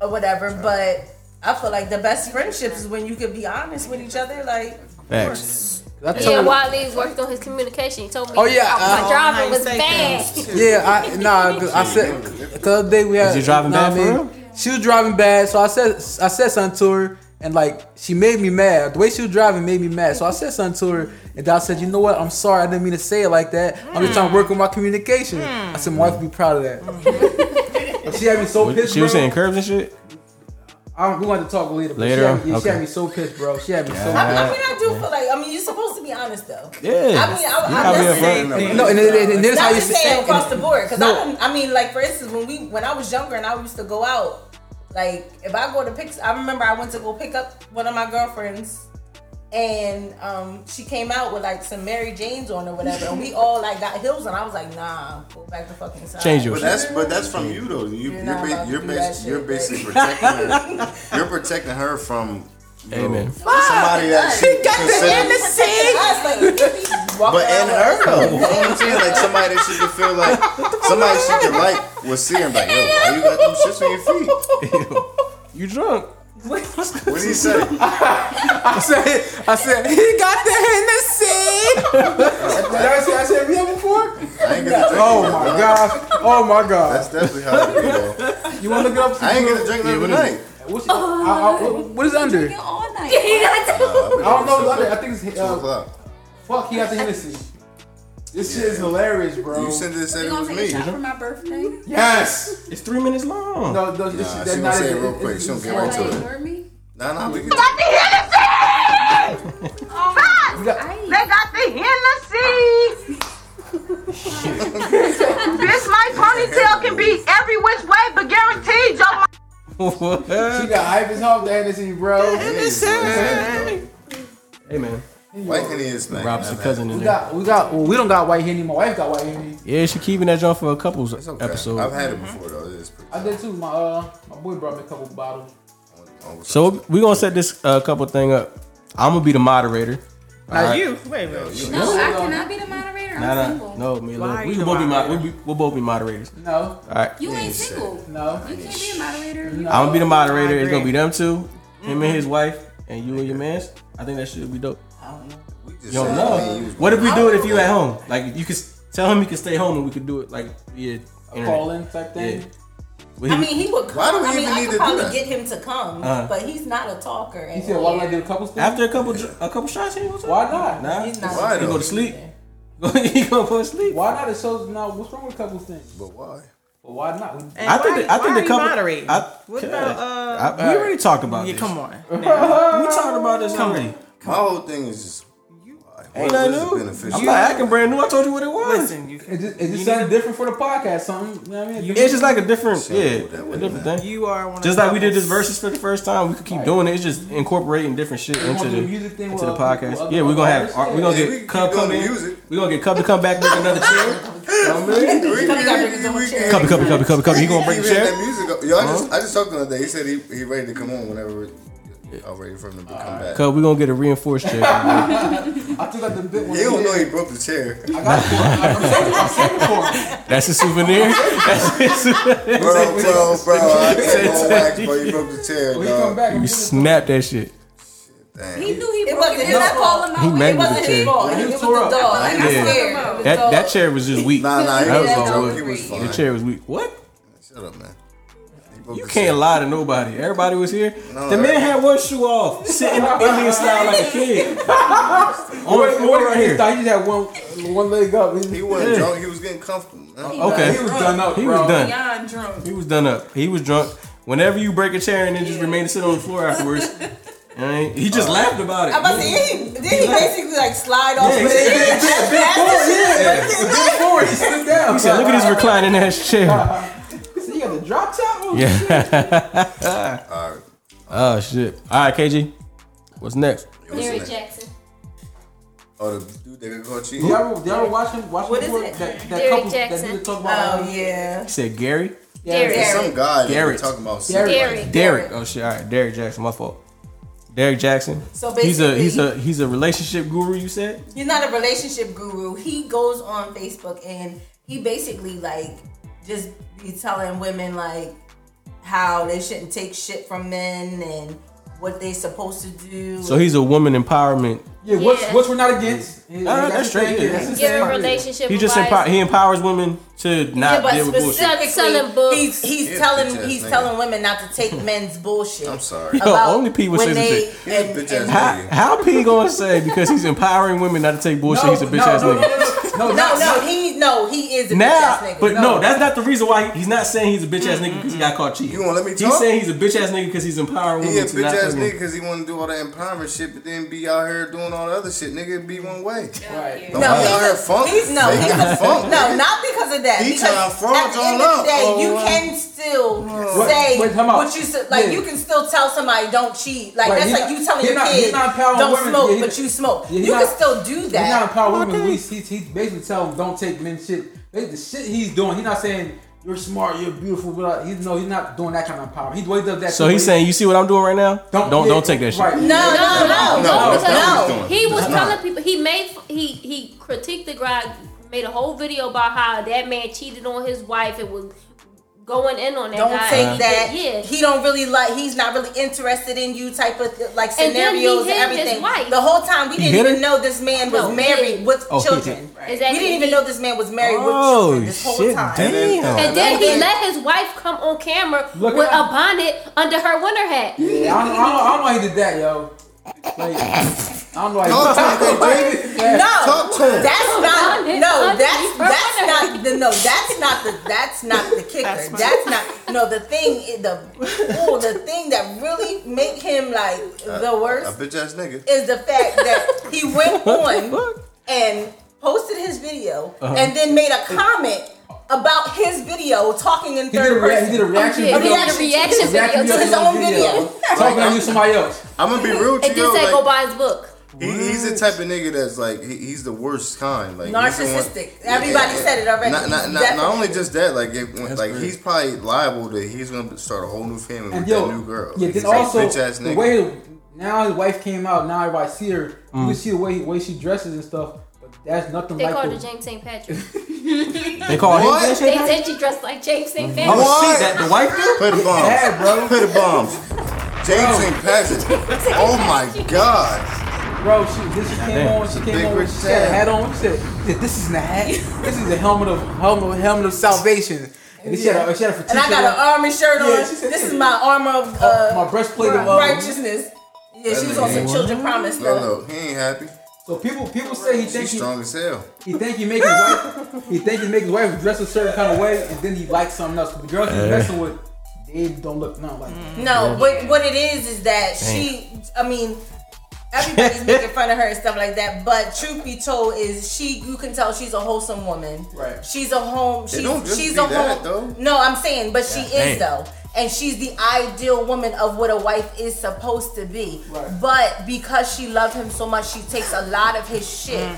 S9: or whatever, but. I feel like the best friendships is when you can be honest with each other. Like,
S3: Facts.
S5: yeah, Wally worked on his communication. He told me
S6: Oh, yeah,
S5: my
S6: uh,
S5: driving was
S6: nice
S5: bad.
S6: Yeah, I nah. 'cause I said the other day we had.
S3: Is you driving
S6: nah,
S3: bad for real?
S6: She was driving bad, so I said I said something to her, and like she made me mad. The way she was driving made me mad, so I said something to her, and I said, you know what? I'm sorry, I didn't mean to say it like that. I'm just trying to work on my communication. I said, my wife would be proud of that. she had me so
S3: What-
S6: pissed.
S3: She was
S6: bro.
S3: saying curves and shit.
S6: I don't, we want to talk later. But
S3: Later?
S6: She had, me, yeah, she
S3: Okay.
S6: had me so pissed, bro. She had me so.
S3: Yeah.
S9: I mean, I
S6: mad.
S9: mean, I do feel like I mean, you're supposed to be honest though.
S6: Yeah.
S9: I mean, I,
S6: You
S9: I,
S6: gotta be
S9: listen.
S6: upfront. No, no, and- and- and- and this
S9: Not
S6: how you
S9: just
S6: say-
S9: saying across the board because
S6: No.
S9: I, don't- I mean, like for instance, when we when I was younger and I used to go out, like if I go to pick, I remember I went to go pick up one of my girlfriends. And um, she came out with like some Mary Janes on or whatever, and we all like got heels, and I was like, "Nah, go back to fucking side."
S4: but that's but that's from you though. You
S9: You're
S4: you're
S9: not
S4: ba-
S9: about
S4: you're,
S9: to do that
S4: bas-
S9: shit,
S4: you're basically
S9: babe.
S4: protecting her. You're protecting her from you know,
S3: Amen.
S4: somebody that she considers. But in her though, you know what I'm saying? Like somebody that she could feel like somebody she could like was seeing like, yo, why you got them shits on your feet?
S3: You drunk?
S4: What did he say?
S6: I said, I said, he got the Hennessy. That's what I said. Have you ever
S4: I
S6: before?
S4: ain't gonna drink
S6: Oh
S4: it,
S6: my
S4: bro.
S6: gosh. Oh my god. That's
S4: definitely how it
S6: goes. You want to look it up?
S4: I ain't gonna drink that tonight.
S6: What's, I, I,
S8: Oh.
S6: what- what is under? I don't know what's under. I think it's uh, fuck. He got the Hennessy. This shit is hilarious, bro.
S4: You said this said it
S6: You gonna
S4: was
S6: take
S4: me.
S6: a shot for
S17: my birthday.
S6: Yes.
S3: It's three minutes long.
S6: No, no,
S4: Nah,
S6: this,
S4: she
S6: that's
S4: gonna
S6: not
S4: say it
S6: it.
S4: real quick. She gonna get right to it. Nah, nah, we can.
S8: Oh.
S17: They got the Hennessy. this my ponytail can be every which way, but guaranteed your
S3: what?
S6: She got hype as hell, the Hennessy, bro.
S3: Hey man.
S4: White Henny is nice.
S3: Rob's your cousin in
S6: We
S3: there.
S6: got, we got, well, we don't got white henny. My wife got white henny.
S3: Yeah, she keeping that junk for a couple's episode.
S4: I've had it before though. It Oh, is pretty.
S6: I did too. My uh, my boy brought me a couple bottles.
S3: So we gonna set this uh, couple thing up. I'm gonna be the moderator.
S6: Not
S3: Alright?
S6: you. Wait a minute.
S17: No, I cannot be the moderator. I'm
S3: Nah, nah,
S17: single.
S3: no, man.
S17: Why
S3: look,
S17: are
S3: We
S17: you
S3: can
S17: the
S3: both be mod- we'll, be, we'll both be moderators.
S6: No.
S3: All right.
S17: You ain't single.
S6: No.
S17: You can't be a moderator.
S3: I'm gonna be the moderator. It's
S17: agree.
S3: gonna be them 2 him
S17: Mhm.
S3: and his wife, and you and your man's. I think that should be dope. You
S4: said
S3: don't
S4: that
S3: know.
S4: you was
S3: What if we
S4: gonna-
S3: do it if you at home? Like you could s- tell him you can stay home and we could do it like via internet.
S6: call-in type thing?
S3: Yeah. Well,
S9: I mean, he would come.
S3: Why do we
S9: I mean,
S3: even
S9: I
S3: need
S9: could
S3: to do
S9: probably
S3: that?
S9: get him to come,
S3: Uh-huh.
S9: but he's not a talker.
S6: He
S9: and
S6: said, "Why do I get a couple stuff?"
S3: After a couple dr- a couple shots, he was
S6: Why not?
S3: Nah,
S6: He's
S3: he's
S6: not-
S3: not.
S6: Why
S3: he
S6: though?
S3: go to sleep. he gonna go to sleep.
S6: Why not? It shows now. What's wrong with couple things? But why? But why not? We-
S7: And why- why are you moderating? What about, uh,
S3: I, we already talked about
S7: Yeah,
S3: this.
S7: come on.
S3: we talked about this already.
S4: My whole thing is just why?
S6: Ain't
S4: What
S6: nothing
S4: was
S6: new.
S4: beneficial?
S6: I'm not acting
S3: brand new. I told you what it was.
S7: Listen, you,
S6: it just, it just sounded different for the podcast. Something. You know what I mean?
S3: It's just like a different, yeah, a different thing.
S7: You are one of
S3: just
S7: the
S3: like we did this
S7: couples-
S3: verses for the first time. We could keep doing it. It's just incorporating different shit
S7: We're gonna
S3: into
S7: do
S3: the,
S7: the music thing
S3: into the
S7: with
S6: uh,
S7: other-
S3: podcast.
S7: with other
S3: yeah, we're gonna have
S7: artists.
S3: we're gonna
S7: Yeah,
S3: get
S7: we can
S3: Cub
S7: keep doing
S3: come in.
S7: the
S3: We're gonna get Cub to come back, make another chair. Cubby, cubby, cubby, cubby, cubby. He gonna break the
S4: Even
S3: chair.
S4: That music up. Yo, I just,
S3: Uh-huh.
S4: I just talked to him the other day. He said he, he ready to come on whenever I'm ready for him to come back.
S3: Cub, we're gonna get a reinforced chair.
S4: I took out the bit one. You don't know he broke the chair. I got
S3: That's a souvenir. That's a souvenir.
S4: Bro, bro, bro. I can't go wax, bro. You broke the chair, dog.
S3: You snap that shit.
S5: He knew he
S9: It
S5: broke
S9: wasn't
S5: it.
S9: his
S5: Did I call him
S9: fault.
S3: He
S5: out?
S3: made
S5: It
S3: me the
S5: wasn't
S3: chair.
S5: his fault.
S9: He
S5: It was the
S9: tore up.
S5: dog. Like, I
S3: Yeah.
S5: scared him. It was the
S3: That that
S5: dog.
S3: chair was just weak.
S4: Nah, nah, he
S3: that
S4: was
S3: all
S4: dope.
S3: it
S4: He was fine.
S3: The chair was weak. What?
S4: Shut up, man.
S3: You can't lie to nobody. Everybody was here.
S4: No,
S3: the man
S4: that-
S3: had one shoe off, sitting Indian style like a kid. On the
S6: Wait,
S3: floor
S6: wait,
S3: right
S6: he
S3: here.
S6: thought He just had one one leg up. Uh,
S4: He
S3: Yeah.
S4: wasn't drunk. He was getting comfortable. man.
S3: Okay.
S6: He was done up,
S3: He
S6: bro.
S3: was done.
S9: Beyond drunk.
S3: He was done up. He was drunk. Whenever you break a chair and then just remain to sit on the floor afterwards, right? he just laughed about it.
S9: I'm about to say, he, did he basically like slide off?
S3: Yeah,
S9: with it?
S3: yeah, yeah, yeah,
S6: He slid down.
S3: He said, "Look at this reclining ass chair."
S6: So you got the drop top. Oh, shit.
S3: Yeah. oh shit. All right, KG. What's next?
S5: Derrick Jackson.
S4: Oh, the dude that got caught cheating.
S6: Y'all ever, y'all ever watch him? Watch
S5: What
S6: him
S5: is
S6: before?
S5: it?
S6: That, that
S5: Derrick
S6: couple
S5: Jackson.
S6: that dude talk about.
S9: Oh, yeah.
S3: He said Gary.
S9: Derrick.
S4: It's Some guy that
S3: Derrick.
S4: we talking about.
S3: Derrick.
S9: Derrick.
S3: Derrick. Oh shit. All right, Derrick Jackson. My fault. Derrick Jackson.
S9: So
S3: he's a he's a
S9: basically- Mm-hmm.
S3: he's a relationship guru. You said.
S9: He's not a relationship guru. He goes on Facebook and he basically like just be telling women like how they shouldn't take shit from men and what they supposed to do.
S3: So he's a woman empowerment.
S6: Yeah, what's what's we're not against? Yeah,
S3: Alright,
S6: that's
S3: that's
S6: the
S3: straight.
S6: thing,
S3: Yeah.
S6: that's the
S5: You're
S6: thing.
S5: a relationship.
S3: He just
S5: advisor.
S3: empower, he empowers women to
S9: yeah,
S3: not
S9: but
S3: deal with bullshit.
S9: specifically,
S5: Selling books.
S9: he's he's
S3: Yeah,
S9: telling
S3: bitch ass
S9: he's
S3: nigga.
S9: telling women not to take men's bullshit. I'm
S4: sorry.
S3: Yo, only P would say some shit.
S9: and, and-
S3: How, how P gonna say because he's empowering women not to take bullshit? he's a bitch ass nigga.
S9: no, no, he no, he is a
S3: Now,
S9: bitch ass nigga.
S3: but no. that's not the reason why he's not saying he's a bitch ass nigga because he got caught cheating. You
S4: won't let me
S3: He's
S4: talk?
S3: saying he's a bitch ass nigga because he's empowering
S4: He a
S3: women to
S4: bitch
S3: not
S4: ass
S3: fucking-
S4: nigga because he want to do all that empowerment shit, but then be out here doing all the other shit. Nigga, it'd be one way. Right. Don't
S9: No,
S4: be
S9: he's
S4: out
S9: a-
S4: here funk.
S9: He's no,
S4: Make
S9: he's
S4: it
S9: a,
S4: funk.
S9: no, not because of that.
S4: He
S9: because
S4: trying to front
S9: at the end
S4: all
S9: of
S4: up.
S9: the day,
S4: Oh,
S9: you
S4: wow.
S9: can still
S6: Wait,
S9: say
S6: wait, time out.
S9: what you s- like.
S6: Yeah.
S9: You can still tell somebody don't cheat. Like
S6: Right,
S9: that's
S6: he
S9: like
S6: not-
S9: you telling
S6: he
S9: your
S6: not- he
S9: kid
S6: not empowering
S9: don't
S6: women.
S9: smoke,
S6: Yeah, he-
S9: but you smoke.
S6: Yeah, he
S9: you
S6: not-
S9: can still do
S6: He's not
S9: that.
S6: empowering women. We- He, he basically telling them don't take men shit. They- The shit he's doing, he's not saying you're smart, you're beautiful. But uh, he's no, he's not doing that kind of empowerment. He waits up that.
S3: So he's saying, you see what I'm doing right now? Don't don't,
S6: yeah,
S3: take that shit.
S6: right.
S9: No, no, no,
S3: No,
S9: no,
S3: that's not what
S9: no.
S3: he's doing.
S5: He was
S3: That's not.
S5: telling people he made he he critiqued the guy, made a whole video about how that man cheated on his wife and was going in on that
S9: Don't
S5: guy.
S9: take that.
S5: Yeah.
S9: He don't really like. He's not really interested in you. Type of th- like
S5: And then he
S9: scenarios and,
S5: hit his
S9: everything.
S5: wife.
S9: The whole time we
S3: He
S9: didn't
S3: hit
S9: even
S3: her?
S9: know this man was
S5: No,
S9: married with
S3: Oh, he hit-
S9: children.
S5: Exactly.
S9: We didn't even know this man was married
S3: Oh,
S9: with children this whole
S3: shit,
S9: time.
S3: damn.
S5: And then he let his wife come on camera
S6: Look
S5: with
S6: at-
S5: a bonnet under her winter hat.
S6: Yeah, I, don't, I, don't, I don't know how he did that, yo. Like, I don't know
S4: Talk
S6: how
S4: to
S6: he
S4: him,
S6: did that.
S9: No,
S4: Talk to him.
S9: that's not.
S5: Honest,
S9: No,
S5: honest.
S9: that's that's not the no. That's not the that's not the kicker. That's, not no. The thing is the ooh, the thing that really make him like the
S4: A
S9: worst
S4: bitch ass nigga.
S9: is the fact that he went on and posted his video
S4: Uh-huh.
S9: and then made a comment about his video talking in
S6: He did a
S9: third
S6: rea-
S9: person.
S6: he did a reaction
S9: A
S6: video.
S9: reaction,
S5: reaction
S9: to- to his own video.
S6: Talking about you, somebody else.
S4: I'm gonna be real to
S5: It
S4: you.
S5: did say go
S4: Like,
S5: buy his book.
S4: he, he's the type of nigga that's like he, he's the worst kind. Like he's the one-
S9: Narcissistic. Everybody said it already.
S4: Not, not,
S9: He's
S4: not, not
S9: definitely-
S4: only just that, like it, when, like he's probably liable that he's gonna start a whole new family
S6: And
S4: with
S6: yo,
S4: that new girl.
S6: yeah.
S4: he's
S6: Then also,
S4: bitch ass
S6: the
S4: nigga.
S6: way now his wife came out, now everybody see her. You
S3: Mm.
S6: can see the way way she dresses and stuff. But that's nothing
S5: They
S6: like
S5: called her
S6: the-
S5: James St. Patrick.
S3: They called him
S5: They
S3: James St.
S5: said she dressed like James St.
S3: Oh
S5: Patrick.
S3: shit! That the wife did.
S4: Put the bombs.
S6: Yeah, bro.
S4: Put the bombs. James St. Patrick. Oh my God.
S6: Bro, she this she came
S4: damn.
S6: on. She
S4: Big
S6: came on.
S4: Rich
S6: She had a
S4: Dad.
S6: hat on. She said, "Th- "This is the hat. This is the helmet of helmet, helmet of salvation." And she had a she had a
S9: And I
S6: fatigue
S9: got
S6: on.
S9: an army shirt on.
S6: Yeah, she said
S9: this is
S6: that.
S9: my armor of uh,
S6: my breastplate of,
S9: right-
S6: uh,
S9: righteousness. Yeah, she was on some children promise
S4: No,
S9: stuff.
S4: no, he ain't happy.
S6: So people people say he
S4: He's
S6: thinks he,
S4: strong as hell.
S6: he think he make his wife he think he make his wife dress a certain kind of way, and then he likes something else. The girls he's
S3: Eh.
S6: messing with, they don't look nothing like. that.
S9: No, what what it is is that she. I mean, Everybody's making fun of her and stuff like that. But truth be told, is she? You can tell she's a wholesome woman. Right. She's a home.
S4: It
S9: She's,
S4: don't just
S9: she's
S4: be
S9: a
S4: that,
S9: home.
S4: though.
S9: No, I'm saying, but she
S4: Yeah.
S9: is
S4: Damn.
S9: though, and she's the ideal woman of what a wife is supposed to be. Right. But because she loved him so much, she takes a lot of his shit,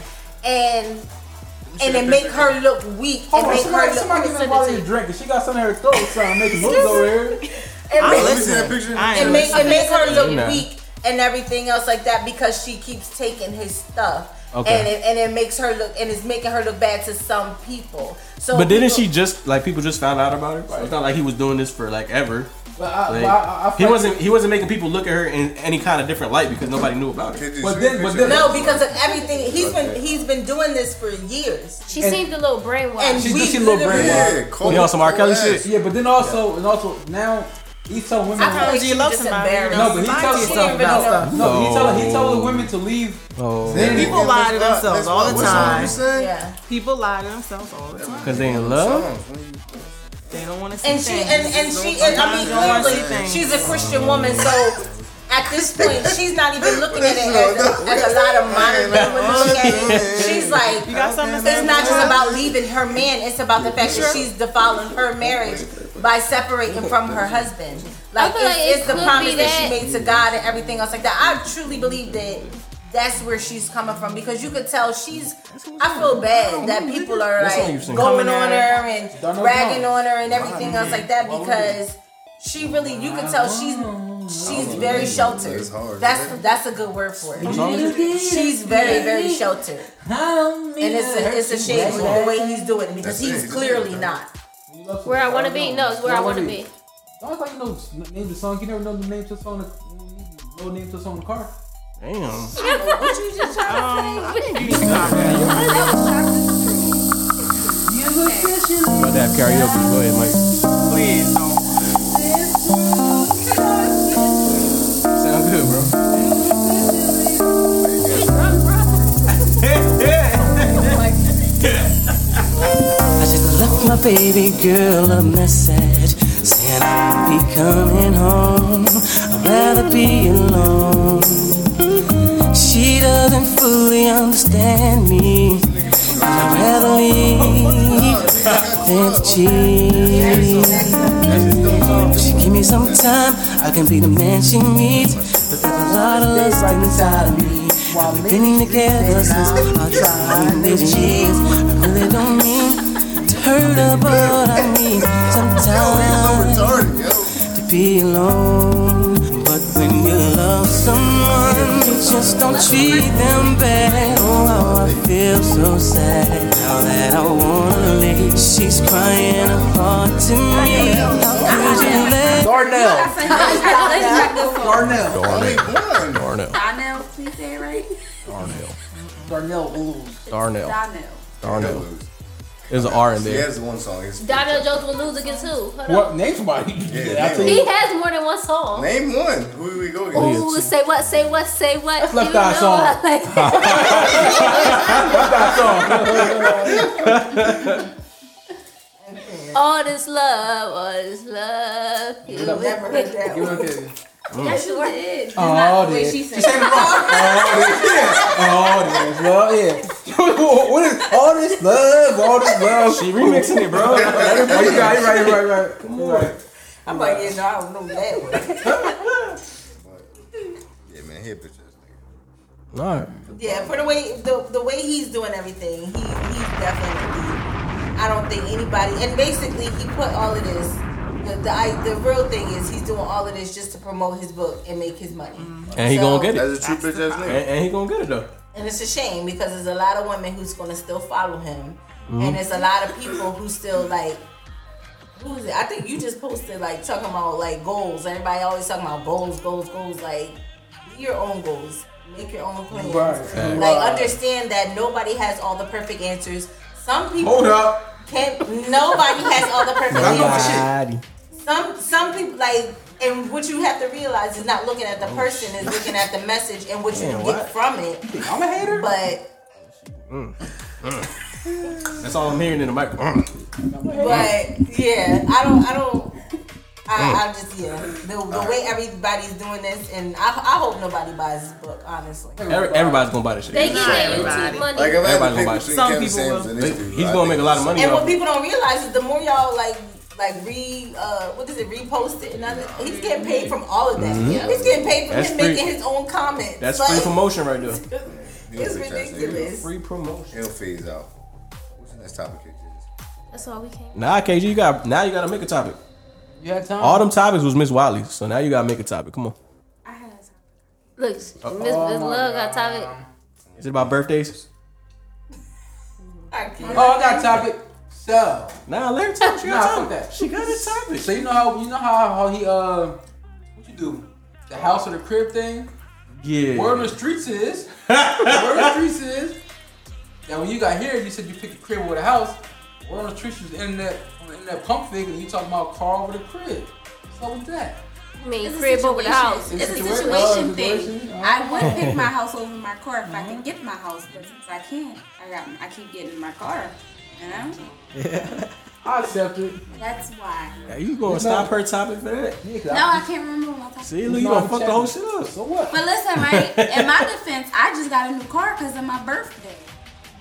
S6: Mm.
S9: and and it make her look weak.
S6: Hold
S9: and
S6: on,
S9: make
S6: somebody,
S9: her look
S6: somebody give Molly a drink. and She got something in her throat, trying to make moves over here.
S9: It
S6: I'm
S9: makes-
S6: listening. Let me see that picture. I
S9: It
S6: am
S9: makes it
S6: listening.
S9: makes her look
S6: Nah.
S9: weak and everything else like that because she keeps taking his stuff.
S3: Okay.
S9: And it, and it makes her look and it's making her look bad to some people. So
S3: but didn't
S9: people-
S3: she just like people just found out about her? So it's not like he was doing this for like ever.
S6: But I-
S3: Like,
S6: but I- I- I
S3: he
S6: feel-
S3: wasn't. He wasn't making people look at her in any kind of different light because nobody knew about her.
S6: But then- but then-
S9: No, because of everything he's been he's been doing this for years.
S5: She
S6: And-
S5: seemed a little brainwashed.
S9: And
S6: She's
S9: we
S6: just a little
S9: literally-
S6: brainwashed.
S3: Cole- We on some R. Kelly Cole shit? ass.
S6: Yeah, but then also and also now he's telling women.
S9: I feel like she just embarrassed.
S6: No, but he
S9: Mind
S6: tells
S9: you, she
S6: no,
S9: didn't really
S6: no,
S9: know.
S6: no, he telling he telling women to leave.
S3: Oh,
S6: Then he
S7: People
S6: gives
S7: lie
S6: us
S7: to
S6: that-
S7: themselves
S6: that's
S7: all
S6: what-
S7: the
S6: what song
S7: time.
S6: you said?
S7: People lie to themselves all the time.
S3: because they in love.
S7: They don't want to see
S9: And she and, and she and I mean clearly she's a Christian woman, so at this point she's not even looking at it as a, as a lot of modern women would look at it. She's like, it's not just about leaving her man; it's about the fact that she's defiling her marriage by separating from her husband. Like
S5: I feel like it
S9: it's, it's the
S5: could
S9: promise
S5: be
S9: that she
S5: that-
S9: made to God and everything else like that. I truly believe that. That's where she's coming from because you could tell she's. I feel bad that people are
S5: That's what
S9: like
S5: you've seen.
S9: going on her
S5: Coming
S9: and
S5: at her.
S9: ragging on her and everything
S5: Why?
S9: else like that
S5: Why would
S9: because she really you can tell she's she's very sheltered.
S5: hard,
S9: That's that's a good word for
S5: It's hard.
S9: it. She's very very sheltered, and it's a, it's a shame with the way he's doing it because he's clearly not.
S5: Where I want to be? No, it's where I want to be.
S6: Don't act like you know the name of the song. You never know the name to a song. the- No name to a song in the car.
S3: Damn. Um,
S5: what you just
S3: About that karaoke. Go ahead, Mike. Please. Sound good, bro.
S9: Oh
S8: I just left my baby girl a message saying I'll be coming home. I'd rather be alone. She doesn't fully understand me. and I'd rather leave than cheat. If she give me some time, I can be the man she needs. But there's a lot of lust inside of me. I've been together since our childhood years. I really don't mean to hurt her, but I need sometimes to be alone. But when you love someone, you just don't treat them bad. Oh, how I feel so sad now that I wanna leave. She's crying apart to me. How could you let
S6: Darnell?
S8: Darnell.
S3: Darnell. Darnell.
S21: Darnell, please say it right.
S3: Darnell.
S6: Darnell
S3: Darnell.
S21: Darnell.
S3: Darnell. There's an R in
S4: She
S3: there.
S4: has one song. It's
S5: Donnell Jones will lose against who? Hold
S6: What name somebody?
S4: Yeah,
S6: I
S4: name
S6: tell
S5: He
S6: you.
S5: has more than one song.
S4: Name one. Who we go against?
S5: Ooh, say what, say what, say what.
S6: That's Oh, Left
S5: You
S6: Eye
S5: know
S6: song.
S5: I like that. All this love, all this love. You Mm.
S6: Never
S5: heard that
S6: You look at it.
S5: Yes, you did.
S6: Oh,
S5: the way
S6: dear.
S5: she
S6: She sang it wrong. Oh, dear. Oh, dear. Love, yeah. what is all this love? All this love. She
S3: remixing it, bro.
S6: oh, you right, you right, you right, you right. Come on.
S9: I'm like, yeah, no, I don't know that one.
S4: Yeah, man, hit picture.
S3: Alright.
S9: yeah, for the way the, the way he's doing everything, he he's definitely. I don't think anybody. And basically, he put all of this. The, the, I, the real thing is he's doing all of this just to promote his book and make his money.
S6: Mm-hmm.
S3: And he
S9: So-
S3: gonna get it.
S4: That's a true bitch ass nigga.
S3: And, and he gonna get it though.
S9: And it's a shame because there's a lot of women who's gonna still follow him,
S3: Mhm.
S9: and there's a lot of people who still like. Who is it? I think you just posted like talking about like goals. Everybody always talking about goals, goals, goals. Like, be your own goals, make your own plans.
S6: Right.
S9: Like,
S6: Right.
S9: understand that nobody has all the perfect answers. Some people
S6: Hold up.
S9: can't. Nobody has all the perfect answers
S3: Nobody.
S9: some some people like and what you have to realize is not looking at the person is looking at the message and Oh, what you
S3: Man,
S9: get
S3: what?
S9: from it. I'm a hater, but Mm.
S3: Mm. Mm. That's all I'm hearing in the microphone.
S9: but yeah, I don't I don't I, I just yeah, the, the way everybody's doing this, and I, I hope nobody buys this book. Honestly,
S3: Every, everybody's gonna buy this shit.
S9: They get their YouTube Everybody. money. Like, if I had to
S3: everybody's gonna
S9: pick between
S3: buy this.
S9: Some Kevin people Samuels will.
S4: and these dudes,
S3: He's
S4: I
S3: gonna
S4: think
S3: make a lot of money.
S9: and
S3: off
S9: what people don't realize is the more y'all like like re uh, what is it repost it and other, he's getting paid from all of that.
S3: Mhm.
S9: He's getting paid from
S3: That's
S9: him
S3: free-
S9: making his own comments.
S3: That's
S9: like,
S3: free promotion right there.
S9: It's ridiculous.
S3: Free promotion.
S4: It'll phase out. What's the next topic? KG?
S5: That's all we can.
S3: Nah, KG, you got now you gotta make a topic.
S6: You had time.
S3: All them topics was Miss Wiley, so now you gotta make a topic. Come on.
S5: Look, Miss Miss Love got topic.
S3: Is it about birthdays?
S6: Oh, I got a topic. So
S3: nah, let her
S6: talk.
S3: She
S6: nah,
S3: got a
S6: fuck
S3: topic.
S6: that.
S3: She got a topic.
S6: So you know how you know how how he uh, what you do? The house or the crib thing.
S3: Yeah.
S6: Word on the streets is. word on the streets is. That when you got here, you said you picked a crib over the house. Word on the streets was in that in that pump fig, and you talking about car over the crib. What's up with that?
S5: I mean,
S9: It's a
S5: crib over the
S9: situation.
S5: house.
S9: It's, a
S6: Situa-
S9: situation
S6: oh,
S9: thing.
S6: situation. Oh.
S22: I would pick my house over my car if I could get my house, but since I can't, I got I keep getting my car. You know,
S6: I accept it.
S22: that's why.
S3: Hey, you gonna
S6: It's
S3: stop
S6: not-
S3: her topic for that?
S22: No, I can't remember what I
S3: See, look, you gonna fuck the whole shit up.
S6: So what?
S22: But listen, right? In my defense, I just got a new car because of my birthday.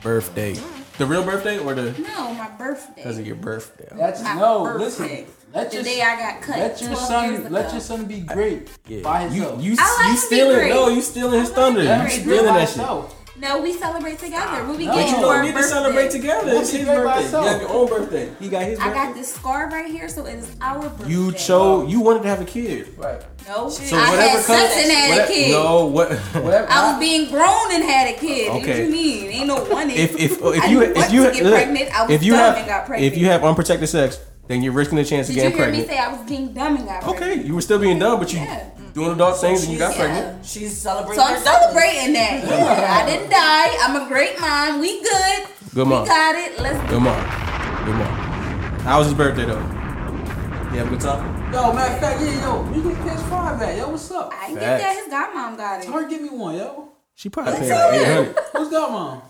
S3: Birthday. The real birthday or the
S22: No, my birthday.
S3: because of your birthday?
S6: That's
S22: My
S6: no.
S22: birthday.
S6: Listen. Let
S22: The
S6: your,
S22: day I got cut,
S6: Let
S22: 12
S6: your
S22: years
S6: son.
S22: ago.
S6: Let your son be great by
S3: You
S6: himself.
S3: you, you stealing? No, you stealing his thunder.
S6: Let him
S3: You
S6: be
S3: stealing
S6: great by
S3: that shit.
S6: himself.
S22: No, we celebrate together. We'll be
S3: But
S22: getting
S3: you
S22: for
S3: don't need to
S22: birthday.
S3: celebrate together. It's his birthday. You have your own birthday. He got his
S22: I
S3: birthday.
S22: got this scar right here, so it's our birthday.
S3: You chose. You wanted to have a kid. Right.
S22: No,
S3: So
S22: I
S3: whatever
S22: had
S3: comes.
S22: sex and had
S3: whate-
S22: a kid.
S3: No. What?
S22: I was being grown and had a kid.
S3: Okay.
S22: What you mean? Ain't no one.
S3: if if
S22: I
S3: if you
S22: didn't
S3: if
S22: want
S3: you
S22: to get
S3: look,
S22: pregnant, I was
S3: if you
S22: dumb
S3: have
S22: and got pregnant.
S3: if you have unprotected sex, then you're risking the chance
S22: Did
S3: of
S22: you
S3: getting
S22: hear me
S3: pregnant.
S22: say I was being dumb and got pregnant?
S3: Okay, you were still being dumb, but you
S22: Yeah.
S3: doing adult things and you got pregnant.
S9: She's celebrating.
S22: So I'm celebrating that. I didn't die. I'm a great mom. We good.
S3: Good mom.
S22: We got it. Let's.
S3: Good mom. Good mom. How was his birthday though? You have a good time?
S6: Yo, matter of fact, yeah, yo, you get PS5 back. Yo, what's up?
S22: I didn't get that. His godmom got it.
S6: Tell her to give me one, yo.
S3: She probably
S6: What's
S3: paid like eight hundred.
S6: Who's godmom?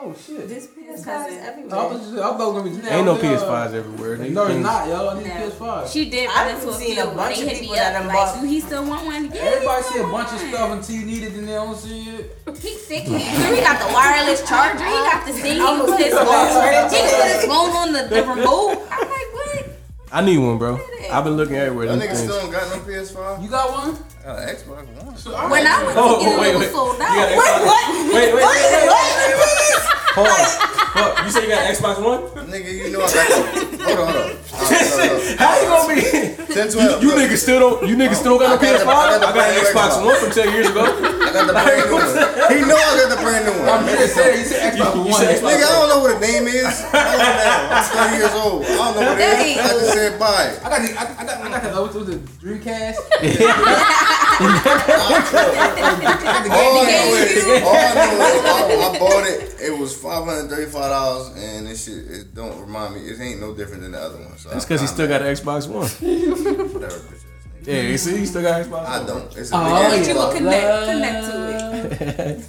S6: Oh shit.
S22: This
S6: PS5
S22: cousin.
S6: everywhere. I was just, I thought it was now. uh,
S3: Ain't no
S6: Yeah.
S3: PS5s everywhere. They-
S6: No,
S3: they-
S6: it's not, yo. I need PS5.
S22: She did
S9: I've
S22: run into a
S9: seen
S22: few.
S9: a bunch
S22: they
S9: of
S22: hit
S9: people
S22: me up,
S9: that done
S22: like,
S9: bought-
S22: "Do he still want one? Yeah,
S6: Everybody
S22: he
S6: see a bunch of stuff until you need it, then they don't see it.
S22: He sick. He he got the wireless charger. He got the thing. He
S9: I'm
S22: can put his
S9: gonna-
S22: phone. He can put his phone on the, the remote.
S3: I need one, bro. I've been looking everywhere.
S4: That
S3: them
S4: nigga
S3: things.
S4: still don't got no PS5.
S6: You got one?
S4: Uh, Xbox One.
S22: When I went
S3: Oh,
S22: to get it,
S3: wait,
S22: it was
S3: wait.
S22: sold
S3: You
S22: out.
S3: got an Xbox- Wait, wait, wait, wait, wait, wait,
S22: wait.
S3: Hold on. Fuck, you say you got an Xbox One?
S4: Nigga, you know I got Hold on, hold on.
S3: How you gonna be? you, you niggas still don't. You niggas still don't got a PS5. I got, an Xbox One from ten years ago. I
S4: got the brand new one. He know I got the brand new one. I'm just saying, you said
S3: Xbox One.
S4: Nigga, I don't know what the name is. I don't know. I'm 20 years old. I don't know what it is. I just said buy it.
S6: I got the, I, I got, I got the, what was it, Dreamcast?
S4: All I know is, all I know is, I, I bought it. It was five hundred thirty-five dollars, and this shit it don't remind me. It ain't no different than the other one. So
S3: That's
S4: I'm
S3: because he
S4: kinda
S3: still got an Xbox One.
S4: whatever, bitch.
S3: Yeah, you see, he still got an Xbox.
S4: I don't. It's a
S3: Oh,
S4: big ass
S3: you
S4: box.
S3: will connect-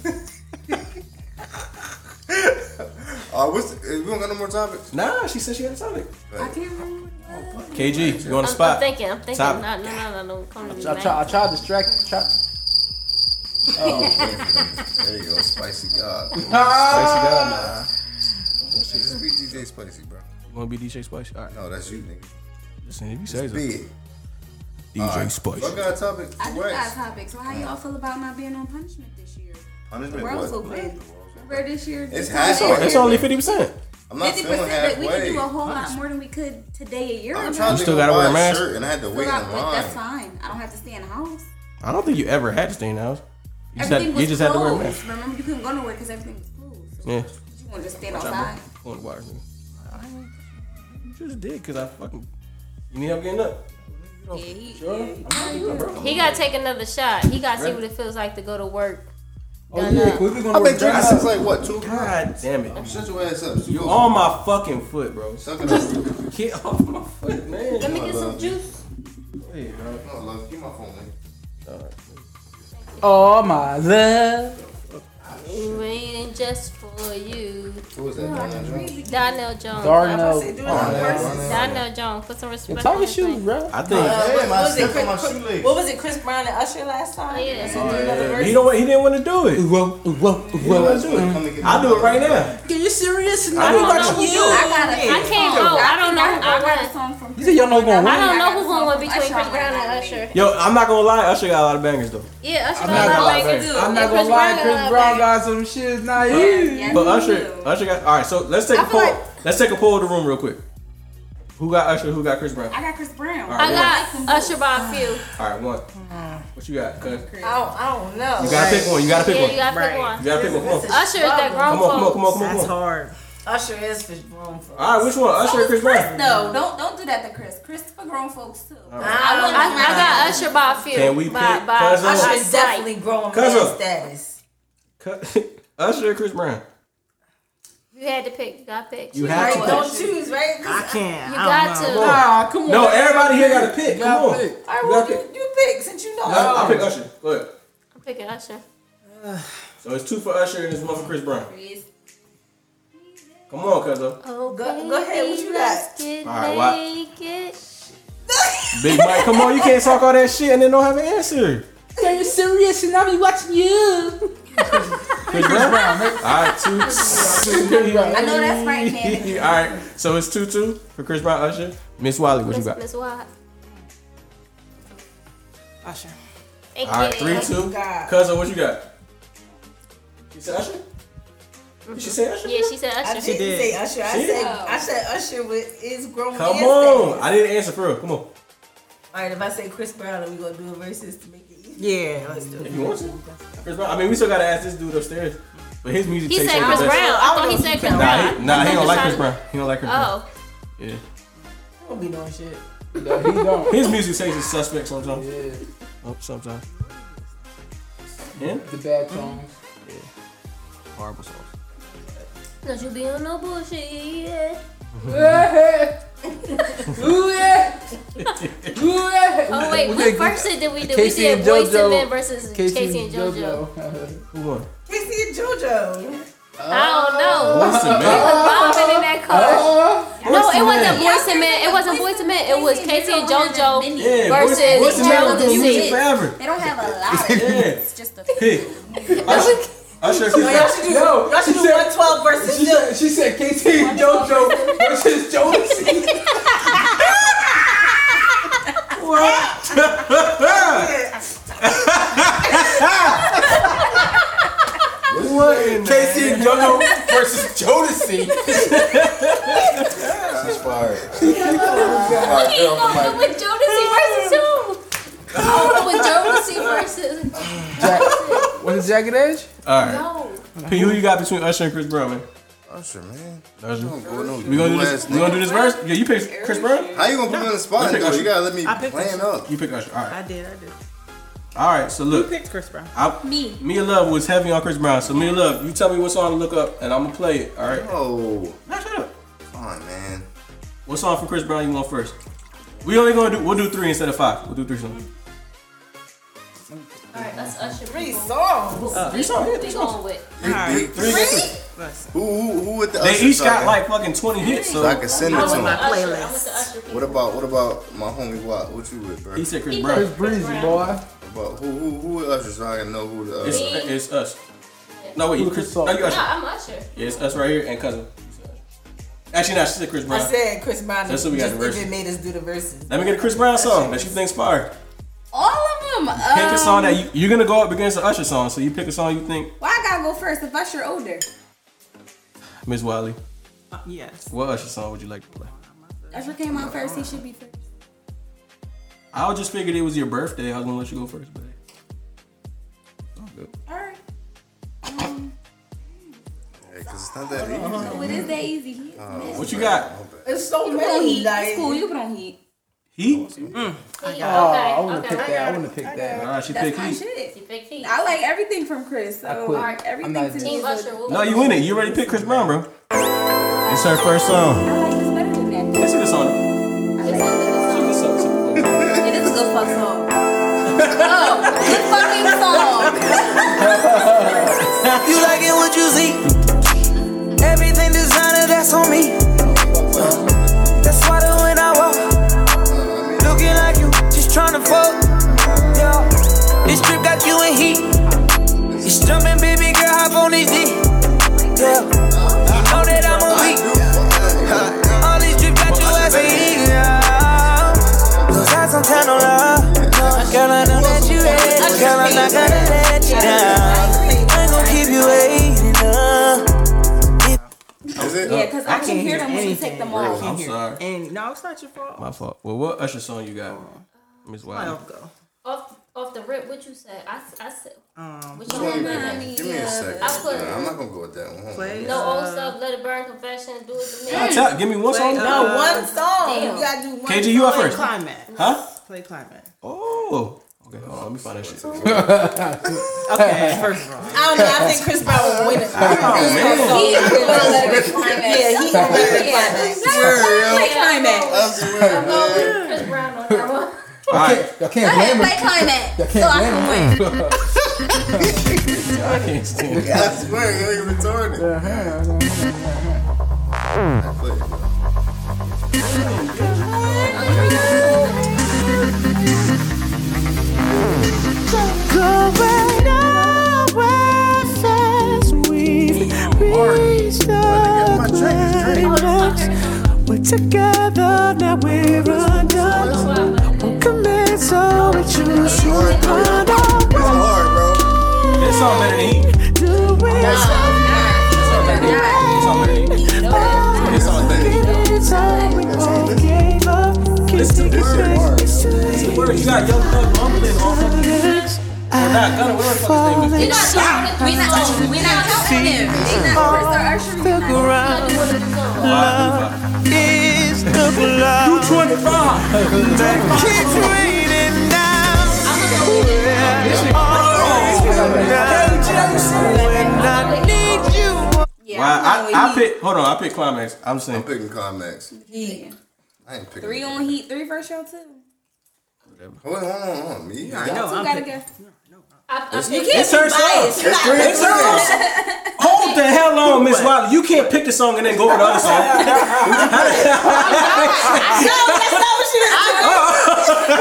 S22: connect to
S4: it. Uh, what's the, we don't got no more topics.
S3: Nah, she said she had a topic.
S4: I
S22: can't remember.
S3: KG, you on the
S5: I'm-
S3: spot?
S5: I'm thinking. I'm thinking.
S3: Top.
S5: No, no, no, no, no. Come to me,
S6: I
S5: man.
S6: try, I try to distract. Try. Oh,
S4: There you go, spicy god.
S3: Spicy God, nah.
S4: Just be DJ Spicy, bro.
S3: You wanna be DJ Spicy? All right.
S4: No, that's you, nigga.
S3: Listen, if you say so.
S4: Big.
S3: DJ
S4: Alright.
S3: Spicy.
S4: Y'all got a topic?
S22: I do
S4: Wax.
S22: got topics. So how y'all feel about not being on punishment this year? The
S4: Punishment
S22: world's
S4: what?
S22: open. Remember this year?
S4: It's
S3: It's,
S4: halfway.
S3: it's only fifty percent.
S4: I'm not feeling
S22: but we could
S4: halfway.
S22: do a whole lot more than we could today a year
S4: I'm
S22: ago.
S4: trying
S3: You
S4: to
S3: still
S4: go
S3: gotta
S4: buy
S3: wear a
S4: a
S3: mask?
S4: shirt and I had to
S22: Still
S4: wait in
S22: got- like, That's
S4: line.
S22: fine. I don't have to stay in the house.
S3: I don't think you ever had to stay in the house. You just had,
S22: everything was
S3: you just had to wear a
S22: closed.
S3: mask.
S22: Remember, you couldn't go nowhere because everything was closed.
S3: Yeah.
S22: You wanted to stand
S3: Watch out,
S22: outside.
S3: bro. Go on the wire, nigga. You just did because I fucking. You need help getting up.
S22: Yeah, he,
S5: He gotta take another shot. He gotta see what it feels like to go to work.
S3: Oh
S5: Done up.
S4: I've been drinking since like what two?
S3: God damn it!
S4: Shut your ass up.
S3: You on my fucking foot, bro. Get off my foot, man.
S5: Let me get some juice.
S3: Hey, bro.
S4: No, love, keep my phone, man.
S6: Oh my love.
S5: Waiting just for you.
S4: Who was that? Donnell Jones?
S5: Donnell Jones.
S4: Darnell.
S5: Donnell. Donnell Jones. Put some respect. on his name.
S6: bro.
S3: I think.
S9: Uh, what, what was it,
S4: stepped on my
S9: Chris, Chris- what was it, Chris Brown and Usher last time? Yeah.
S3: He don't. want- He didn't want to do it. I'll do it right now.
S7: Are you serious?
S3: I don't know who
S7: I
S5: I can't vote. I don't know. I
S22: got a song from
S3: You said y'all know who gonna
S5: I don't
S3: win.
S5: know who's gonna win between Chris Brown and Usher.
S3: Yo, I'm not gonna lie. Usher got a lot of bangers though.
S5: Yeah, Usher
S6: I'm
S5: got
S6: not
S5: a lot
S6: gonna
S5: of
S6: lie.
S5: bangers too.
S6: I'm
S5: Yeah,
S6: not gonna
S5: Brown
S6: lie.
S5: got
S6: Chris
S5: a lot of
S6: Brown got some shit. Not you.
S3: But Usher, Usher got. All right, so let's take a poll. Let's take a poll of the room real quick. Who got Usher? Who got Chris Brown?
S22: I got Chris Brown.
S3: All right,
S5: I got Usher by a few.
S3: All right, one.
S5: Hmm.
S3: What you got? Cuz
S9: I don't, I don't know.
S3: you gotta pick one. You gotta pick
S5: Yeah,
S3: one.
S5: you gotta pick Right. one.
S3: You gotta pick one. Come on.
S5: Usher is that grown
S3: Come on, come on,
S5: folk.
S3: come on, come on.
S7: That's
S3: come on.
S7: hard.
S9: Usher is for grown folks.
S3: All right, which one? Usher or Chris Brown?
S22: No, don't don't do that to Chris. Chris for grown folks too.
S3: All
S5: I, I, I got Usher by a few.
S3: Can we
S5: by,
S3: pick
S5: by,
S3: Cuzzo?
S5: by
S3: Usher's
S5: sight.
S9: definitely grown
S3: Cuzzo. man
S9: status.
S3: Usher or Chris Brown?
S5: You had to pick. You got picked.
S3: You had to pick.
S9: Don't choose, right? I
S7: can't.
S5: You got to.
S9: Nah, come
S3: No, everybody here got a pick. Come on.
S9: All right,
S3: You
S9: well,
S3: gotta
S9: you, you pick since you know.
S3: I, I pick Usher. Go ahead.
S5: I'm picking Usher.
S3: So it's two for Usher and it's one for Chris Brown. Come on, cuzzo.
S5: Oh,
S9: Go, go ahead. What you got?
S5: Get
S3: All right, what?
S5: naked.
S3: Big Mike, come on. You can't talk all that shit and then don't have an answer.
S6: Are you serious? And I be watching you.
S3: Chris Brown. All right, two.
S22: I know that's right, man.
S3: all right, so it's two two for Chris Brown, Usher. Miss Wiley, what you
S5: Miss,
S3: got?
S5: Miss Watt.
S7: Usher.
S5: Thank
S3: All right,
S5: you.
S3: three two. Cousin, what you got? You said Usher. Did she say Usher?
S5: Mm-hmm. Yeah, she said Usher.
S9: I didn't say Usher. I said
S3: She did.
S9: I said Usher with is grown.
S3: Come
S9: man
S3: on,
S9: status.
S3: I didn't answer for real. Come on.
S9: All right, if I say Chris Brown, are we gonna do a versus to make it easy?
S7: Yeah, let's do
S3: it. If you want to. Chris Brown. I mean, we still gotta ask this dude upstairs, but his music.
S5: He
S3: tastes
S5: said
S3: ain't
S5: Chris
S3: the
S5: Brown.
S3: best.
S5: I thought he said Chris
S3: Nah,
S5: Brown.
S3: he, nah, he
S5: I'm
S3: don't like Chris
S5: just
S3: Brown. He don't like Chris Brown.
S5: Oh.
S3: Yeah.
S9: I don't be doing shit.
S3: His music tastes is suspect sometimes. Yeah. Oh, sometimes. Yeah.
S6: The bad songs.
S3: Yeah. Horrible songs.
S5: Don't you be on no bullshit. Yeah.
S6: Ooh, yeah. Ooh, yeah.
S5: Oh wait,
S6: We
S5: what
S6: could-
S5: versus did we do?
S6: Casey
S5: we did
S6: and
S5: Boyz
S6: JoJo.
S5: II Men versus Casey, and JoJo.
S3: Who won?
S9: Casey and JoJo.
S5: I don't know.
S3: Boyz II Men?
S5: It
S9: Ah!
S5: was bombing in that car. no,
S3: Boyz
S5: it
S3: II
S5: wasn't Boyz II Men.
S3: Men.
S5: It wasn't Boyz II Men. It was Casey and JoJo
S3: Yeah,
S5: versus
S3: Boyz- Boyz II Men
S5: Taylor
S3: was doing
S5: Swift.
S3: music forever.
S22: They don't have a lot.
S3: Yeah.
S22: It's just a
S3: Hey, Usher, Usher,
S9: No, Oh, y'all should do,
S6: No,
S9: y'all should do
S6: she said-
S9: 112 versus
S6: She said, she said KT and JoJo versus Josie.
S3: what?
S6: Casey and JoJo versus Jodeci.
S4: She's fired.
S5: I ain't gonna go with Jodeci versus who? Oh, I don't know with Jodeci versus.
S6: What is Jagged Edge?
S3: All right.
S5: No.
S3: P, who you got between Usher and Chris Brown, man?
S4: Usher, man.
S3: Usher.
S4: Don't go no
S3: We gonna do
S4: ass
S3: this. We gonna do this verse? Yeah, you pick Chris Brown.
S4: How you gonna put me on the spot?
S3: picked
S4: though?
S3: Usher.
S4: You gotta let me
S7: I picked
S4: plan
S7: Usher.
S4: up.
S3: You pick Usher. All right.
S7: I did. I did.
S3: All right. So
S7: Who
S3: look,
S7: picked Chris Brown?
S3: I,
S5: Me.
S3: Me and Love was heavy on Chris Brown. So me and Love, you tell me what song to look up, and I'm gonna play it. All right.
S4: Oh,
S3: Now shut up.
S4: come on, man.
S3: What song from Chris Brown you want first? We only gonna do. We'll do three instead of five. We'll do three songs.
S5: Alright, that's Usher.
S9: Three songs.
S3: three songs, yeah, three
S5: We
S3: songs.
S5: going with.
S4: Three, three, three. Who, who, who with the
S3: They
S4: Usher
S3: each
S4: song,
S3: got
S4: man?
S3: like fucking 20 hits. So
S4: So I can send it to
S5: I
S4: him.
S5: went with Usher. I
S4: What
S5: went with Usher.
S4: about what about my homie Watt? What you with, bro?
S3: He said Chris
S5: He
S3: Brown.
S5: picked Chris Brown.
S4: But who who who with Usher so I can know who the uh,
S3: It's,
S4: Usher.
S3: it's us. No wait, you Chris. No, Oh, you
S5: No,
S3: Usher.
S5: I'm Usher.
S3: Yeah, it's us right here and cousin. Actually, not. She said Chris Brown.
S9: I said Chris Brown.
S3: That's what we got
S9: just
S3: the verses.
S9: even made us do the verses.
S3: Let me get a Chris Brown song that you think's fire.
S22: All of them. Um,
S3: Pick a song that you, you're gonna go up against the Usher song. So you pick a song you think
S22: Why I gotta go first if Usher older?
S3: Miss Wiley.
S7: Uh, yes.
S3: What Usher song would you like to play?
S22: Usher came out first. He should be first.
S3: I just figured it was your birthday. I was gonna let you go first, but
S22: All right. Um,
S4: Yeah, cause it's not that easy. Oh,
S22: so Oh, it is that easy.
S3: what you got?
S9: It's so
S22: You put on
S9: many.
S22: heat.
S9: Like,
S22: It's cool. You put on heat.
S3: He?
S22: Mm. I
S6: Oh, I
S22: got
S6: wouldn't have picked that. I wouldn't have picked that.
S3: Nah, she
S22: That's
S3: picked
S22: my
S3: Heat.
S5: He
S22: shit.
S5: picked Heat.
S22: I like everything from Chris. So
S6: quit.
S22: all right, everything
S6: not
S22: to me.
S5: Team
S22: is
S5: Usher.
S22: a-
S5: what
S3: No,
S5: we-
S3: you in it. You already picked Chris Brown, bro. It's her first song.
S22: I like this better than that.
S3: Let's see this song. Let's see this song.
S9: It is a good fuck song.
S22: Oh, good fucking song.
S8: You like it what you see. Everything designer, that's on me. That's why the when I walk, looking like you, just tryna fuck. Yeah, this trip got you in heat. It's jumping, baby girl, hop on this D. Yeah, you know that I'm a weak. All this drip got you as a heat. Yeah, Cause I sometimes don't love. No, girl, I know that you ready. Girl, I'm not gonna let you down. I ain't gonna keep you waiting up.
S4: Is it?
S23: Yeah, 'cause I can hear them when you take them off.
S3: I'm sorry.
S7: And no, it's not your fault.
S3: My fault. Well, what Usher song you got, Miss Wiley?
S5: Off, off the rip, what you said? I, s- I said.
S7: Um,
S5: what
S4: Give
S5: you
S4: me,
S5: want?
S4: a- give me a second.
S5: I put.
S4: Nah, I'm not gonna go with that one. Hold on.
S5: no old stuff. Let it burn. Confessions. Do it to me.
S3: Nah, tell- give me one song.
S9: No, one song.
S5: Damn.
S9: You gotta do one
S3: KG, you up
S9: song.
S3: first. Huh?
S7: Play climate.
S3: Oh. Okay, hold on. Let me find that shit.
S7: okay, first of all.
S9: I don't know. I think Chris Brown was winning. Yeah, he gonna let it climax.
S23: Play
S5: Chris Brown on that one.
S3: All right.
S6: Y'all can't blame
S23: Play
S6: him.
S23: climate.
S6: Y'all can't blame him.
S3: I can't stand it.
S4: I swear, you're
S8: Go where nowhere fast we've reached the climax. We're together now we're undone. Won't commit so we choose to find our way.
S3: This song better than Heat.
S8: Do we
S3: This song better than Heat. This song better than Heat. Word, you got Young Thug mumbling on fucking lyrics. Or not Gunna, whatever the fuck his name
S23: We
S3: is.
S23: not doing we not we not counting them. They not Chris or Usher. we not-
S8: Love is the blood. You 25. That keeps raining down.
S3: Why? I, I pick. Hold on, I pick climax. I'm saying. I'm
S4: picking climax.
S23: Yeah.
S4: I ain't picking.
S23: Three on heat, three first show too.
S4: Hold on, hold on, hold on. Me?
S23: Y'all
S6: Oh,
S23: two gotta go.
S3: You can't It's her be biased. song. It's her- it's Hold the hell on, Miss Wiley. You can't pick the song and then go over the other song. All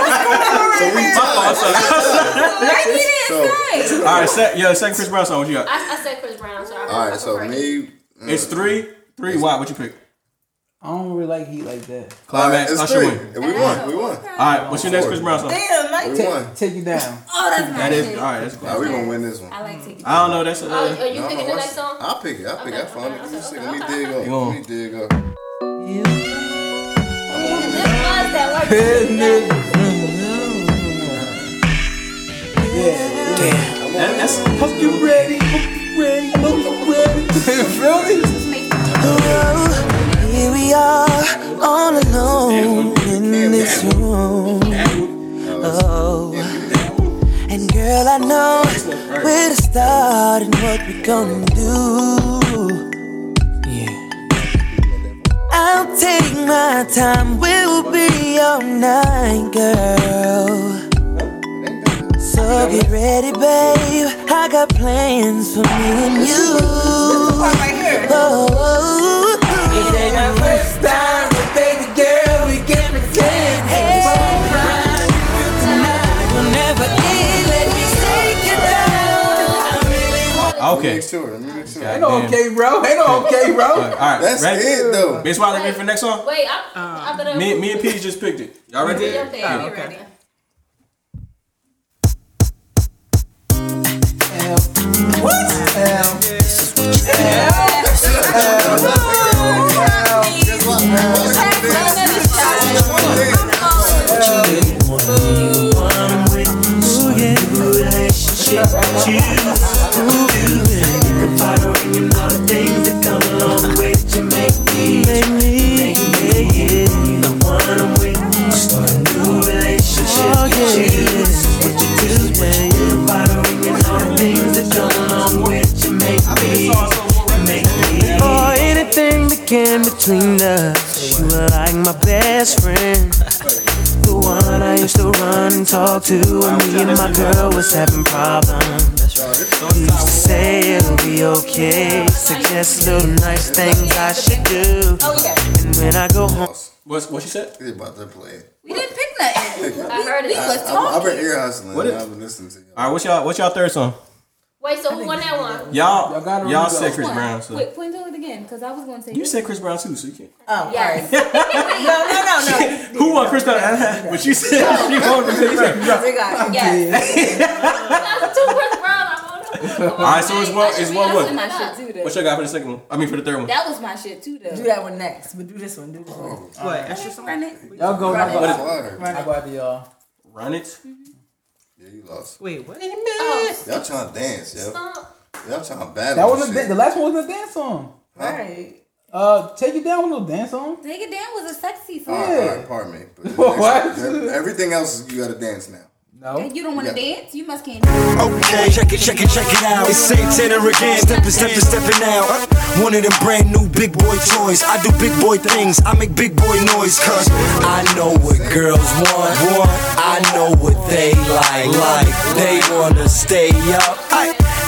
S3: right, sec, yo, second Chris Brown song. What you got?
S5: I, I said Chris Brown. So I
S4: All right, so me. mm.
S3: It's three, three. Why? What you pick?
S6: I don't really like heat like that.
S3: Climax.
S4: It's
S3: Usher
S4: three.
S3: win.
S4: And we won. We won.
S3: All right, what's your next Chris Brown song?
S9: Damn, like
S4: We won.
S6: Take, take you down.
S9: Oh, that's
S3: That is all right. That's
S4: Nah, we gonna win this one.
S23: I like taking.
S3: I don't know. That's a.
S5: Oh, are you
S4: No,
S5: picking the
S4: what's-
S5: next song?
S4: I'll pick it. I'll pick it. I found it. Give me a second. Let me dig up.
S3: on.
S4: Let me dig up.
S3: That, that's
S8: Hope you ready, hope you ready, hope you ready. Oh, here we are, all alone in this room. Oh, and girl, I know where to start and what we gonna do. Yeah. I'll take my time, we'll be all night, girl. So get ready, babe. I got plans for me and you. Oh, it ain't my first time, but baby girl, we can pretend. Hey, tonight will never end. Let me take you down. I really want.
S3: Ah, Okay.
S4: Next to it. Next to it.
S6: Ain't no okay, bro. Ain't no okay, bro.
S3: All right, all right,
S4: That's
S3: ready?
S4: it, though.
S3: Miss Wiley, ready for the next song?
S5: Wait, I, I better.
S3: Me, Oh, me and P just picked it. Y'all ready?
S5: Yeah, okay,
S3: Yeah.
S5: we ready.
S8: oh. Or anything that came between us. You were like my best friend. The
S23: one I used to run and talk to when me and my girl was having problems. Used to say it'll be okay, suggest little nice things I should do. And when I go home,
S3: What's what she said?
S4: about to play.
S5: We didn't pick nothing.
S24: I heard
S5: We
S24: it.
S5: was
S4: I, I've
S5: talking.
S4: been ear hustling.
S3: What
S4: and
S3: is-
S4: I've been listening to you.
S3: All right, what's y'all what's y'all third song?
S24: Wait, so who won that one?
S25: Y'all
S3: Y'all y'all,
S25: gotta remember-
S3: said Chris
S25: Which
S3: Brown. So.
S9: Wait, point do it again, because I was going to say.
S3: You said Chris Brown too, so you can't.
S5: Oh,
S9: Yes.
S5: all right. no, no, no, no.
S9: Oh,
S3: Who won Chris Brown? but you said she won. You said you said Chris Brown.
S5: We got it. Yes.
S3: All right, so it's one it's one
S9: That's
S3: one.
S9: my shit too, though.
S3: What y'all got for the second one? I mean for the third one.
S9: That was my shit too, though.
S5: Do that one next, but do this one. Do this one.
S6: Oh.
S25: What,
S9: extra song? Run it.
S25: Y'all go.
S5: Run
S25: Run
S5: it.
S25: I go
S5: Run it.
S25: I go after
S6: uh,
S25: y'all.
S3: Run it.
S4: Yeah, you lost.
S26: Wait, what?
S4: Y'all trying to dance, yo. Y'all trying to battle.
S6: That was
S4: and
S6: a
S4: shit.
S6: da- the last one was a dance song.
S5: Right.
S6: Uh, take it down with no dance song.
S9: Take it down was a sexy
S4: All
S9: song.
S4: right, Ah, all right, pardon me. But the next-
S6: What?
S4: the- Everything else, is you gotta dance now.
S6: No.
S9: You don't want to
S4: Yeah.
S9: dance? You must can't.
S6: Oh.
S8: Okay, check it, check it, check it out. It's Saint Tanner again, stepping, stepping, stepping out. One of them brand new big boy toys. I do big boy things, I make big boy noise, cuz I know what girls want. I know what they like, like. They wanna stay up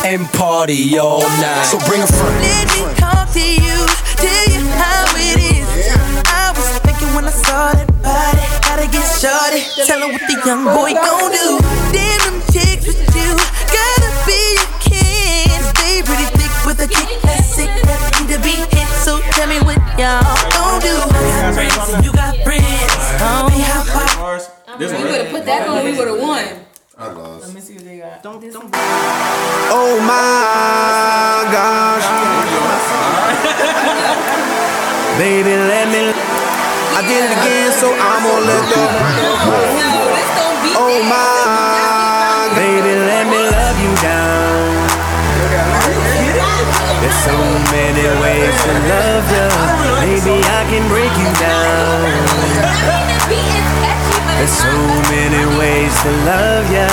S8: and party all night. So bring a friend.
S27: Talk to you, tell you how it is. I was thinking when I saw that body, gotta get shorty. Tell her what the young boy gon' do. Damn them chicks with you, gotta be a king. Stay pretty thick with a kick classic that need to be hit. So tell me what y'all gon' do. I got friends, and you got friends. Tell me how far.
S3: This
S9: We
S3: one.
S9: would
S3: right?
S9: have put that on, we would have won.
S4: I lost.
S9: Let me see what they got. Don't, don't.
S8: Oh my gosh. Baby, let me. I did it again, so I'm gonna let the. Oh my. Baby, let me love you down. There's so many ways to love you. Maybe I can break you down. There's so many ways to love ya.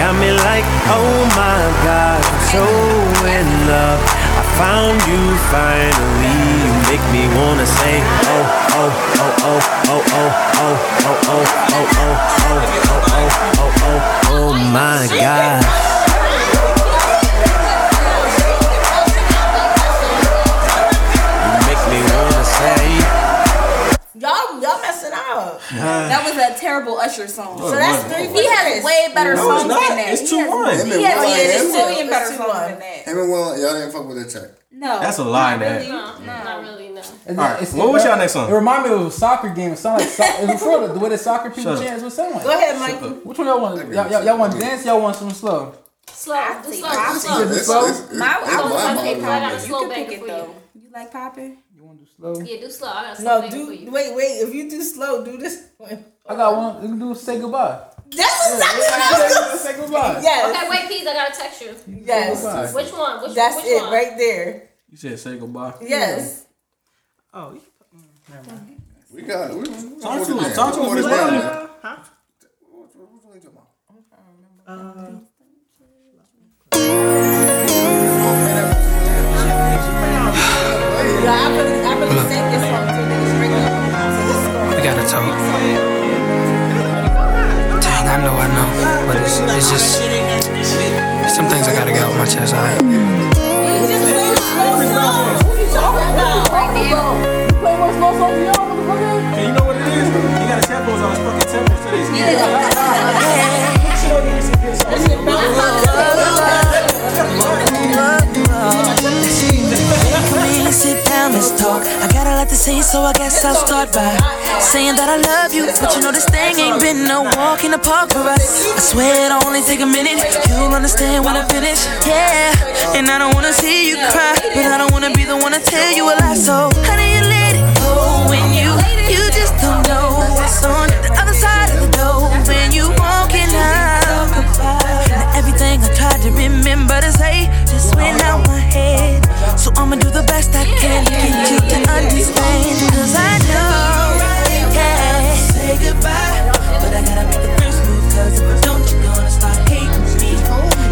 S8: Got me like, oh my god, I'm so in love. I found you finally. You make me wanna say, oh, oh, oh, oh, oh, oh, oh, oh, oh, oh, oh, oh, oh, oh, oh, oh, oh my god. You make me wanna say.
S5: Y'all, y'all messing up.
S9: That was a terrible Usher song.
S5: So that's three.
S9: He had a way better
S4: No, it's
S9: song
S4: not.
S9: than that.
S4: It's
S9: He
S4: two
S9: has-
S4: one.
S9: He had
S4: Eminem.
S9: a million
S5: Eminem.
S9: better
S5: It's
S9: song
S5: two
S9: than that.
S4: Emmett Well, y'all didn't fuck with that track.
S9: No.
S3: That's a lie,
S9: not
S3: that.
S9: really.
S24: No, not really. No.
S6: All
S3: right, what was y'all next song?
S6: It reminded me of a soccer game. It sounded like so- it was for the, the way the soccer people
S3: Shut up.
S6: chants was sound.
S5: Go ahead, Mike.
S6: Which one y'all want? Y'all, y'all, y'all want dance? Y'all want some slow?
S24: Slow, slow, slow,
S6: I see it. It's-
S24: slow.
S6: it's- it's- My- it's I was my gonna say mom.
S24: I got a
S6: You
S24: slow
S9: can
S24: banger
S9: pick
S24: for
S9: it,
S24: you.
S9: You like popping?
S6: Slow.
S24: Yeah, do slow. I got a slow
S5: No,
S24: banger
S5: do
S24: for you.
S5: wait, wait. If you do slow, do this one.
S6: I got one. We can do say goodbye.
S5: That's exactly what I was
S6: Say
S5: doing.
S6: goodbye.
S5: Yes.
S24: Okay, wait, please. I gotta text you.
S5: Yes.
S24: Which one? Which,
S5: That's
S24: which
S5: it
S24: one?
S5: right there.
S3: You said say goodbye.
S5: Yes.
S26: Oh, you-
S4: We got it. We- we-
S3: Talk to
S4: we-
S3: us. Talk to
S4: we-
S3: us.
S4: we-
S3: What's
S4: we-
S3: up?
S23: We gotta talk. Dang, I know I know, but it's, it's just some things I gotta get off my chest. All right.
S3: Hey, you know what it is? He got his headphones on. His fucking temples to this.
S23: Come in, sit down, let's talk. I got a lot to say, so I guess I'll start by saying that I love you. But you know, this thing ain't been no walk in the park for us. I swear it'll only take a minute. You'll understand when I finish. Yeah, and I don't wanna see you cry, but I don't wanna be the one to tell you a lie. So, how do you let it go when you you just don't know what's on the other side of the door when you walking out? Now everything I tried to remember to say just went out my head. So I'ma do the best I can to get you to understand. Cause I know I can't say goodbye. But I gotta make the first move. Cause if I don't, you're gonna start hating me.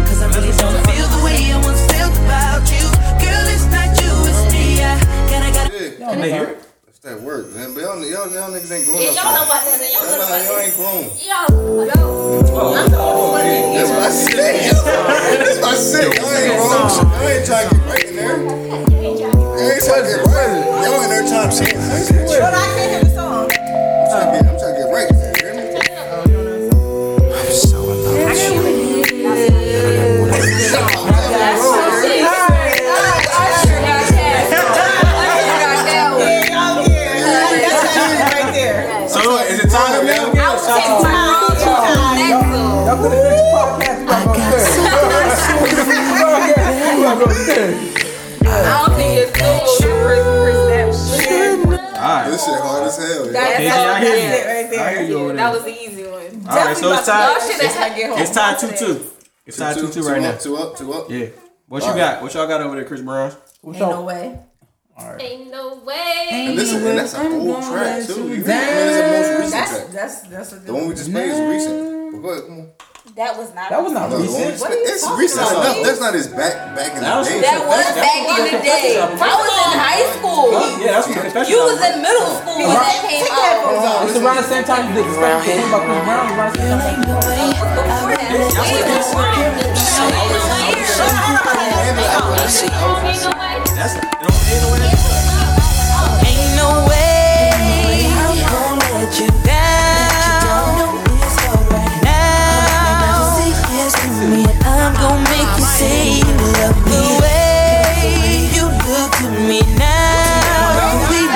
S23: Cause I really don't feel the way I once felt about you. Girl, it's not you, it's me. I gotta, gotta.
S3: Can they hear it?
S4: That's that word. y'all, y'all, y'all niggas ain't grown
S5: Yeah,
S4: up.
S5: y'all know
S4: yet.
S5: about that. Y'all know
S4: That's
S5: about
S4: how y'all ain't grown. Oh,
S5: Yo,
S4: That's what I said. That's what I said. Y'all ain't grown. Y'all ain't trying to get right in there. Y'all ain't trying to get right. Y'all in there trying to change. But I can't hear the song. I'm trying to get right in there. you hear me? I'm so in love with you.
S15: So is it time now?
S4: This shit hard as hell. yo.
S9: That's,
S3: I hear you.
S9: that's it right there.
S3: I hear you over
S9: That
S3: there.
S9: was the easy one.
S3: All right, so it's
S9: Y'all
S3: tied.
S9: should have had get home.
S3: It's tied two two. It's tied two two right now.
S4: Two up, two up.
S3: Yeah. What you
S4: All right.
S3: got? What y'all got over there, Chris Brown?
S9: Ain't no way.
S5: ain't no way.
S4: And this is, and that's an old track too. You hear me? I mean, it's the most recent
S9: That's
S4: track.
S9: that's that's a good
S4: The one we just played is recent. But go ahead, come on.
S9: That was not.
S4: That was not
S9: recent.
S4: recent.
S9: What are you
S4: It's
S9: talking
S4: recent
S9: about?
S4: enough. That's not his back back in
S9: That
S4: the
S9: was-
S4: day.
S9: that was back in the day. I was in high school.
S3: Yeah, that's what the confession
S9: You
S3: album
S9: was in middle school when that came out.
S6: It's around the same time you did the Spanish thing about Chris Brown. Around the same time.
S23: Ain't no way I'm gonna let you down. Now I'm gonna make you say you love me. The way you look at me now, we need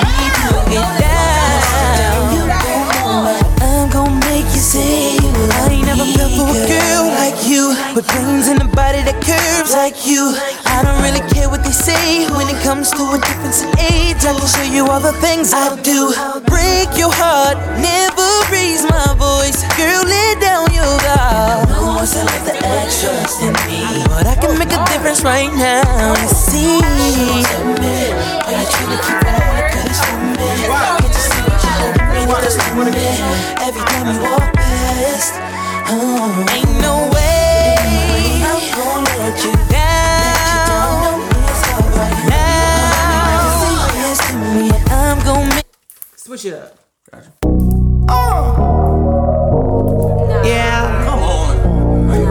S23: to get down. I'm gonna make you say you love me. I ain't never felt for a girl like you, with dreams and a body that curves like you. I don't really care what they say when it comes to a difference in age. I can show you all the things I do. Break your heart, never raise my voice. Girl, let down your guard. Who wants to let the actions in me? But I can make a difference right now. You see, but I try to keep it all good for me. Can't you see what you owe me? Just a minute. Every time you walk past, oh, ain't no way I'm gonna let you down. Now, say yes to me, and I'm gonna make.
S7: Switch it up.
S23: Yeah. Come
S8: on.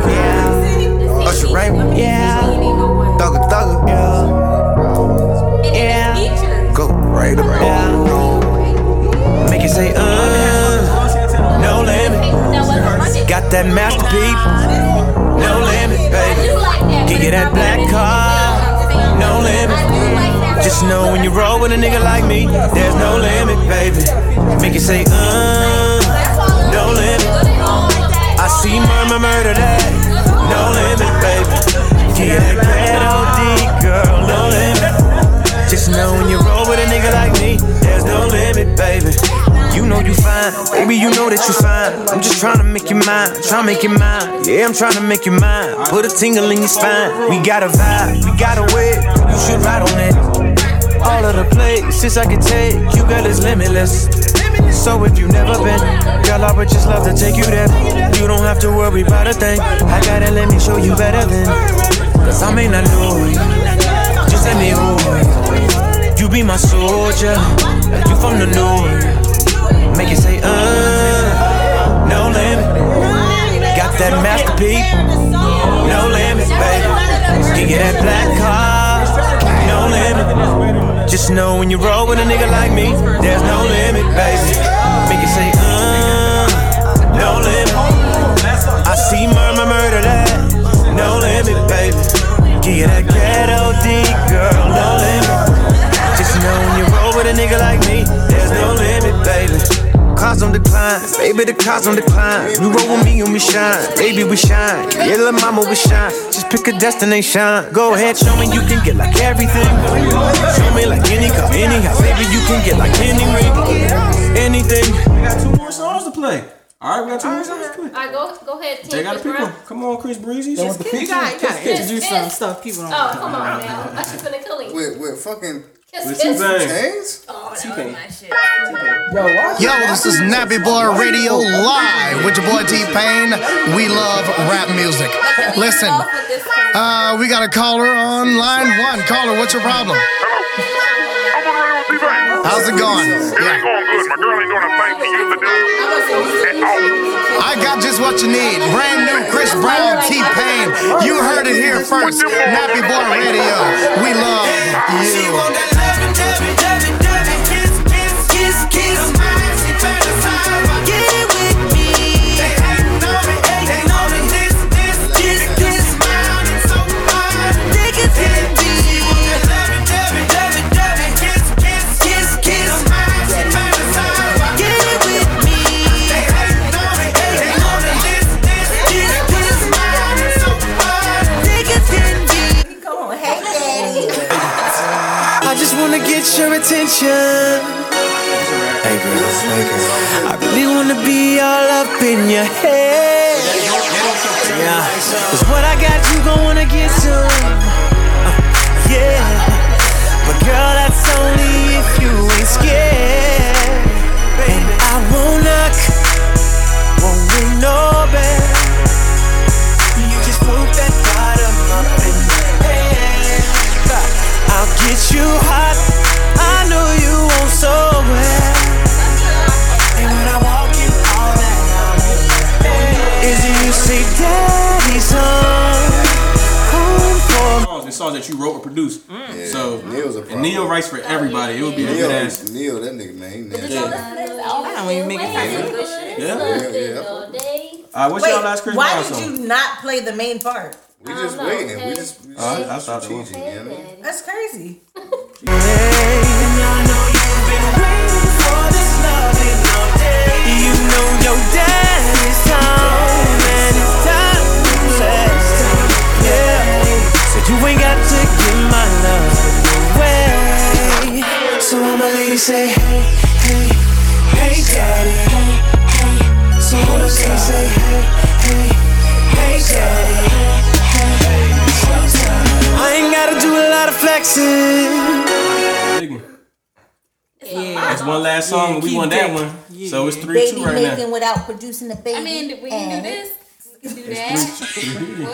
S23: Yeah.
S8: Usher Raymond.
S23: Yeah.
S8: Thugger Thugger.
S23: Yeah.
S8: Go right around. Make it say, uh, no limit. Got that masterpiece. No limit, baby. Give you that black car. No limit. Just know when you roll with a nigga like me, there's no limit, baby. Make it say, uh, no limit. I see murmur murder that. No limit, baby. Give you that bad OD, girl. No limit. Just know when you roll with a nigga like me, there's no limit, baby. You know you fine, baby. You know that you fine. I'm just tryna make you mine, tryna make you mine. Yeah, I'm tryna make you mine. Put a tingle in your spine. We got a vibe, we got a way. You should ride on it. All of the places I can take you, girl, is limitless. So if you never been, girl, I would just love to take you there. You don't have to worry about a thing. I gotta let me show you better than. Cause I may not know you. Just let me hold you. You be my soldier, like you from the north. Make it say, uh, no limit. Got that masterpiece, no limit, baby. Can get that black car, no limit. Just know when you roll with a nigga like me, there's no limit, baby. Make it say, uh, no limit. I see murmur murder that, no limit, baby. Give you that ghetto D, girl, no limit. Just know when you roll with a nigga like me, there's no limit, baby. Cars on decline, baby, the cars on decline. You roll with me and we shine, baby, we shine. Yeah, little mama, we shine. Just pick a destination. Go ahead, show me you can get like everything. Show me like any car, any house. Baby, you can get like any ring, anything.
S3: We got two more songs to play. All right, we got two more songs to play.
S5: I go go ahead. Take
S3: They got to
S5: this
S3: pick
S5: round.
S3: one. Come on, Chris Breezy.
S5: Just kiss-
S7: You gotta, you gotta
S5: kiss-
S7: introduce
S5: kiss.
S7: some stuff people don't
S5: Oh, come on now. I should finna kill him.
S4: With with fucking
S5: Kiss,
S4: with
S5: kiss.
S4: T-Pain. Chains?
S5: Oh, that was
S4: T-Pain.
S5: my shit.
S10: Yo, this is Nappy Boy Radio Live with your boy T Pain. We love rap music. Listen, uh, we got a caller on line one. Caller, what's your problem?
S15: I How's it going?
S28: It's going good. My girl ain't doing a thing for you today. At all.
S15: I got just what you need. Brand new Chris Brown, T Pain. You heard it here first. Nappy Boy Radio. We love you.
S8: I just wanna get your attention. I really wanna be all up in your head. Yeah, 'cause what I got, you gon' wanna get some. Uh, yeah, but girl, that's only if you ain't scared. And I won't knock, won't ring no bell. You just poke that bottom up in your head. I'll get you hot. I know you want so well. And when I walk in, all that I'm in is you say, Daddy's home. Home for
S3: songs, the songs that you wrote or produced. So and Neo writes for everybody. It would be a
S4: Neil,
S3: good ass.
S4: Neil, that nigga man. he nasty.
S9: I
S7: don't even make it
S9: sound
S3: Yeah. Uh, what's y'all last Chris
S9: why
S3: Brown
S9: did
S3: song?
S9: you not play the main part?
S4: We just waiting. We just. We
S3: Uh, I- I thought that was.
S9: That's crazy.
S8: You know your daddy's home and it's time to rest. Yeah. So you ain't got to give my love away. So I'm a lady, say hey, hey, hey, daddy. Hey, hey. So I'm a lady, say hey, hey, hey, daddy. Hey, hey. I ain't gotta do a lot of flexing.
S3: That's one last song. we
S9: keep
S3: won that
S9: digging.
S3: one. So it's three
S9: baby
S3: two right
S9: making
S3: now.
S9: without producing a baby. I mean,
S5: we can do this. We can do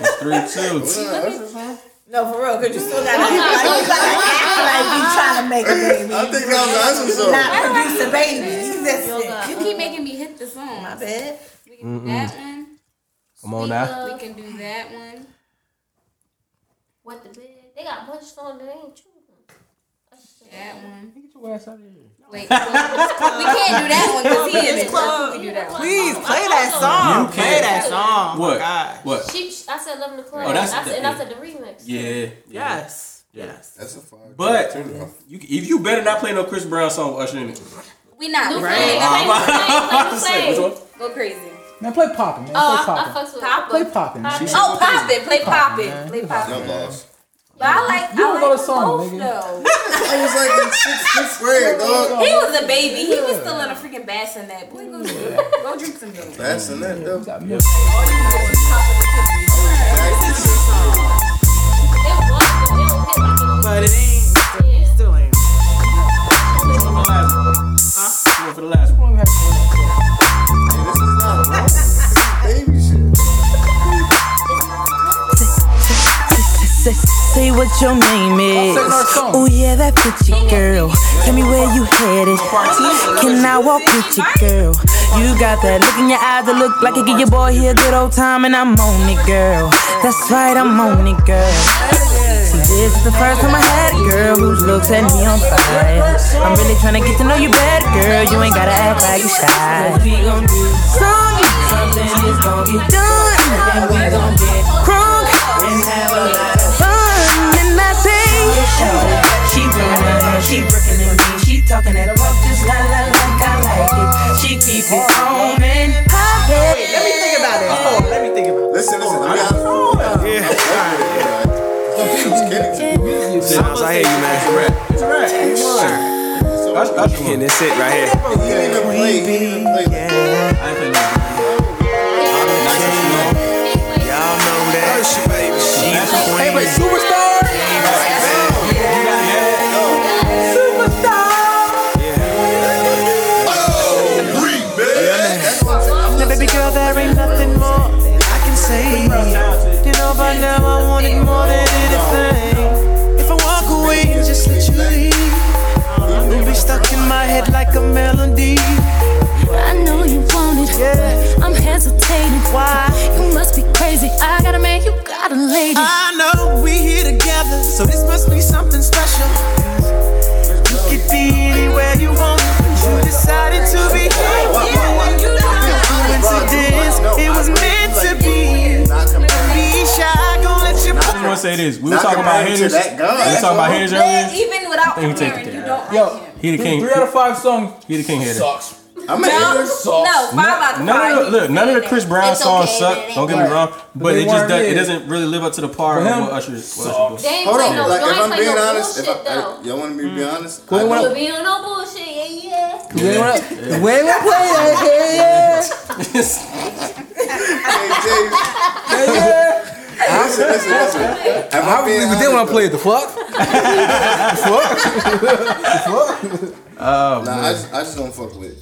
S3: It's three two.
S9: No, for real, because you still gotta, like, you gotta act like you trying to make a baby.
S4: I think that was awesome, so.
S9: Not produce a baby. That's
S23: Yoga.
S9: it.
S23: You keep making me hit the song. My
S9: bad.
S23: We can do that
S3: Mm-mm.
S23: one.
S3: Come on now.
S23: We can do that one.
S5: What the bed? They got a bunch of songs that ain't true.
S23: That one.
S5: Wait,
S23: we can't do that one because he is club.
S7: Please play that song.
S3: You
S7: Play
S3: can't.
S7: that song.
S3: What?
S7: My God.
S3: What?
S5: She, I said love in the club.
S3: Oh, that's
S5: I
S3: the-
S5: said, and I said the remix.
S3: Yeah.
S7: Yes.
S3: Yes.
S4: That's a fire.
S3: But you, if you better not play no Chris Brown song with Usher in it.
S23: We not.
S3: Right. Oh,
S23: Right.
S3: Which one?
S23: Go crazy.
S6: Man, play poppin',
S5: Uh,
S6: man.
S23: Oh, I-
S6: Play poppin'.
S23: I fucks with Poppin'.
S6: Play poppin'. man.
S23: Oh, pop it. Play pop it. Play pop it. But I like.
S6: You don't
S23: I
S6: know
S23: like
S6: the song,
S23: both,
S6: nigga.
S23: though.
S4: I was like in sixth, sixth grade, dog.
S23: He was a baby. He was still in a freaking bassinet. Boy, go, go drink some milk.
S4: That's in that though.
S7: But it ain't. it Still ain't.
S3: Huh? You want for the last one?
S8: Say, say what your name is. Oh yeah, that pretty girl. Tell me where you headed. Can I walk with you, girl? You got that look in your eyes that look like it give your boy here a good old time, and I'm on it, girl. That's right, I'm on it, girl. See, This is the first time I had a girl who looks at me on fire. I'm really trying to get to know you better, girl. You ain't gotta act like you shy. We gon' do something. Something is gon' get done. And we gon' get crunk and have a lot of fun. And I say, she running, she working at me, she talking that up just la la like I like it. She keep it on and pop it. Let me think about it. Hold on, let me think about it.
S4: Listen, listen. I got
S29: Sounds I hear you, man. It's a rap. It's a rap. And that's it right here. Y'all know that. She the queen.
S6: Superstar.
S8: Now, baby girl, there ain't nothing more I can say. You know by now I want it more than anything. If I walk away and just let you leave,
S14: head like a melody.
S20: I know you want it. I'm hesitating. Why? You must be crazy. I gotta make you gotta lady.
S14: I know we here together, so this must be something special. You could be anywhere you want, but you decided to be here. Coincidence, it was meant to be. Don't Be shy, gonna let you
S3: I just want to say this. We were
S14: Not
S3: talking about
S14: compared to
S3: haters. We
S14: that
S3: were
S14: guy.
S3: talking about haters
S9: Man,
S3: earlier.
S9: even without
S3: I think we take
S9: comparing,
S3: it
S9: you don't.
S6: Yo,
S3: He the king.
S6: Three out of five songs.
S3: He the king hater.
S6: Sucks.
S9: I'm a No, hater. sucks. no, five out of
S3: None
S9: five,
S3: of the, look, none of the Chris Brown
S9: It's
S3: songs
S9: okay,
S3: suck.
S9: man.
S3: Don't get me
S9: Right.
S3: wrong,
S9: But
S3: but
S9: they
S3: it just
S9: weren't
S3: does, it
S9: him.
S3: doesn't really live up to the par of
S4: him,
S3: what Usher. What Usher does.
S4: They ain't Hold play on, no- like, they if ain't I'm play being no honest, if
S5: bullshit, though.
S4: Y'all want me to be honest?
S5: Queen
S4: I
S5: wanna
S4: know-
S5: be on no bullshit, yeah, yeah.
S4: Yeah.
S6: Wait, wait,
S4: Listen, listen, listen. Am I
S6: I
S4: being
S6: was even then when I played the fuck. the fuck. The fuck.
S3: Oh,
S4: nah, I
S3: man.
S4: just, I just don't fuck with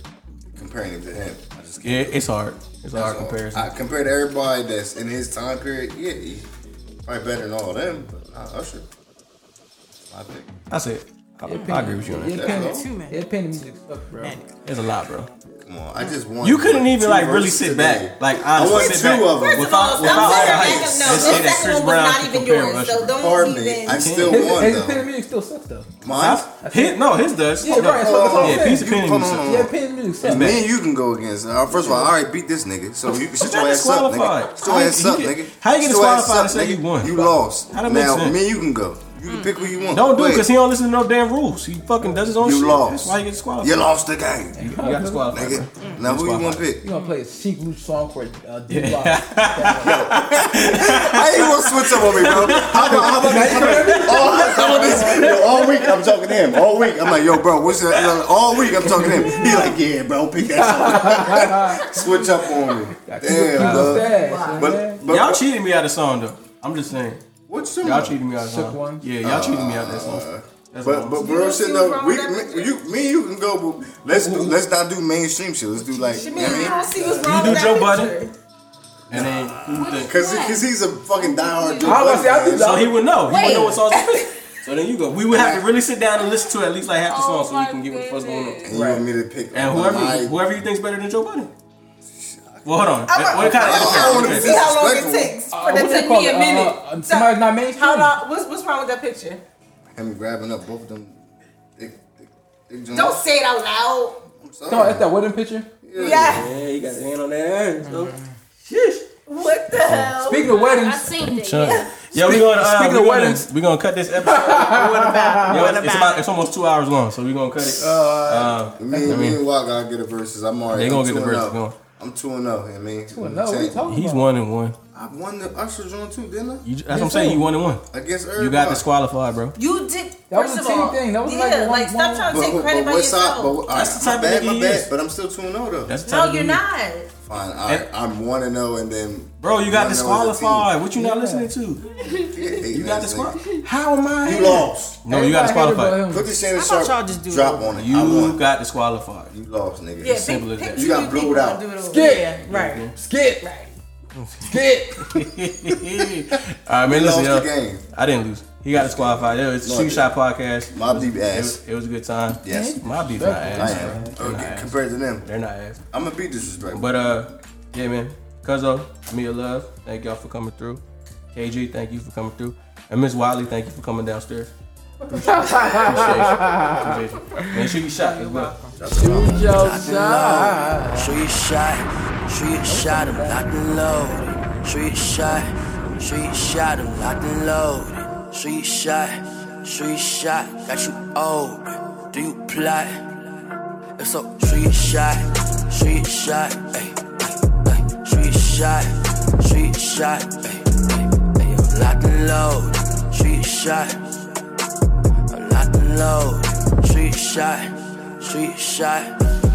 S4: comparing it to him. I just
S3: Yeah, it's hard. It's a hard
S4: That's all.
S3: comparison.
S4: I compared to everybody that's in his time period. Yeah, he probably better than all of them. But not Usher. I think.
S3: That's it. I, I agree with you on
S6: Yeah,
S3: that.
S6: Independent, independent music suck, bro.
S3: There's a lot, bro.
S4: Come on, I just want.
S3: You couldn't even
S4: two
S3: like really
S4: verses
S3: sit
S4: today.
S3: back, like
S4: I
S3: honestly
S4: want
S3: sit
S4: two
S3: back
S4: of them.
S3: without without all the hype and say that Chris Brown can compare with Usher.
S4: Pardon me, I still
S6: His-
S4: won
S6: his
S4: though.
S6: Independent music still sucks though.
S4: Mine? Oh,
S3: His, no, his does.
S6: Yeah, right. So that's what I'm
S4: Yeah,
S6: saying.
S4: piece of opinion.
S6: Yeah, opinion music sucks.
S4: It's me and you can go against. Uh, first of all, I already beat this nigga, so you can sit your ass up, nigga. Sit your
S3: How you-
S4: ass
S3: you
S4: up,
S3: get-
S4: nigga.
S3: how you get
S4: Sit your ass up,
S3: disqualified and say
S4: nigga.
S3: you won?
S4: You lost.
S3: How that make
S4: now,
S3: sense?
S4: me and you can go. You can pick who you want.
S3: Don't do it
S4: Wait.
S3: because he don't listen to no damn rules. He fucking does his own
S4: You
S3: shit.
S4: lost.
S3: That's why he gets disqualified.
S4: You lost the game.
S3: You, you got disqualified.
S4: Nigga.
S3: bro.
S4: Now, who you want to pick?
S6: You gonna play a chic loose song for uh, D
S3: Yeah.
S6: Block?
S4: I ain't gonna switch up on me, bro. How about, how about this? How about, all, how about this? Yo, all week I'm talking to him. All week I'm like, yo, bro, what's that? yo, All week I'm talking to him. He like, yeah, bro, pick that song. switch up on me. Damn, bro. But, but
S3: y'all cheated me out of song though. I'm just saying.
S4: What
S3: y'all
S4: song? Uh,
S3: cheated me out of
S4: Shook
S3: song?
S4: one?
S3: Yeah, y'all cheated me out of that song. That's
S4: But
S3: all.
S4: but real shit though, we me, you me and you can go, but let's do, let's not do mainstream shit. Let's do like you know what I mean?
S9: see what's
S3: You do Joe Budden, and then who would think-
S4: Cause, he- cause he's a fucking diehard. Joe
S3: I
S4: Budden
S3: was gonna say, I
S4: fan,
S3: think- so he would know. He would know what songs. to pick. So then you go. We would have to really sit down and listen to at least like half the
S4: Oh
S3: song so we can get what the fuck's going on.
S4: And you want me to pick?
S3: And
S4: one of
S3: whoever
S4: my-
S3: whoever you think's better than Joe Budden. Well, hold on. What kind
S4: I- I wanna
S3: of
S4: see how long it
S9: takes.
S6: Uh, what's that called? Uh, uh, somebody's not mainstream.
S9: How long? What's, what's wrong with that picture?
S4: Him grabbing up both of them. Dick, dick, dick joints.
S9: Don't say it out loud.
S6: No, that's that wedding picture.
S9: Yeah.
S3: Yeah, you got his hand on that ass. So.
S4: Mm-hmm.
S9: What
S3: Oh,
S9: the hell?
S6: Speaking of weddings,
S3: Yeah, we going.
S6: Speaking of
S3: Uh, we gonna-
S6: weddings-
S3: we gonna cut this episode. what
S6: about-
S3: Yo,
S6: what
S3: it's,
S6: about-
S3: about, it's almost two hours long, so we are gonna cut it. Uh,
S4: Me,
S3: I
S4: me
S3: mean,
S4: and Why gotta get a versus. I'm already.
S3: They gonna get the verses
S4: versus
S3: going.
S4: I'm two and zero. I mean, two
S3: and oh, what you talking he's one and one.
S4: I won the Usher joint too, didn't I?
S3: You, that's what I'm saying. You one and one.
S4: Against
S3: You got
S4: everybody.
S3: disqualified, bro.
S9: You did.
S6: That
S9: first
S6: was a
S9: of
S6: team
S9: all,
S6: thing. That was
S9: yeah,
S6: like a
S9: like
S6: one-
S9: stop
S6: one-
S9: trying to take
S4: But,
S9: credit
S4: but
S9: by
S4: what's up?
S9: yourself.
S4: But, that's
S3: the
S4: my
S3: type of
S4: bad,
S3: nigga
S4: my
S3: he
S4: bad.
S3: is.
S4: But I'm still two and zero though.
S3: That's the
S9: No, you're not.
S4: Fine. All right, I'm one and zero, and then
S3: Bro, you got
S4: 1-0 as a
S3: disqualified.
S4: team.
S3: What you not listening to?
S4: You
S3: got disqualified. How am I?
S4: You lost.
S3: No, you got disqualified.
S4: Put the Shannon
S3: I thought
S4: Sharp
S3: y'all just do
S4: drop
S3: it.
S4: on it. I won.
S3: You got disqualified.
S4: You lost, nigga.
S9: Yeah,
S3: Simple as
S9: pick,
S3: that. Mm-hmm.
S9: pick
S4: You got
S9: two
S4: blowed
S9: people
S4: out.
S9: and do it over.
S6: Skip.
S9: Yeah, right.
S6: Skip.
S9: Right.
S6: Skip.
S3: All right, man.
S4: He
S3: Listen,
S4: lost the
S3: yo.
S4: game.
S3: I didn't lose. He got disqualified. Yo, it's a
S4: No, I
S3: shoot
S4: didn't.
S3: shot podcast.
S4: Mob
S3: It
S4: deep
S3: was-
S4: ass.
S3: It was a good time.
S4: Yes.
S3: my beef not
S4: I
S3: ass.
S4: am.
S3: bro. They're not
S4: Okay,
S3: ass.
S4: compared to them,
S3: they're not ass.
S4: I'm gonna be disrespectful.
S3: But uh, yeah, man. Cuzzo, me a love. Thank y'all for coming through. KG, thank you for coming through. And Miss Wiley, thank you for coming downstairs. Appreciate you. Appreciate you. Man, shoot your shot as well.
S6: Shoot your
S3: shot.
S1: Shoot your shot. Shoot your shot. I'm locked and loaded. Shoot your shot. Shoot your shot. I'm locked and loaded. Shoot your shot. Shoot your shot. Got you open. Do you plot? If so, shoot your shot. Shoot your shot. Ay, ay, ay. Shoot your shot. Shoot your shot. Ay, ay, ay. I'm locked and loaded. Shoot your shot. I'm locked and loaded. Shoot your shot. Shoot your shot.